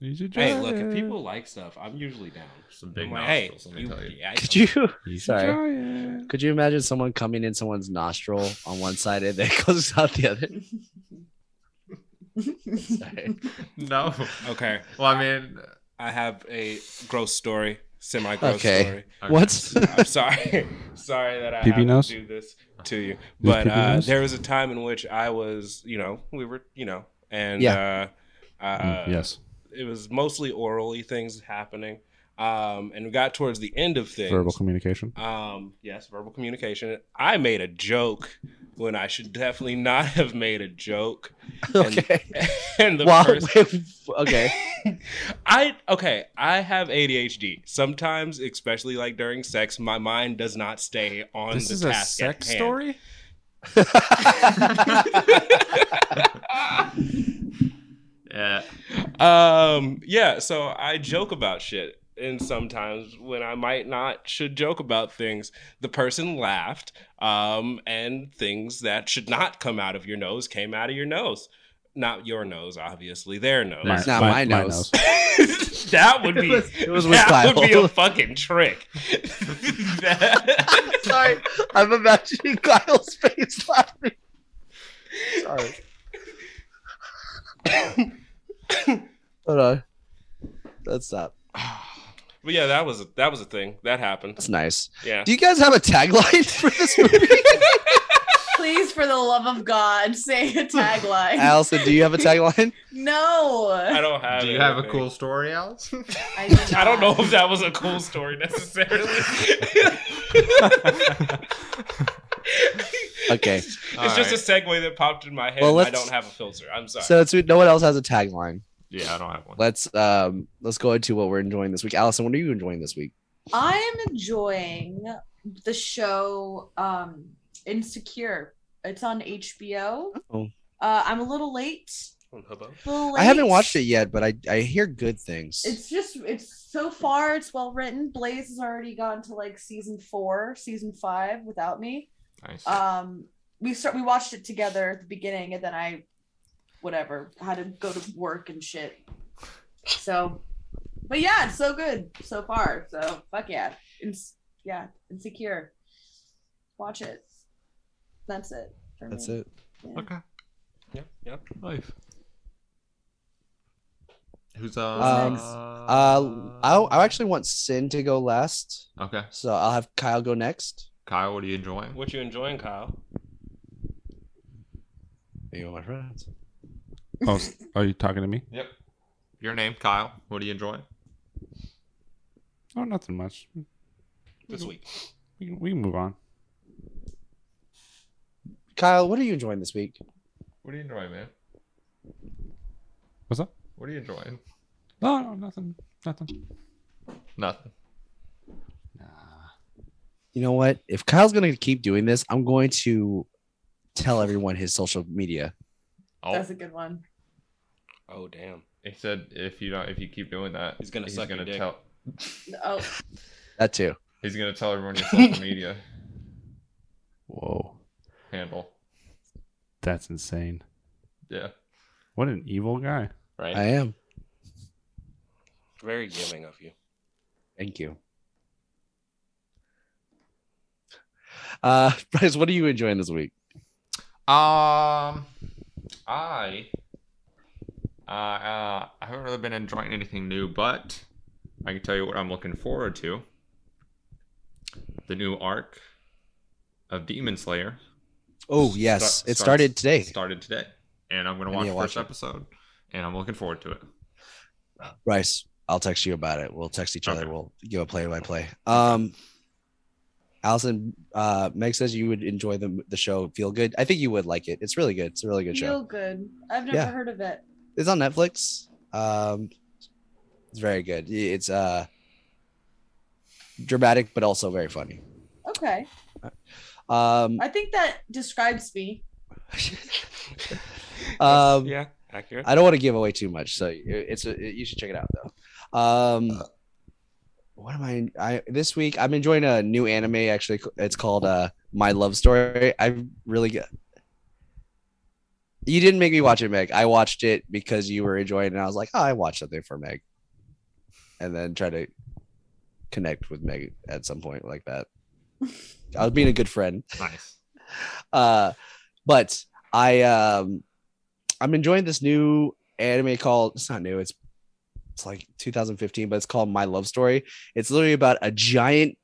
E: You should
G: Hey, look, if people like stuff, I'm usually down.
B: Some big
G: I'm like,
B: nostrils, let me
G: you-
B: tell you.
G: yeah, I-
F: Could you Sorry.
E: try it.
F: could you imagine someone coming in someone's nostril on one side and then goes out the other? Sorry.
B: No.
G: Okay,
B: Well, I mean,
G: I have a gross story, semi gross
F: Okay.
G: story.
B: okay.
F: What's
G: I'm sorry. sorry that I
E: Pee-pee
G: have
E: nose?
G: to do this to you.
E: This
G: But
E: pee-pee
G: uh,
E: nose?
G: there was a time in which I was, you know, we were, you know, and uh, uh,
E: Mm, yes.
G: it was mostly orally things happening. Um, and we got towards the end of things.
E: Verbal communication.
G: Um, yes, verbal communication. I made a joke when I should definitely not have made a joke.
F: okay?
G: And the
F: Well,
G: first
F: okay.
G: I okay, I have ADHD. Sometimes, especially like during sex, my mind does not stay on
E: This
G: the
E: is a
G: task at
E: sex
G: hand.
E: story.
B: Yeah.
G: Um, yeah, so I joke about shit. And sometimes when I might not should joke about things, the person laughed. Um, and things that should not come out of your nose came out of your nose. Not your nose, obviously, their nose.
B: Mine.
F: It's not my, nose.
G: that would be
F: It was with
G: that would be a
F: Kyle.
G: fucking trick. That-
F: Sorry, I'm imagining Kyle's face laughing. Sorry. Hold on. Let's stop.
G: But yeah, that was that was a thing that happened.
F: That's nice.
G: Yeah.
F: Do you guys have a tagline for this movie?
D: Please, for the love of God, say a tagline.
F: Allison, do you have a tagline?
D: no.
G: I don't have.
B: Do you have a
G: anything.
B: cool story, Alex?
D: I, do
G: I don't know
D: not.
G: if that was a cool story necessarily.
F: Okay.
G: It's, just a segue that popped in my head.
F: Well,
G: and I
F: let's-
G: don't have a filter. I'm sorry.
F: So it's no one else has a tagline.
B: yeah, I don't have one.
F: Let's um let's go into what we're enjoying this week. Allison, what are you enjoying this week?
D: I'm enjoying the show um Insecure. It's on HBO.
F: Oh.
D: Uh, I'm a little late.
G: Oh,
D: little
F: I haven't
D: late.
F: watched it yet, but I I hear good things.
D: It's just it's so far it's well written. Blaze has already gone to like season four, season five without me.
B: Nice.
F: Uh,
D: Um, we start we watched it together at the beginning, and then I, whatever, had to go to work and shit. So, but yeah, it's so good so far. So fuck yeah, it's yeah, insecure. Watch it. That's it. for
F: That's
D: me.
F: it.
B: okay.
G: Yeah, yeah.
B: Life. Who's on?
F: Um, Uh I I actually want Sin to go last.
B: Okay.
F: So I'll have Kyle go next.
B: Kyle, what are you enjoying?
G: What you enjoying, Kyle?
F: You my friends.
E: Oh, are you talking to me?
B: Yep. Your name, Kyle. What are you enjoying?
E: Oh, nothing much.
G: This week.
E: We can, we can move on.
F: Kyle, what are you enjoying this week?
B: What are you enjoying, man?
E: What's up?
B: What are you enjoying?
E: No, no, nothing, nothing.
B: Nothing.
F: You know what? If Kyle's gonna keep doing this, I'm going to tell everyone his social media.
B: Oh,
D: That's a good one.
G: Oh damn.
B: he said if you don't, if you keep doing that,
G: He's gonna suck your dick.
B: tell.
D: Oh,
F: That too.
B: He's gonna tell everyone your social media
L: Whoa,
B: handle.
L: that's insane.
B: Yeah,
L: What an evil guy.
G: Right.
F: I am.
G: Very giving of you.
F: Thank you. Uh, Bryce, what are you enjoying this week?
B: Um, I, uh, uh, I haven't really been enjoying anything new, but I can tell you what I'm looking forward to. The new arc of Demon Slayer.
F: Oh yes,
B: Start-
F: it
B: starts-
F: started today.
B: Started today, and I'm gonna
F: I need to
B: watch the
F: watch
B: first
F: it.
B: episode, and I'm looking forward to it.
F: Bryce, I'll text you about it. We'll text each other.
B: Okay.
F: We'll give a play by play. Um, Allison, uh, Meg says you would enjoy the the show. Feel good. I think you would like it. It's really good. It's a really good
D: feel
F: show.
D: good. I've never
F: Yeah.
D: heard of it.
F: It's on Netflix. Um, it's very good. It's uh dramatic, but also very funny.
D: Okay,
F: Um,
D: I think that describes me.
F: um,
G: Yeah, accurate.
F: I don't want to give away too much, so it's a, you should check it out though. Um, what am I? I this week I'm enjoying a new anime. Actually, it's called uh, My Love Story. I really get. You didn't make me watch it, Meg. I watched it because you were enjoying it. And I was like, oh, I watched something for Meg, and then try to connect with Meg at some point like that. I was being a good friend
B: Nice.
F: uh but i um i'm enjoying this new anime called it's not new it's it's like 2015 but it's called my love story it's literally about a giant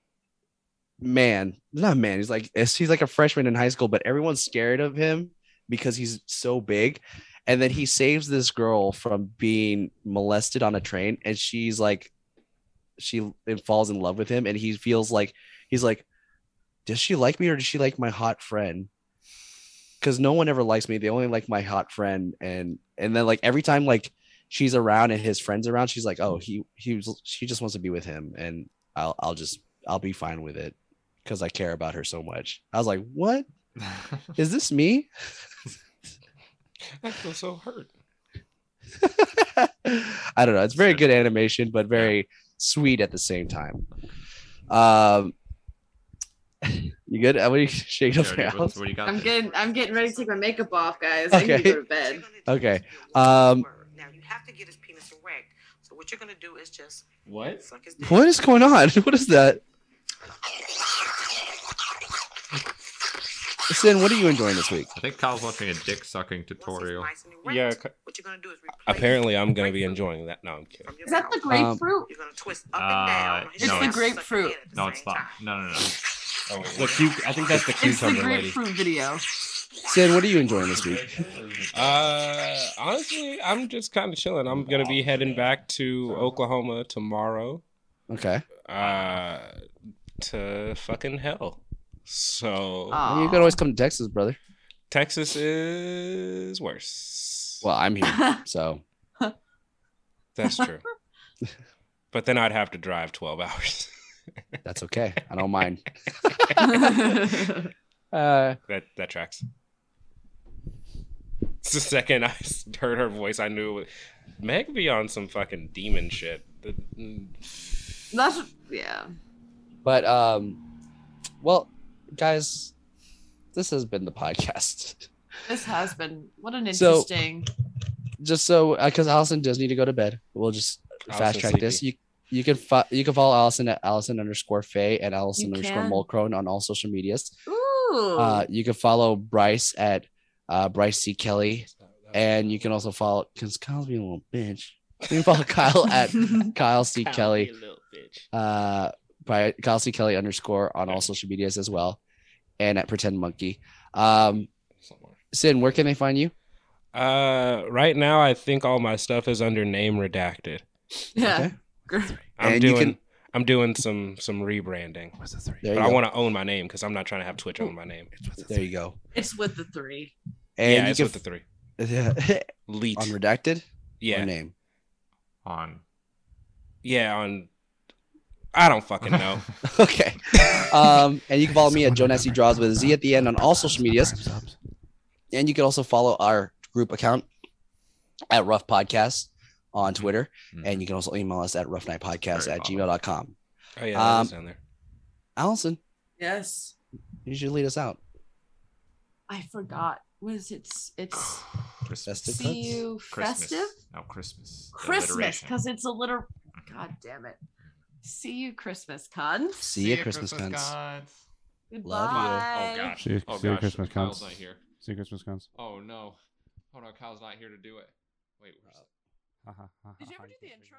F: man not a man he's like it's- he's like a freshman in high school but everyone's scared of him because he's so big and then he saves this girl from being molested on a train and she's like she falls in love with him and he feels like he's like does she like me or does she like my hot friend? Because no one ever likes me. They only like my hot friend. And and then like every time like she's around and his friends around, she's like, oh, he he was, she just wants to be with him, and I'll I'll just I'll be fine with it because I care about her so much. I was like, what is this me?
G: I feel so hurt.
F: I don't know. It's very good animation, but very sweet at the same time. Um, you good? What are you shaking up your
B: Jared,
F: house?
B: what's- what do you got?
D: I'm
B: there?
D: getting I'm getting ready to take my makeup off, guys. I need
F: Okay.
D: to go to bed.
F: Okay, um,
M: now you have to get his penis erect. So what you're gonna do is just
H: What?
M: suck his dick.
F: What is going on? What is that? Sin, what are you enjoying this week?
B: I think Kyle's watching a dick sucking
M: Once he's
B: tutorial.
M: nice and erect,
G: Yeah, c-
M: What you're gonna do is replace
G: Apparently, I'm gonna be
M: grapefruit
G: enjoying that. No, I'm kidding.
M: from your
D: Is that
F: Um,
M: mouth.
D: the grapefruit?
M: You're gonna twist up and down.
B: Uh,
M: on his
B: It's
M: mouth
B: the
M: and suck it
D: grapefruit.
M: in at the
B: No, it's
M: same
B: not.
M: time.
B: No, no, no. Oh, wait,
G: The cu- I think that's the
D: It's the
G: cucumber lady.
D: grapefruit video.
F: Sin, what are you enjoying this week?
G: Uh, honestly, I'm just kind of chilling. I'm gonna be heading back to Oklahoma tomorrow.
F: Okay.
G: Uh, to fucking hell. So
F: I mean, you could always come to Texas, brother.
G: Texas is worse.
F: Well, I'm here,
D: Aw.
F: so
G: that's true. but then I'd have to drive 12 hours.
F: that's okay. I don't mind.
D: I
F: Uh,
G: That that tracks. It's the second I s- heard her voice, I knew it was- Meg be on some fucking demon shit. The- mm.
D: That's yeah.
F: but um, well, guys, this has been the podcast.
D: This has been what an
F: So-
D: interesting.
F: Just so, because Allison does need to go to bed, we'll just fast
G: Allison's
F: track this.
G: sleepy.
F: You you can fo- you can follow Allison at Allison underscore Faye and Allison
D: You
F: underscore
D: can.
F: Mulcrone on all social medias.
D: Ooh.
F: Uh, you can follow Bryce at uh, Bryce C Kelly, and you can also follow because Kyle's being a little bitch. You can follow Kyle at Kyle C Kelly, uh, by Kyle C Kelly underscore on all social medias as well, and at Pretend Monkey. Um, Sin, where can they find you?
G: Uh, right now I think all my stuff is under name redacted.
D: yeah.
F: And
G: I'm
F: you
G: doing
F: can-
G: I'm doing some some rebranding.
L: What's the three?
F: There
G: But
F: you
G: I
F: go.
G: want to own my name because I'm not trying to have Twitch own my name.
F: there you go.
D: It's with the three.
F: And
G: yeah,
F: you
G: it's
F: can
G: with the three.
F: f-
G: Leet.
F: on redacted or
G: yeah,
F: name.
B: On.
G: yeah. On. I don't fucking know.
F: Okay. Um, and you can follow me at Jonas Draws with a Z at the end on all social medias. and you can also follow our group account at Rough Podcast on Twitter. And you can also email us at roughnightpodcast at gmail.com.
G: Oh yeah, that
F: Um,
G: was down there.
F: Allison,
D: Yes.
F: you should lead us out.
D: I forgot. What is it? It's, it's
B: Christmas.
F: Festive
D: see you
B: Christmas.
D: festive?
B: No, Christmas.
D: Christmas,
B: Alliteration.
D: because it's a little. God damn it. See you, Christmas cons.
F: See, you, Christmas, Christmas
D: Goodbye.
B: Oh gosh.
L: See you-
B: oh
L: see you
B: gosh.
L: Christmas,
B: Kyle's
L: cunts.
B: not here.
L: See you Christmas cons.
B: Oh no. Oh no, Kyle's not here to do it. Wait, where's
D: Did you ever do the intro?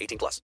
N: 18 plus.